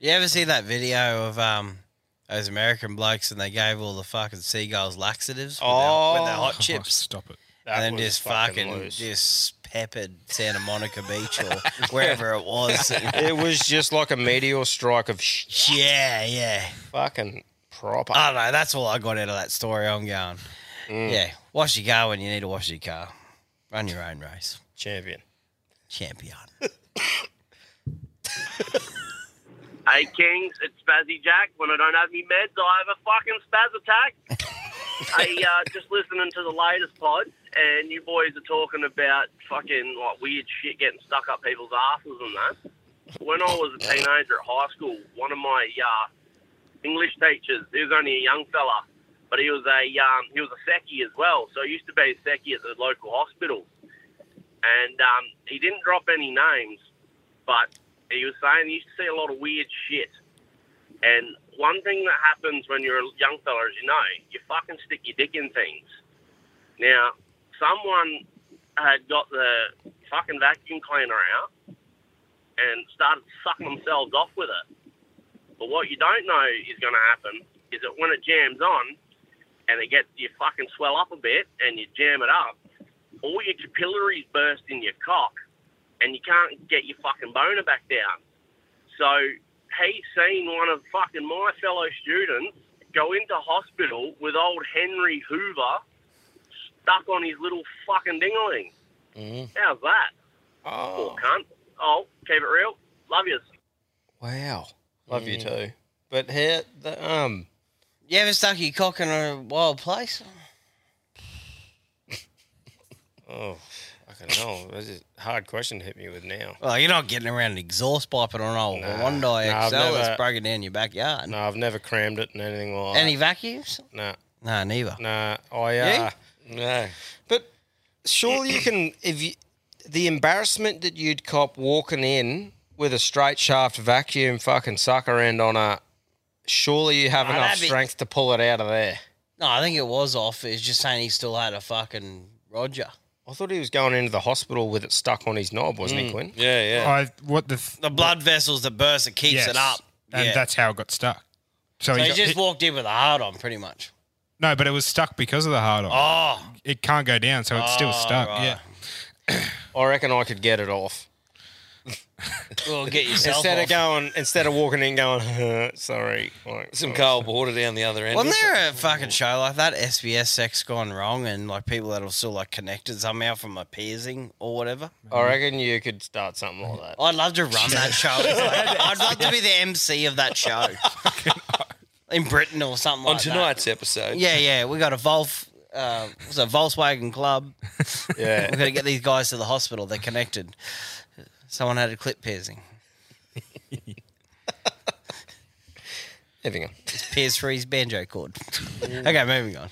Speaker 1: You ever see that video of um those American blokes and they gave all the fucking seagulls laxatives with, their, with their hot
Speaker 14: Oh,
Speaker 1: chips?
Speaker 14: stop it.
Speaker 1: and then
Speaker 14: was
Speaker 1: just
Speaker 14: fucking
Speaker 1: fucking,
Speaker 14: loose.
Speaker 1: just peppered Santa Monica Beach or wherever it was.
Speaker 2: it was just like a meteor strike of shit.
Speaker 1: Yeah, yeah.
Speaker 2: Fucking proper. Mm.
Speaker 1: I don't know. That's all I got out of that story. I'm going. Yeah, wash your car when you need to wash your car. Run your own race.
Speaker 2: Champion.
Speaker 1: Champion.
Speaker 5: Hey Kings, it's Spazzy Jack. When I don't have any meds, I have a fucking spaz attack. I uh, just listening to the latest pod, and you boys are talking about fucking like weird shit getting stuck up people's asses and that. When I was a teenager at high school, one of my uh, English teachers, he was only a young fella, but he was a um, he was a secchi as well. So he used to be a secchi at the local hospital, and um, he didn't drop any names, but he was saying he used to see a lot of weird shit. And one thing that happens when you're a young fella, as you know, you fucking stick your dick in things. Now, someone had got the fucking vacuum cleaner out and started sucking themselves off with it. But what you don't know is going to happen is that when it jams on and it gets you fucking swell up a bit and you jam it up, all your capillaries burst in your cock and you can't get your fucking boner back down. So he seen one of fucking my fellow students go into hospital with old Henry Hoover stuck on his little fucking dingaling. How's that?
Speaker 2: Oh.
Speaker 5: Poor cunt. Oh, keep it real. Love you.
Speaker 2: Wow. Love you too. But here, the, um,
Speaker 1: You ever stuck your cock in a wild place?
Speaker 2: oh, I can know. That's a hard question to hit me with now.
Speaker 1: Well, you're not getting around an exhaust pipe on an old
Speaker 2: Nah.
Speaker 1: one day
Speaker 2: Nah, I've
Speaker 1: XL that's
Speaker 2: never-
Speaker 1: broken down your backyard.
Speaker 2: No, I've never crammed it in anything like
Speaker 1: Any
Speaker 2: that.
Speaker 1: vacuums?
Speaker 2: No.
Speaker 1: No, neither.
Speaker 2: No, I, uh,
Speaker 1: Oh, Yeah?
Speaker 2: no. But surely you can, if you, the embarrassment that you'd cop walking in with a straight shaft vacuum fucking sucker end on a, surely you have
Speaker 1: Nah,
Speaker 2: enough
Speaker 1: that'd be-
Speaker 2: strength to pull it out of there.
Speaker 1: No, I think it was off. It's just saying he still had a fucking Roger.
Speaker 2: I thought he was going into the hospital with it stuck on his knob, wasn't he,
Speaker 1: Mm.
Speaker 2: Quinn?
Speaker 4: Yeah,
Speaker 1: yeah.
Speaker 14: I what the
Speaker 1: The blood vessels that burst it keeps
Speaker 14: Yes.
Speaker 1: it up.
Speaker 14: and
Speaker 1: yeah.
Speaker 14: that's how it got stuck.
Speaker 1: so,
Speaker 14: So, he,
Speaker 1: he
Speaker 14: got-
Speaker 1: just
Speaker 14: he-
Speaker 1: walked in with a hard on, pretty much.
Speaker 14: no, but it was stuck because of the hard on.
Speaker 1: Oh.
Speaker 14: it can't go down, so it's still
Speaker 1: Oh,
Speaker 14: stuck.
Speaker 1: right.
Speaker 14: Yeah,
Speaker 2: I reckon I could get it off.
Speaker 1: Well, get yourself
Speaker 2: instead
Speaker 1: off.
Speaker 2: of going, instead of walking in, going, sorry, like,
Speaker 4: Some
Speaker 2: sorry.
Speaker 4: cold water down the other end.
Speaker 1: Wasn't there a fucking show like that? SBS sex gone wrong, and like people that are still like connected somehow from a piercing or whatever.
Speaker 2: I reckon you could start something like that.
Speaker 1: I'd love to run that show. It's like- I'd love to be the MC of that show in Britain or something
Speaker 4: On
Speaker 1: like that.
Speaker 4: tonight's episode.
Speaker 1: Yeah, yeah, we got a Volf. Uh, was a Volkswagen Club.
Speaker 4: Yeah.
Speaker 1: we got to get these guys to the hospital. They're connected. Someone had a clip piercing.
Speaker 2: Moving on.
Speaker 1: It's pierced for his banjo cord. okay, moving on.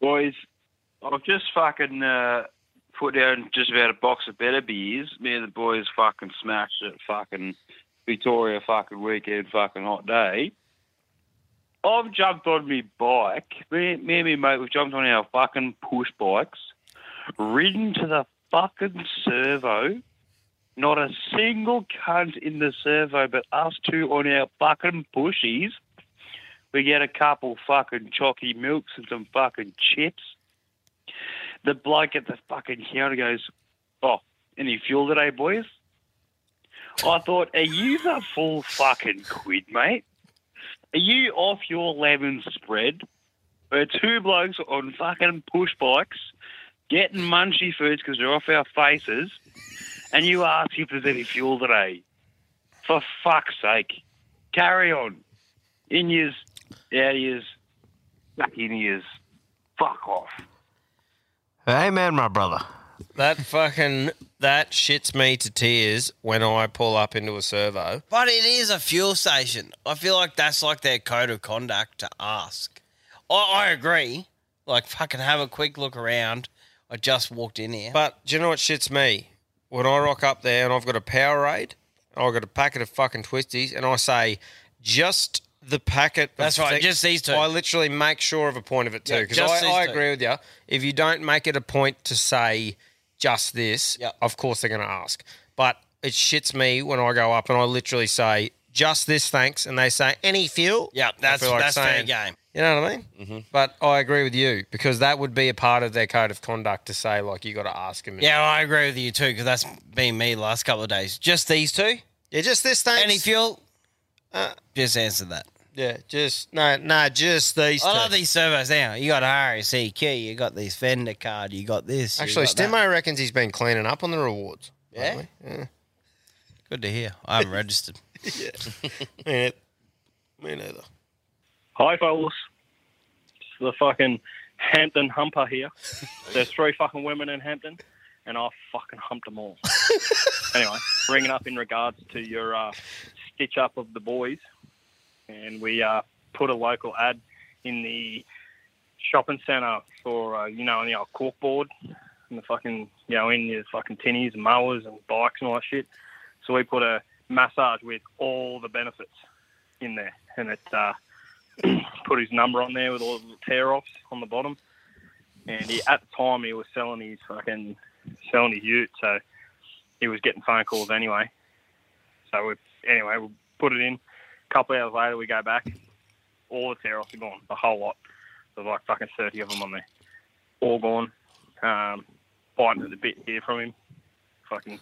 Speaker 26: Boys, I've just fucking uh, put down just about a box of better beers. Me and the boys fucking smashed it. Fucking Victoria fucking weekend fucking hot day. I've jumped on me bike. Me, me and me mate, we've jumped on our fucking push bikes, ridden to the fucking servo. Not a single cunt in the servo, but us two on our fucking pushies. We get a couple fucking chalky milks and some fucking chips. The bloke at the fucking counter goes, Oh, any fuel today, boys? I thought, Are you the full fucking quid, mate? Are you off your lemon spread? We're two blokes on fucking push bikes getting munchy foods because they're off our faces, and you ask if there's any fuel today. For fuck's sake, carry on. In years, out years, back in years. Fuck off.
Speaker 2: Hey, man, my brother. That fucking that shits me to tears when I pull up into a servo.
Speaker 1: But it is a fuel station. I feel like that's like their code of conduct to ask. I, I agree. Like, fucking have a quick look around. I just walked in here.
Speaker 2: But do you know what shits me? When I rock up there and I've got a Powerade, and I've got a packet of fucking twisties, and I say, just the packet.
Speaker 1: That's
Speaker 2: of
Speaker 1: right,
Speaker 2: thi-"
Speaker 1: just these two.
Speaker 2: I literally make sure of a point of it too,
Speaker 1: Yeah,
Speaker 2: because
Speaker 1: just these
Speaker 2: I, I
Speaker 1: two.
Speaker 2: agree with you. If you don't make it a point to say just this, of course they're going to ask. But it shits me when I go up and I literally say just this, thanks, and they say any fuel.
Speaker 1: Yeah,
Speaker 2: I
Speaker 1: that's-
Speaker 2: feel like
Speaker 1: that's fair
Speaker 2: saying-
Speaker 1: game. Mm-hmm.
Speaker 2: You know what I mean? But I agree with you because that would be a part of their code of conduct to say like you got to ask them.
Speaker 1: Yeah, well, I agree with you too, because that's been me the last couple of days. Just these two?
Speaker 2: Yeah, just this thing.
Speaker 1: Any fuel?
Speaker 2: Uh,
Speaker 1: Just answer that.
Speaker 2: Yeah, just no, no, just these.
Speaker 1: I
Speaker 2: two.
Speaker 1: love these servos now. You got RSEQ, you got this vendor card, you got this. you
Speaker 2: Actually,
Speaker 1: got that.
Speaker 2: Stimo reckons he's been cleaning up on the rewards. lately. yeah.
Speaker 1: Good to hear. I haven't registered.
Speaker 2: yeah. Me neither.
Speaker 27: Hi, fellas. It's the fucking Hampton Humper here. There's three fucking women in Hampton, and I fucking humped them all. anyway, bringing up in regards to your uh, stitch up of the boys, and we uh, put a local ad in the shopping centre for, uh, you know, on the old corkboard and the fucking, you know, in your fucking tinnies and mowers and bikes and all that shit. So we put a massage with all the benefits in there, and it, uh, put his number on there with all the tear offs on the bottom. And he, at the time, he was selling his fucking selling his ute, so he was getting phone calls anyway. So we, anyway, we put it in. A couple of hours later, we go back. All the tear offs are gone, the whole lot. There's like fucking thirty of them on there, all gone. Um, biting at the bit here from him. Fucking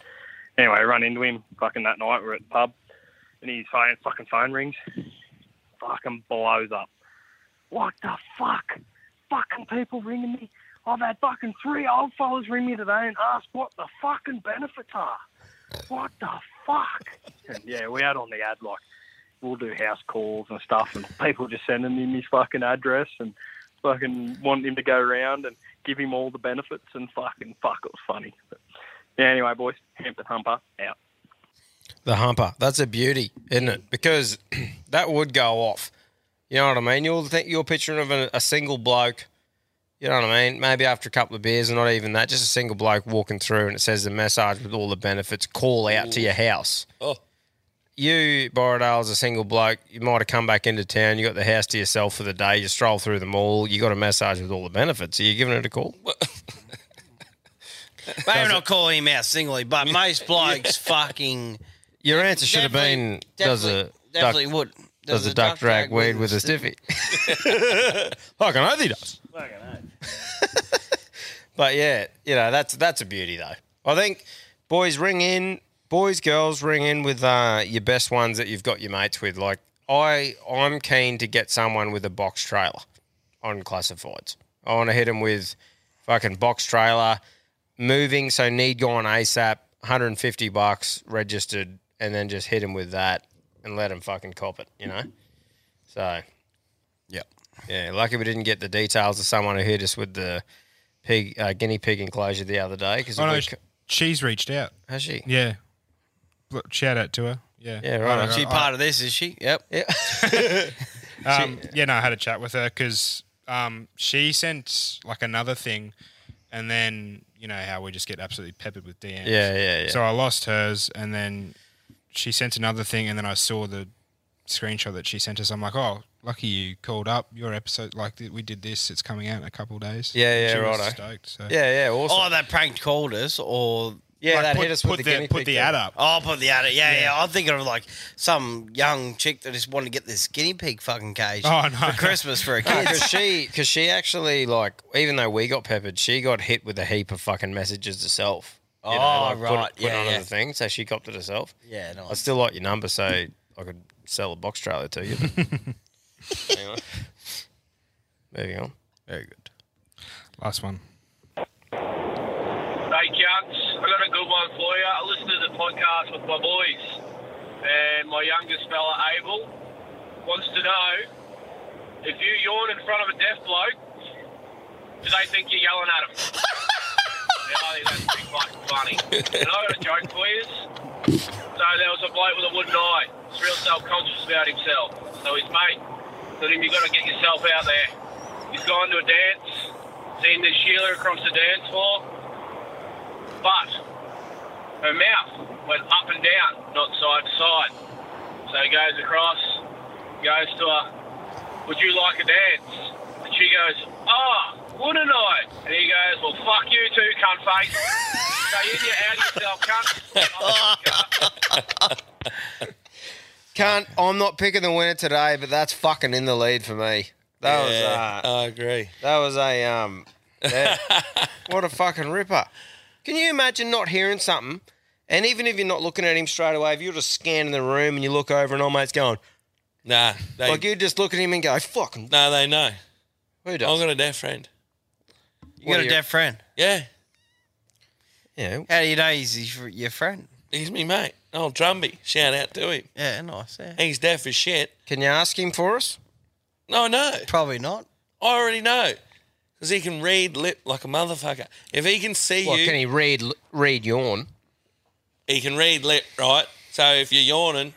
Speaker 27: anyway, run into him. Fucking that night, we're at the pub, and his phone fucking phone rings fucking blows up. What the fuck? Fucking people ringing me. I've had fucking three old fellas ring me today and ask what the fucking benefits are. What the fuck? And yeah, we had on the ad like we'll do house calls and stuff, and people just sending him his fucking address and fucking wanting him to go around and give him all the benefits and fucking fuck, it was funny. But, yeah, anyway, boys, Hampton Humper out.
Speaker 2: The humper. That's a beauty, isn't it? Because that would go off. You know what I mean? You'll think you're picturing of a, a single bloke. You know what I mean? Maybe after a couple of beers, and not even that, just a single bloke walking through, and it says the massage with all the benefits. Call out to your house.
Speaker 4: Oh.
Speaker 2: You, Borrowdale, as a single bloke, you might have come back into town. You got the house to yourself for the day. You stroll through the mall. You got a massage with all the benefits. Are you giving it a call?
Speaker 1: Maybe not call him out singly, but most blokes fucking.
Speaker 2: Your answer should have been does a
Speaker 1: definitely-
Speaker 2: duck,
Speaker 1: definitely would.
Speaker 2: does, a duck, drag weed with a stiffy? Fucking oath he does. But yeah, you know that's that's a beauty though. I think boys ring in, boys girls ring in with uh, your best ones that you've got your mates with. Like I, I'm keen to get someone with a box trailer on classifieds. I want to hit them with fucking box trailer, moving. So need gone ASAP, 150 bucks registered, and then just hit them with that and let them fucking cop it. You know. So, yeah, yeah. Lucky we didn't get the details of someone who hit us with the pig uh, guinea pig enclosure the other day because
Speaker 14: Oh, no, sh- she's reached out.
Speaker 2: Has she?
Speaker 14: Yeah. Look, shout out to her. Yeah.
Speaker 2: Yeah, right.
Speaker 14: I-
Speaker 2: She
Speaker 14: I-
Speaker 1: Part of this is she. Yep.
Speaker 2: Yeah.
Speaker 14: um, yeah, no, I had a chat with her because um, she sent like another thing, and then you know how we just get absolutely peppered with DMs.
Speaker 2: Yeah, yeah, yeah.
Speaker 14: So I lost hers, and then she sent another thing, and then I saw the screenshot that she sent us. I'm like, oh, lucky you called up. Your episode, like th- we did this. It's coming out in a couple of days.
Speaker 2: Yeah, yeah,
Speaker 14: she was
Speaker 2: righto.
Speaker 14: Stoked. So.
Speaker 2: Yeah, yeah, awesome.
Speaker 1: Oh, they prank called us, or
Speaker 2: Yeah, Like, that put- hit us with put the the- guinea put pig the thing. ad up.
Speaker 1: Oh, put the ad up. Yeah, yeah.
Speaker 2: Yeah.
Speaker 1: I'm thinking of like some young chick that just wanted to get this guinea pig fucking cage
Speaker 2: Oh, no,
Speaker 1: for Christmas for a kid.
Speaker 2: because she because she actually like even though we got peppered, she got hit with a heap of fucking messages herself. You know,
Speaker 1: Oh,
Speaker 2: like, put it-
Speaker 1: right.
Speaker 2: put it
Speaker 1: Yeah,
Speaker 2: onto
Speaker 1: yeah.
Speaker 2: the thing, so she copped it herself.
Speaker 1: Yeah, nice.
Speaker 2: I still like your number, so I could sell a box trailer to you. but- Anyway. moving on. Very good.
Speaker 14: Last one.
Speaker 20: Hey, cunts, i got a good one for you. I listen to the podcast with my boys, and my youngest fella, Abel, wants to know if you yawn in front of a deaf bloke, do they think you're yelling at him? yeah, I think that's pretty fucking funny. And i got a joke for you. So there was a bloke with a wooden eye. He's real self-conscious about himself. So his mate told him, you got to get yourself out there. He's gone to a dance, seen this Sheila across the dance floor but her mouth went up and down, not side to side. So he goes across, goes to her, Would you like a dance? And she goes, Oh, wouldn't I? And he goes, Well, fuck you too, cunt face. so you need to out yourself, cunt.
Speaker 2: Can't. I'm not picking the winner today, but that's fucking in the lead for me. That
Speaker 4: Yeah,
Speaker 2: was. Uh, I agree. That was a um. yeah. what a fucking ripper! Can you imagine not hearing something? And even if you're not looking at him straight away, if you're just scanning the room and you look over and all mate's going,
Speaker 4: Nah, they,
Speaker 2: like you just look at him and go, fucking.
Speaker 4: no, they know.
Speaker 2: Who
Speaker 4: I've got a deaf friend.
Speaker 1: You got a deaf friend.
Speaker 4: Yeah.
Speaker 2: Yeah.
Speaker 1: How do you know he's his- your friend?
Speaker 4: He's me mate. Oh, Drumby. Shout out to him.
Speaker 1: Yeah, nice. Yeah.
Speaker 4: He's deaf as shit.
Speaker 2: Can you ask him for us?
Speaker 4: No, no.
Speaker 1: Probably not.
Speaker 4: I already know. Because he can read lip like a motherfucker. If he can see
Speaker 2: What,
Speaker 4: you,
Speaker 2: can he read read yawn?
Speaker 4: he can read lip, right? So if you're yawning,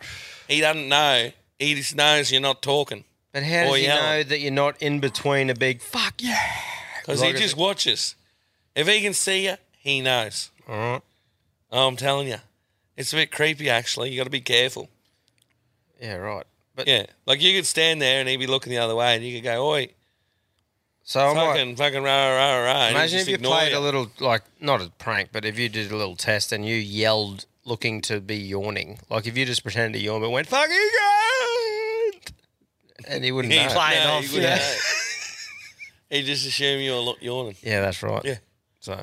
Speaker 4: he doesn't know. He just knows you're not talking.
Speaker 2: But how does he know that you're not in between a big fuck yeah?
Speaker 4: Because
Speaker 2: Like
Speaker 4: he
Speaker 2: I
Speaker 4: just
Speaker 2: said-
Speaker 4: watches. If he can see you, he knows.
Speaker 2: All right.
Speaker 4: I'm telling you. It's a bit creepy, actually. you got to be careful.
Speaker 2: Yeah, right. But
Speaker 4: yeah, like you could stand there and he'd be looking the other way, and you could go, "Oi."
Speaker 2: So I might-
Speaker 4: fucking, fucking rah rah rah. and he'd
Speaker 2: Imagine
Speaker 4: just
Speaker 2: if you
Speaker 4: ignore
Speaker 2: played a little, like, not a prank, but if you did a little test and you yelled looking to be yawning. Like, if you just pretended to yawn but went, fucking God! And he wouldn't
Speaker 4: He'd
Speaker 2: know.
Speaker 4: play it off,
Speaker 2: yeah.
Speaker 4: yeah. He'd just assume you're lo- yawning.
Speaker 2: Yeah, that's right.
Speaker 4: Yeah.
Speaker 2: So,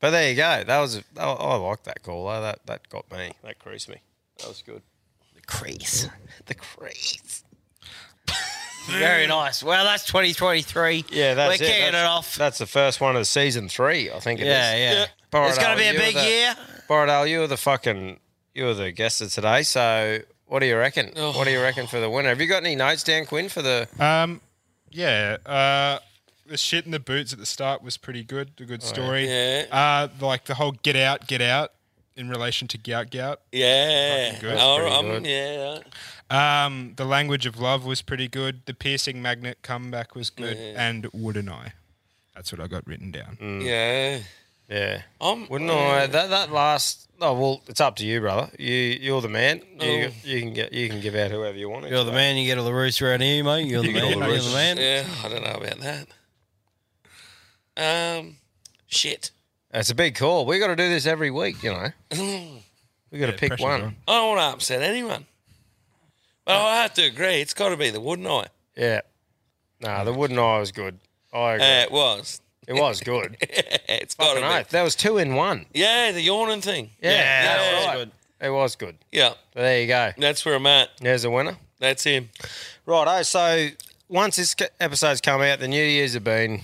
Speaker 2: but there you go. That was, a, I, I like that call. though. That, that got me. That creased me. That was good. The crease. The crease.
Speaker 1: Very nice. Well, that's 2023.
Speaker 2: Yeah, that's
Speaker 1: We're
Speaker 2: it.
Speaker 1: kicking it
Speaker 2: That's-
Speaker 1: off.
Speaker 2: That's the first one of season three, I think it is.
Speaker 1: Yeah, yeah. Yeah. It's gonna be a
Speaker 2: you were
Speaker 1: big
Speaker 2: the-
Speaker 1: year.
Speaker 2: Borodale, you were the fucking, you were the guest of today. So what do you reckon? What do you reckon for the winner? Have you got any notes, Dan Quinn, for the?
Speaker 14: Um, yeah. Uh, the shit in the boots at the start was pretty good. A good
Speaker 2: Oh, yeah.
Speaker 14: story.
Speaker 4: Yeah.
Speaker 14: Uh, like the whole get out, get out in relation to gout, gout.
Speaker 4: Yeah.
Speaker 14: Fucking good.
Speaker 4: Oh, um, yeah.
Speaker 14: Um, the language of love was pretty good. The piercing magnet comeback was good,
Speaker 4: Yeah.
Speaker 14: and wouldn't I? That's what I got written down.
Speaker 1: Mm.
Speaker 4: Yeah.
Speaker 2: Mm. Yeah.
Speaker 4: Um,
Speaker 2: Wouldn't I? That that last. Oh well, it's up to you, brother. You you're the man. You,
Speaker 1: Oh.
Speaker 2: you can get you can give out whoever you want.
Speaker 1: You're the man. You get all the roots around here, mate. You're the
Speaker 2: You get
Speaker 1: man.
Speaker 2: all the
Speaker 1: You're
Speaker 2: roosters.
Speaker 1: the man.
Speaker 4: Yeah, I don't know about that. Um, shit.
Speaker 2: It's a big call. We got to do this every week, you know. We got to
Speaker 4: Yeah,
Speaker 2: pick
Speaker 4: pressure's
Speaker 2: one.
Speaker 4: on. I don't want to upset anyone. But I have to agree, it's got to be the wooden eye.
Speaker 2: Yeah. No, the wooden eye was good. I agree.
Speaker 4: Uh, it was.
Speaker 2: It was good.
Speaker 4: it's got to
Speaker 2: Fucking
Speaker 4: be.
Speaker 2: oath. That was two in one.
Speaker 4: Yeah, the yawning thing.
Speaker 2: Yeah, that was good. It was good.
Speaker 4: Yeah.
Speaker 2: So there you go.
Speaker 4: That's where I'm at.
Speaker 2: There's a winner.
Speaker 4: That's him.
Speaker 2: Righto. eh, So once this ca- episode's come out, the New Year's have been.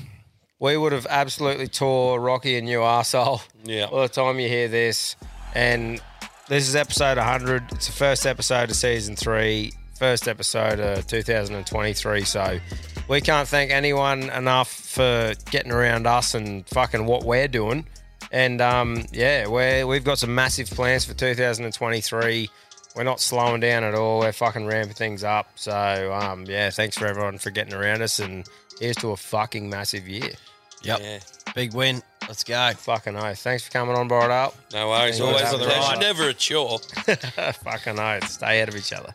Speaker 2: We would have absolutely tore Rocky a new arsehole.
Speaker 4: Yeah.
Speaker 2: By the time you hear this, and this is episode 100. It's the first episode of season three, first episode of 2023. So we can't thank anyone enough for getting around us and fucking what we're doing. And um, yeah, we're, we've got some massive plans for 2023. We're not slowing down at all. We're fucking ramping things up. So um, yeah, thanks for everyone for getting around us. And here's to a fucking massive year.
Speaker 28: Yep. Big win. Let's go.
Speaker 2: Fucking oath. Thanks for coming on, board up.
Speaker 4: No worries.
Speaker 2: Thank you.
Speaker 4: Always a pleasure. Never a chore.
Speaker 2: fucking oath. Stay out of each other.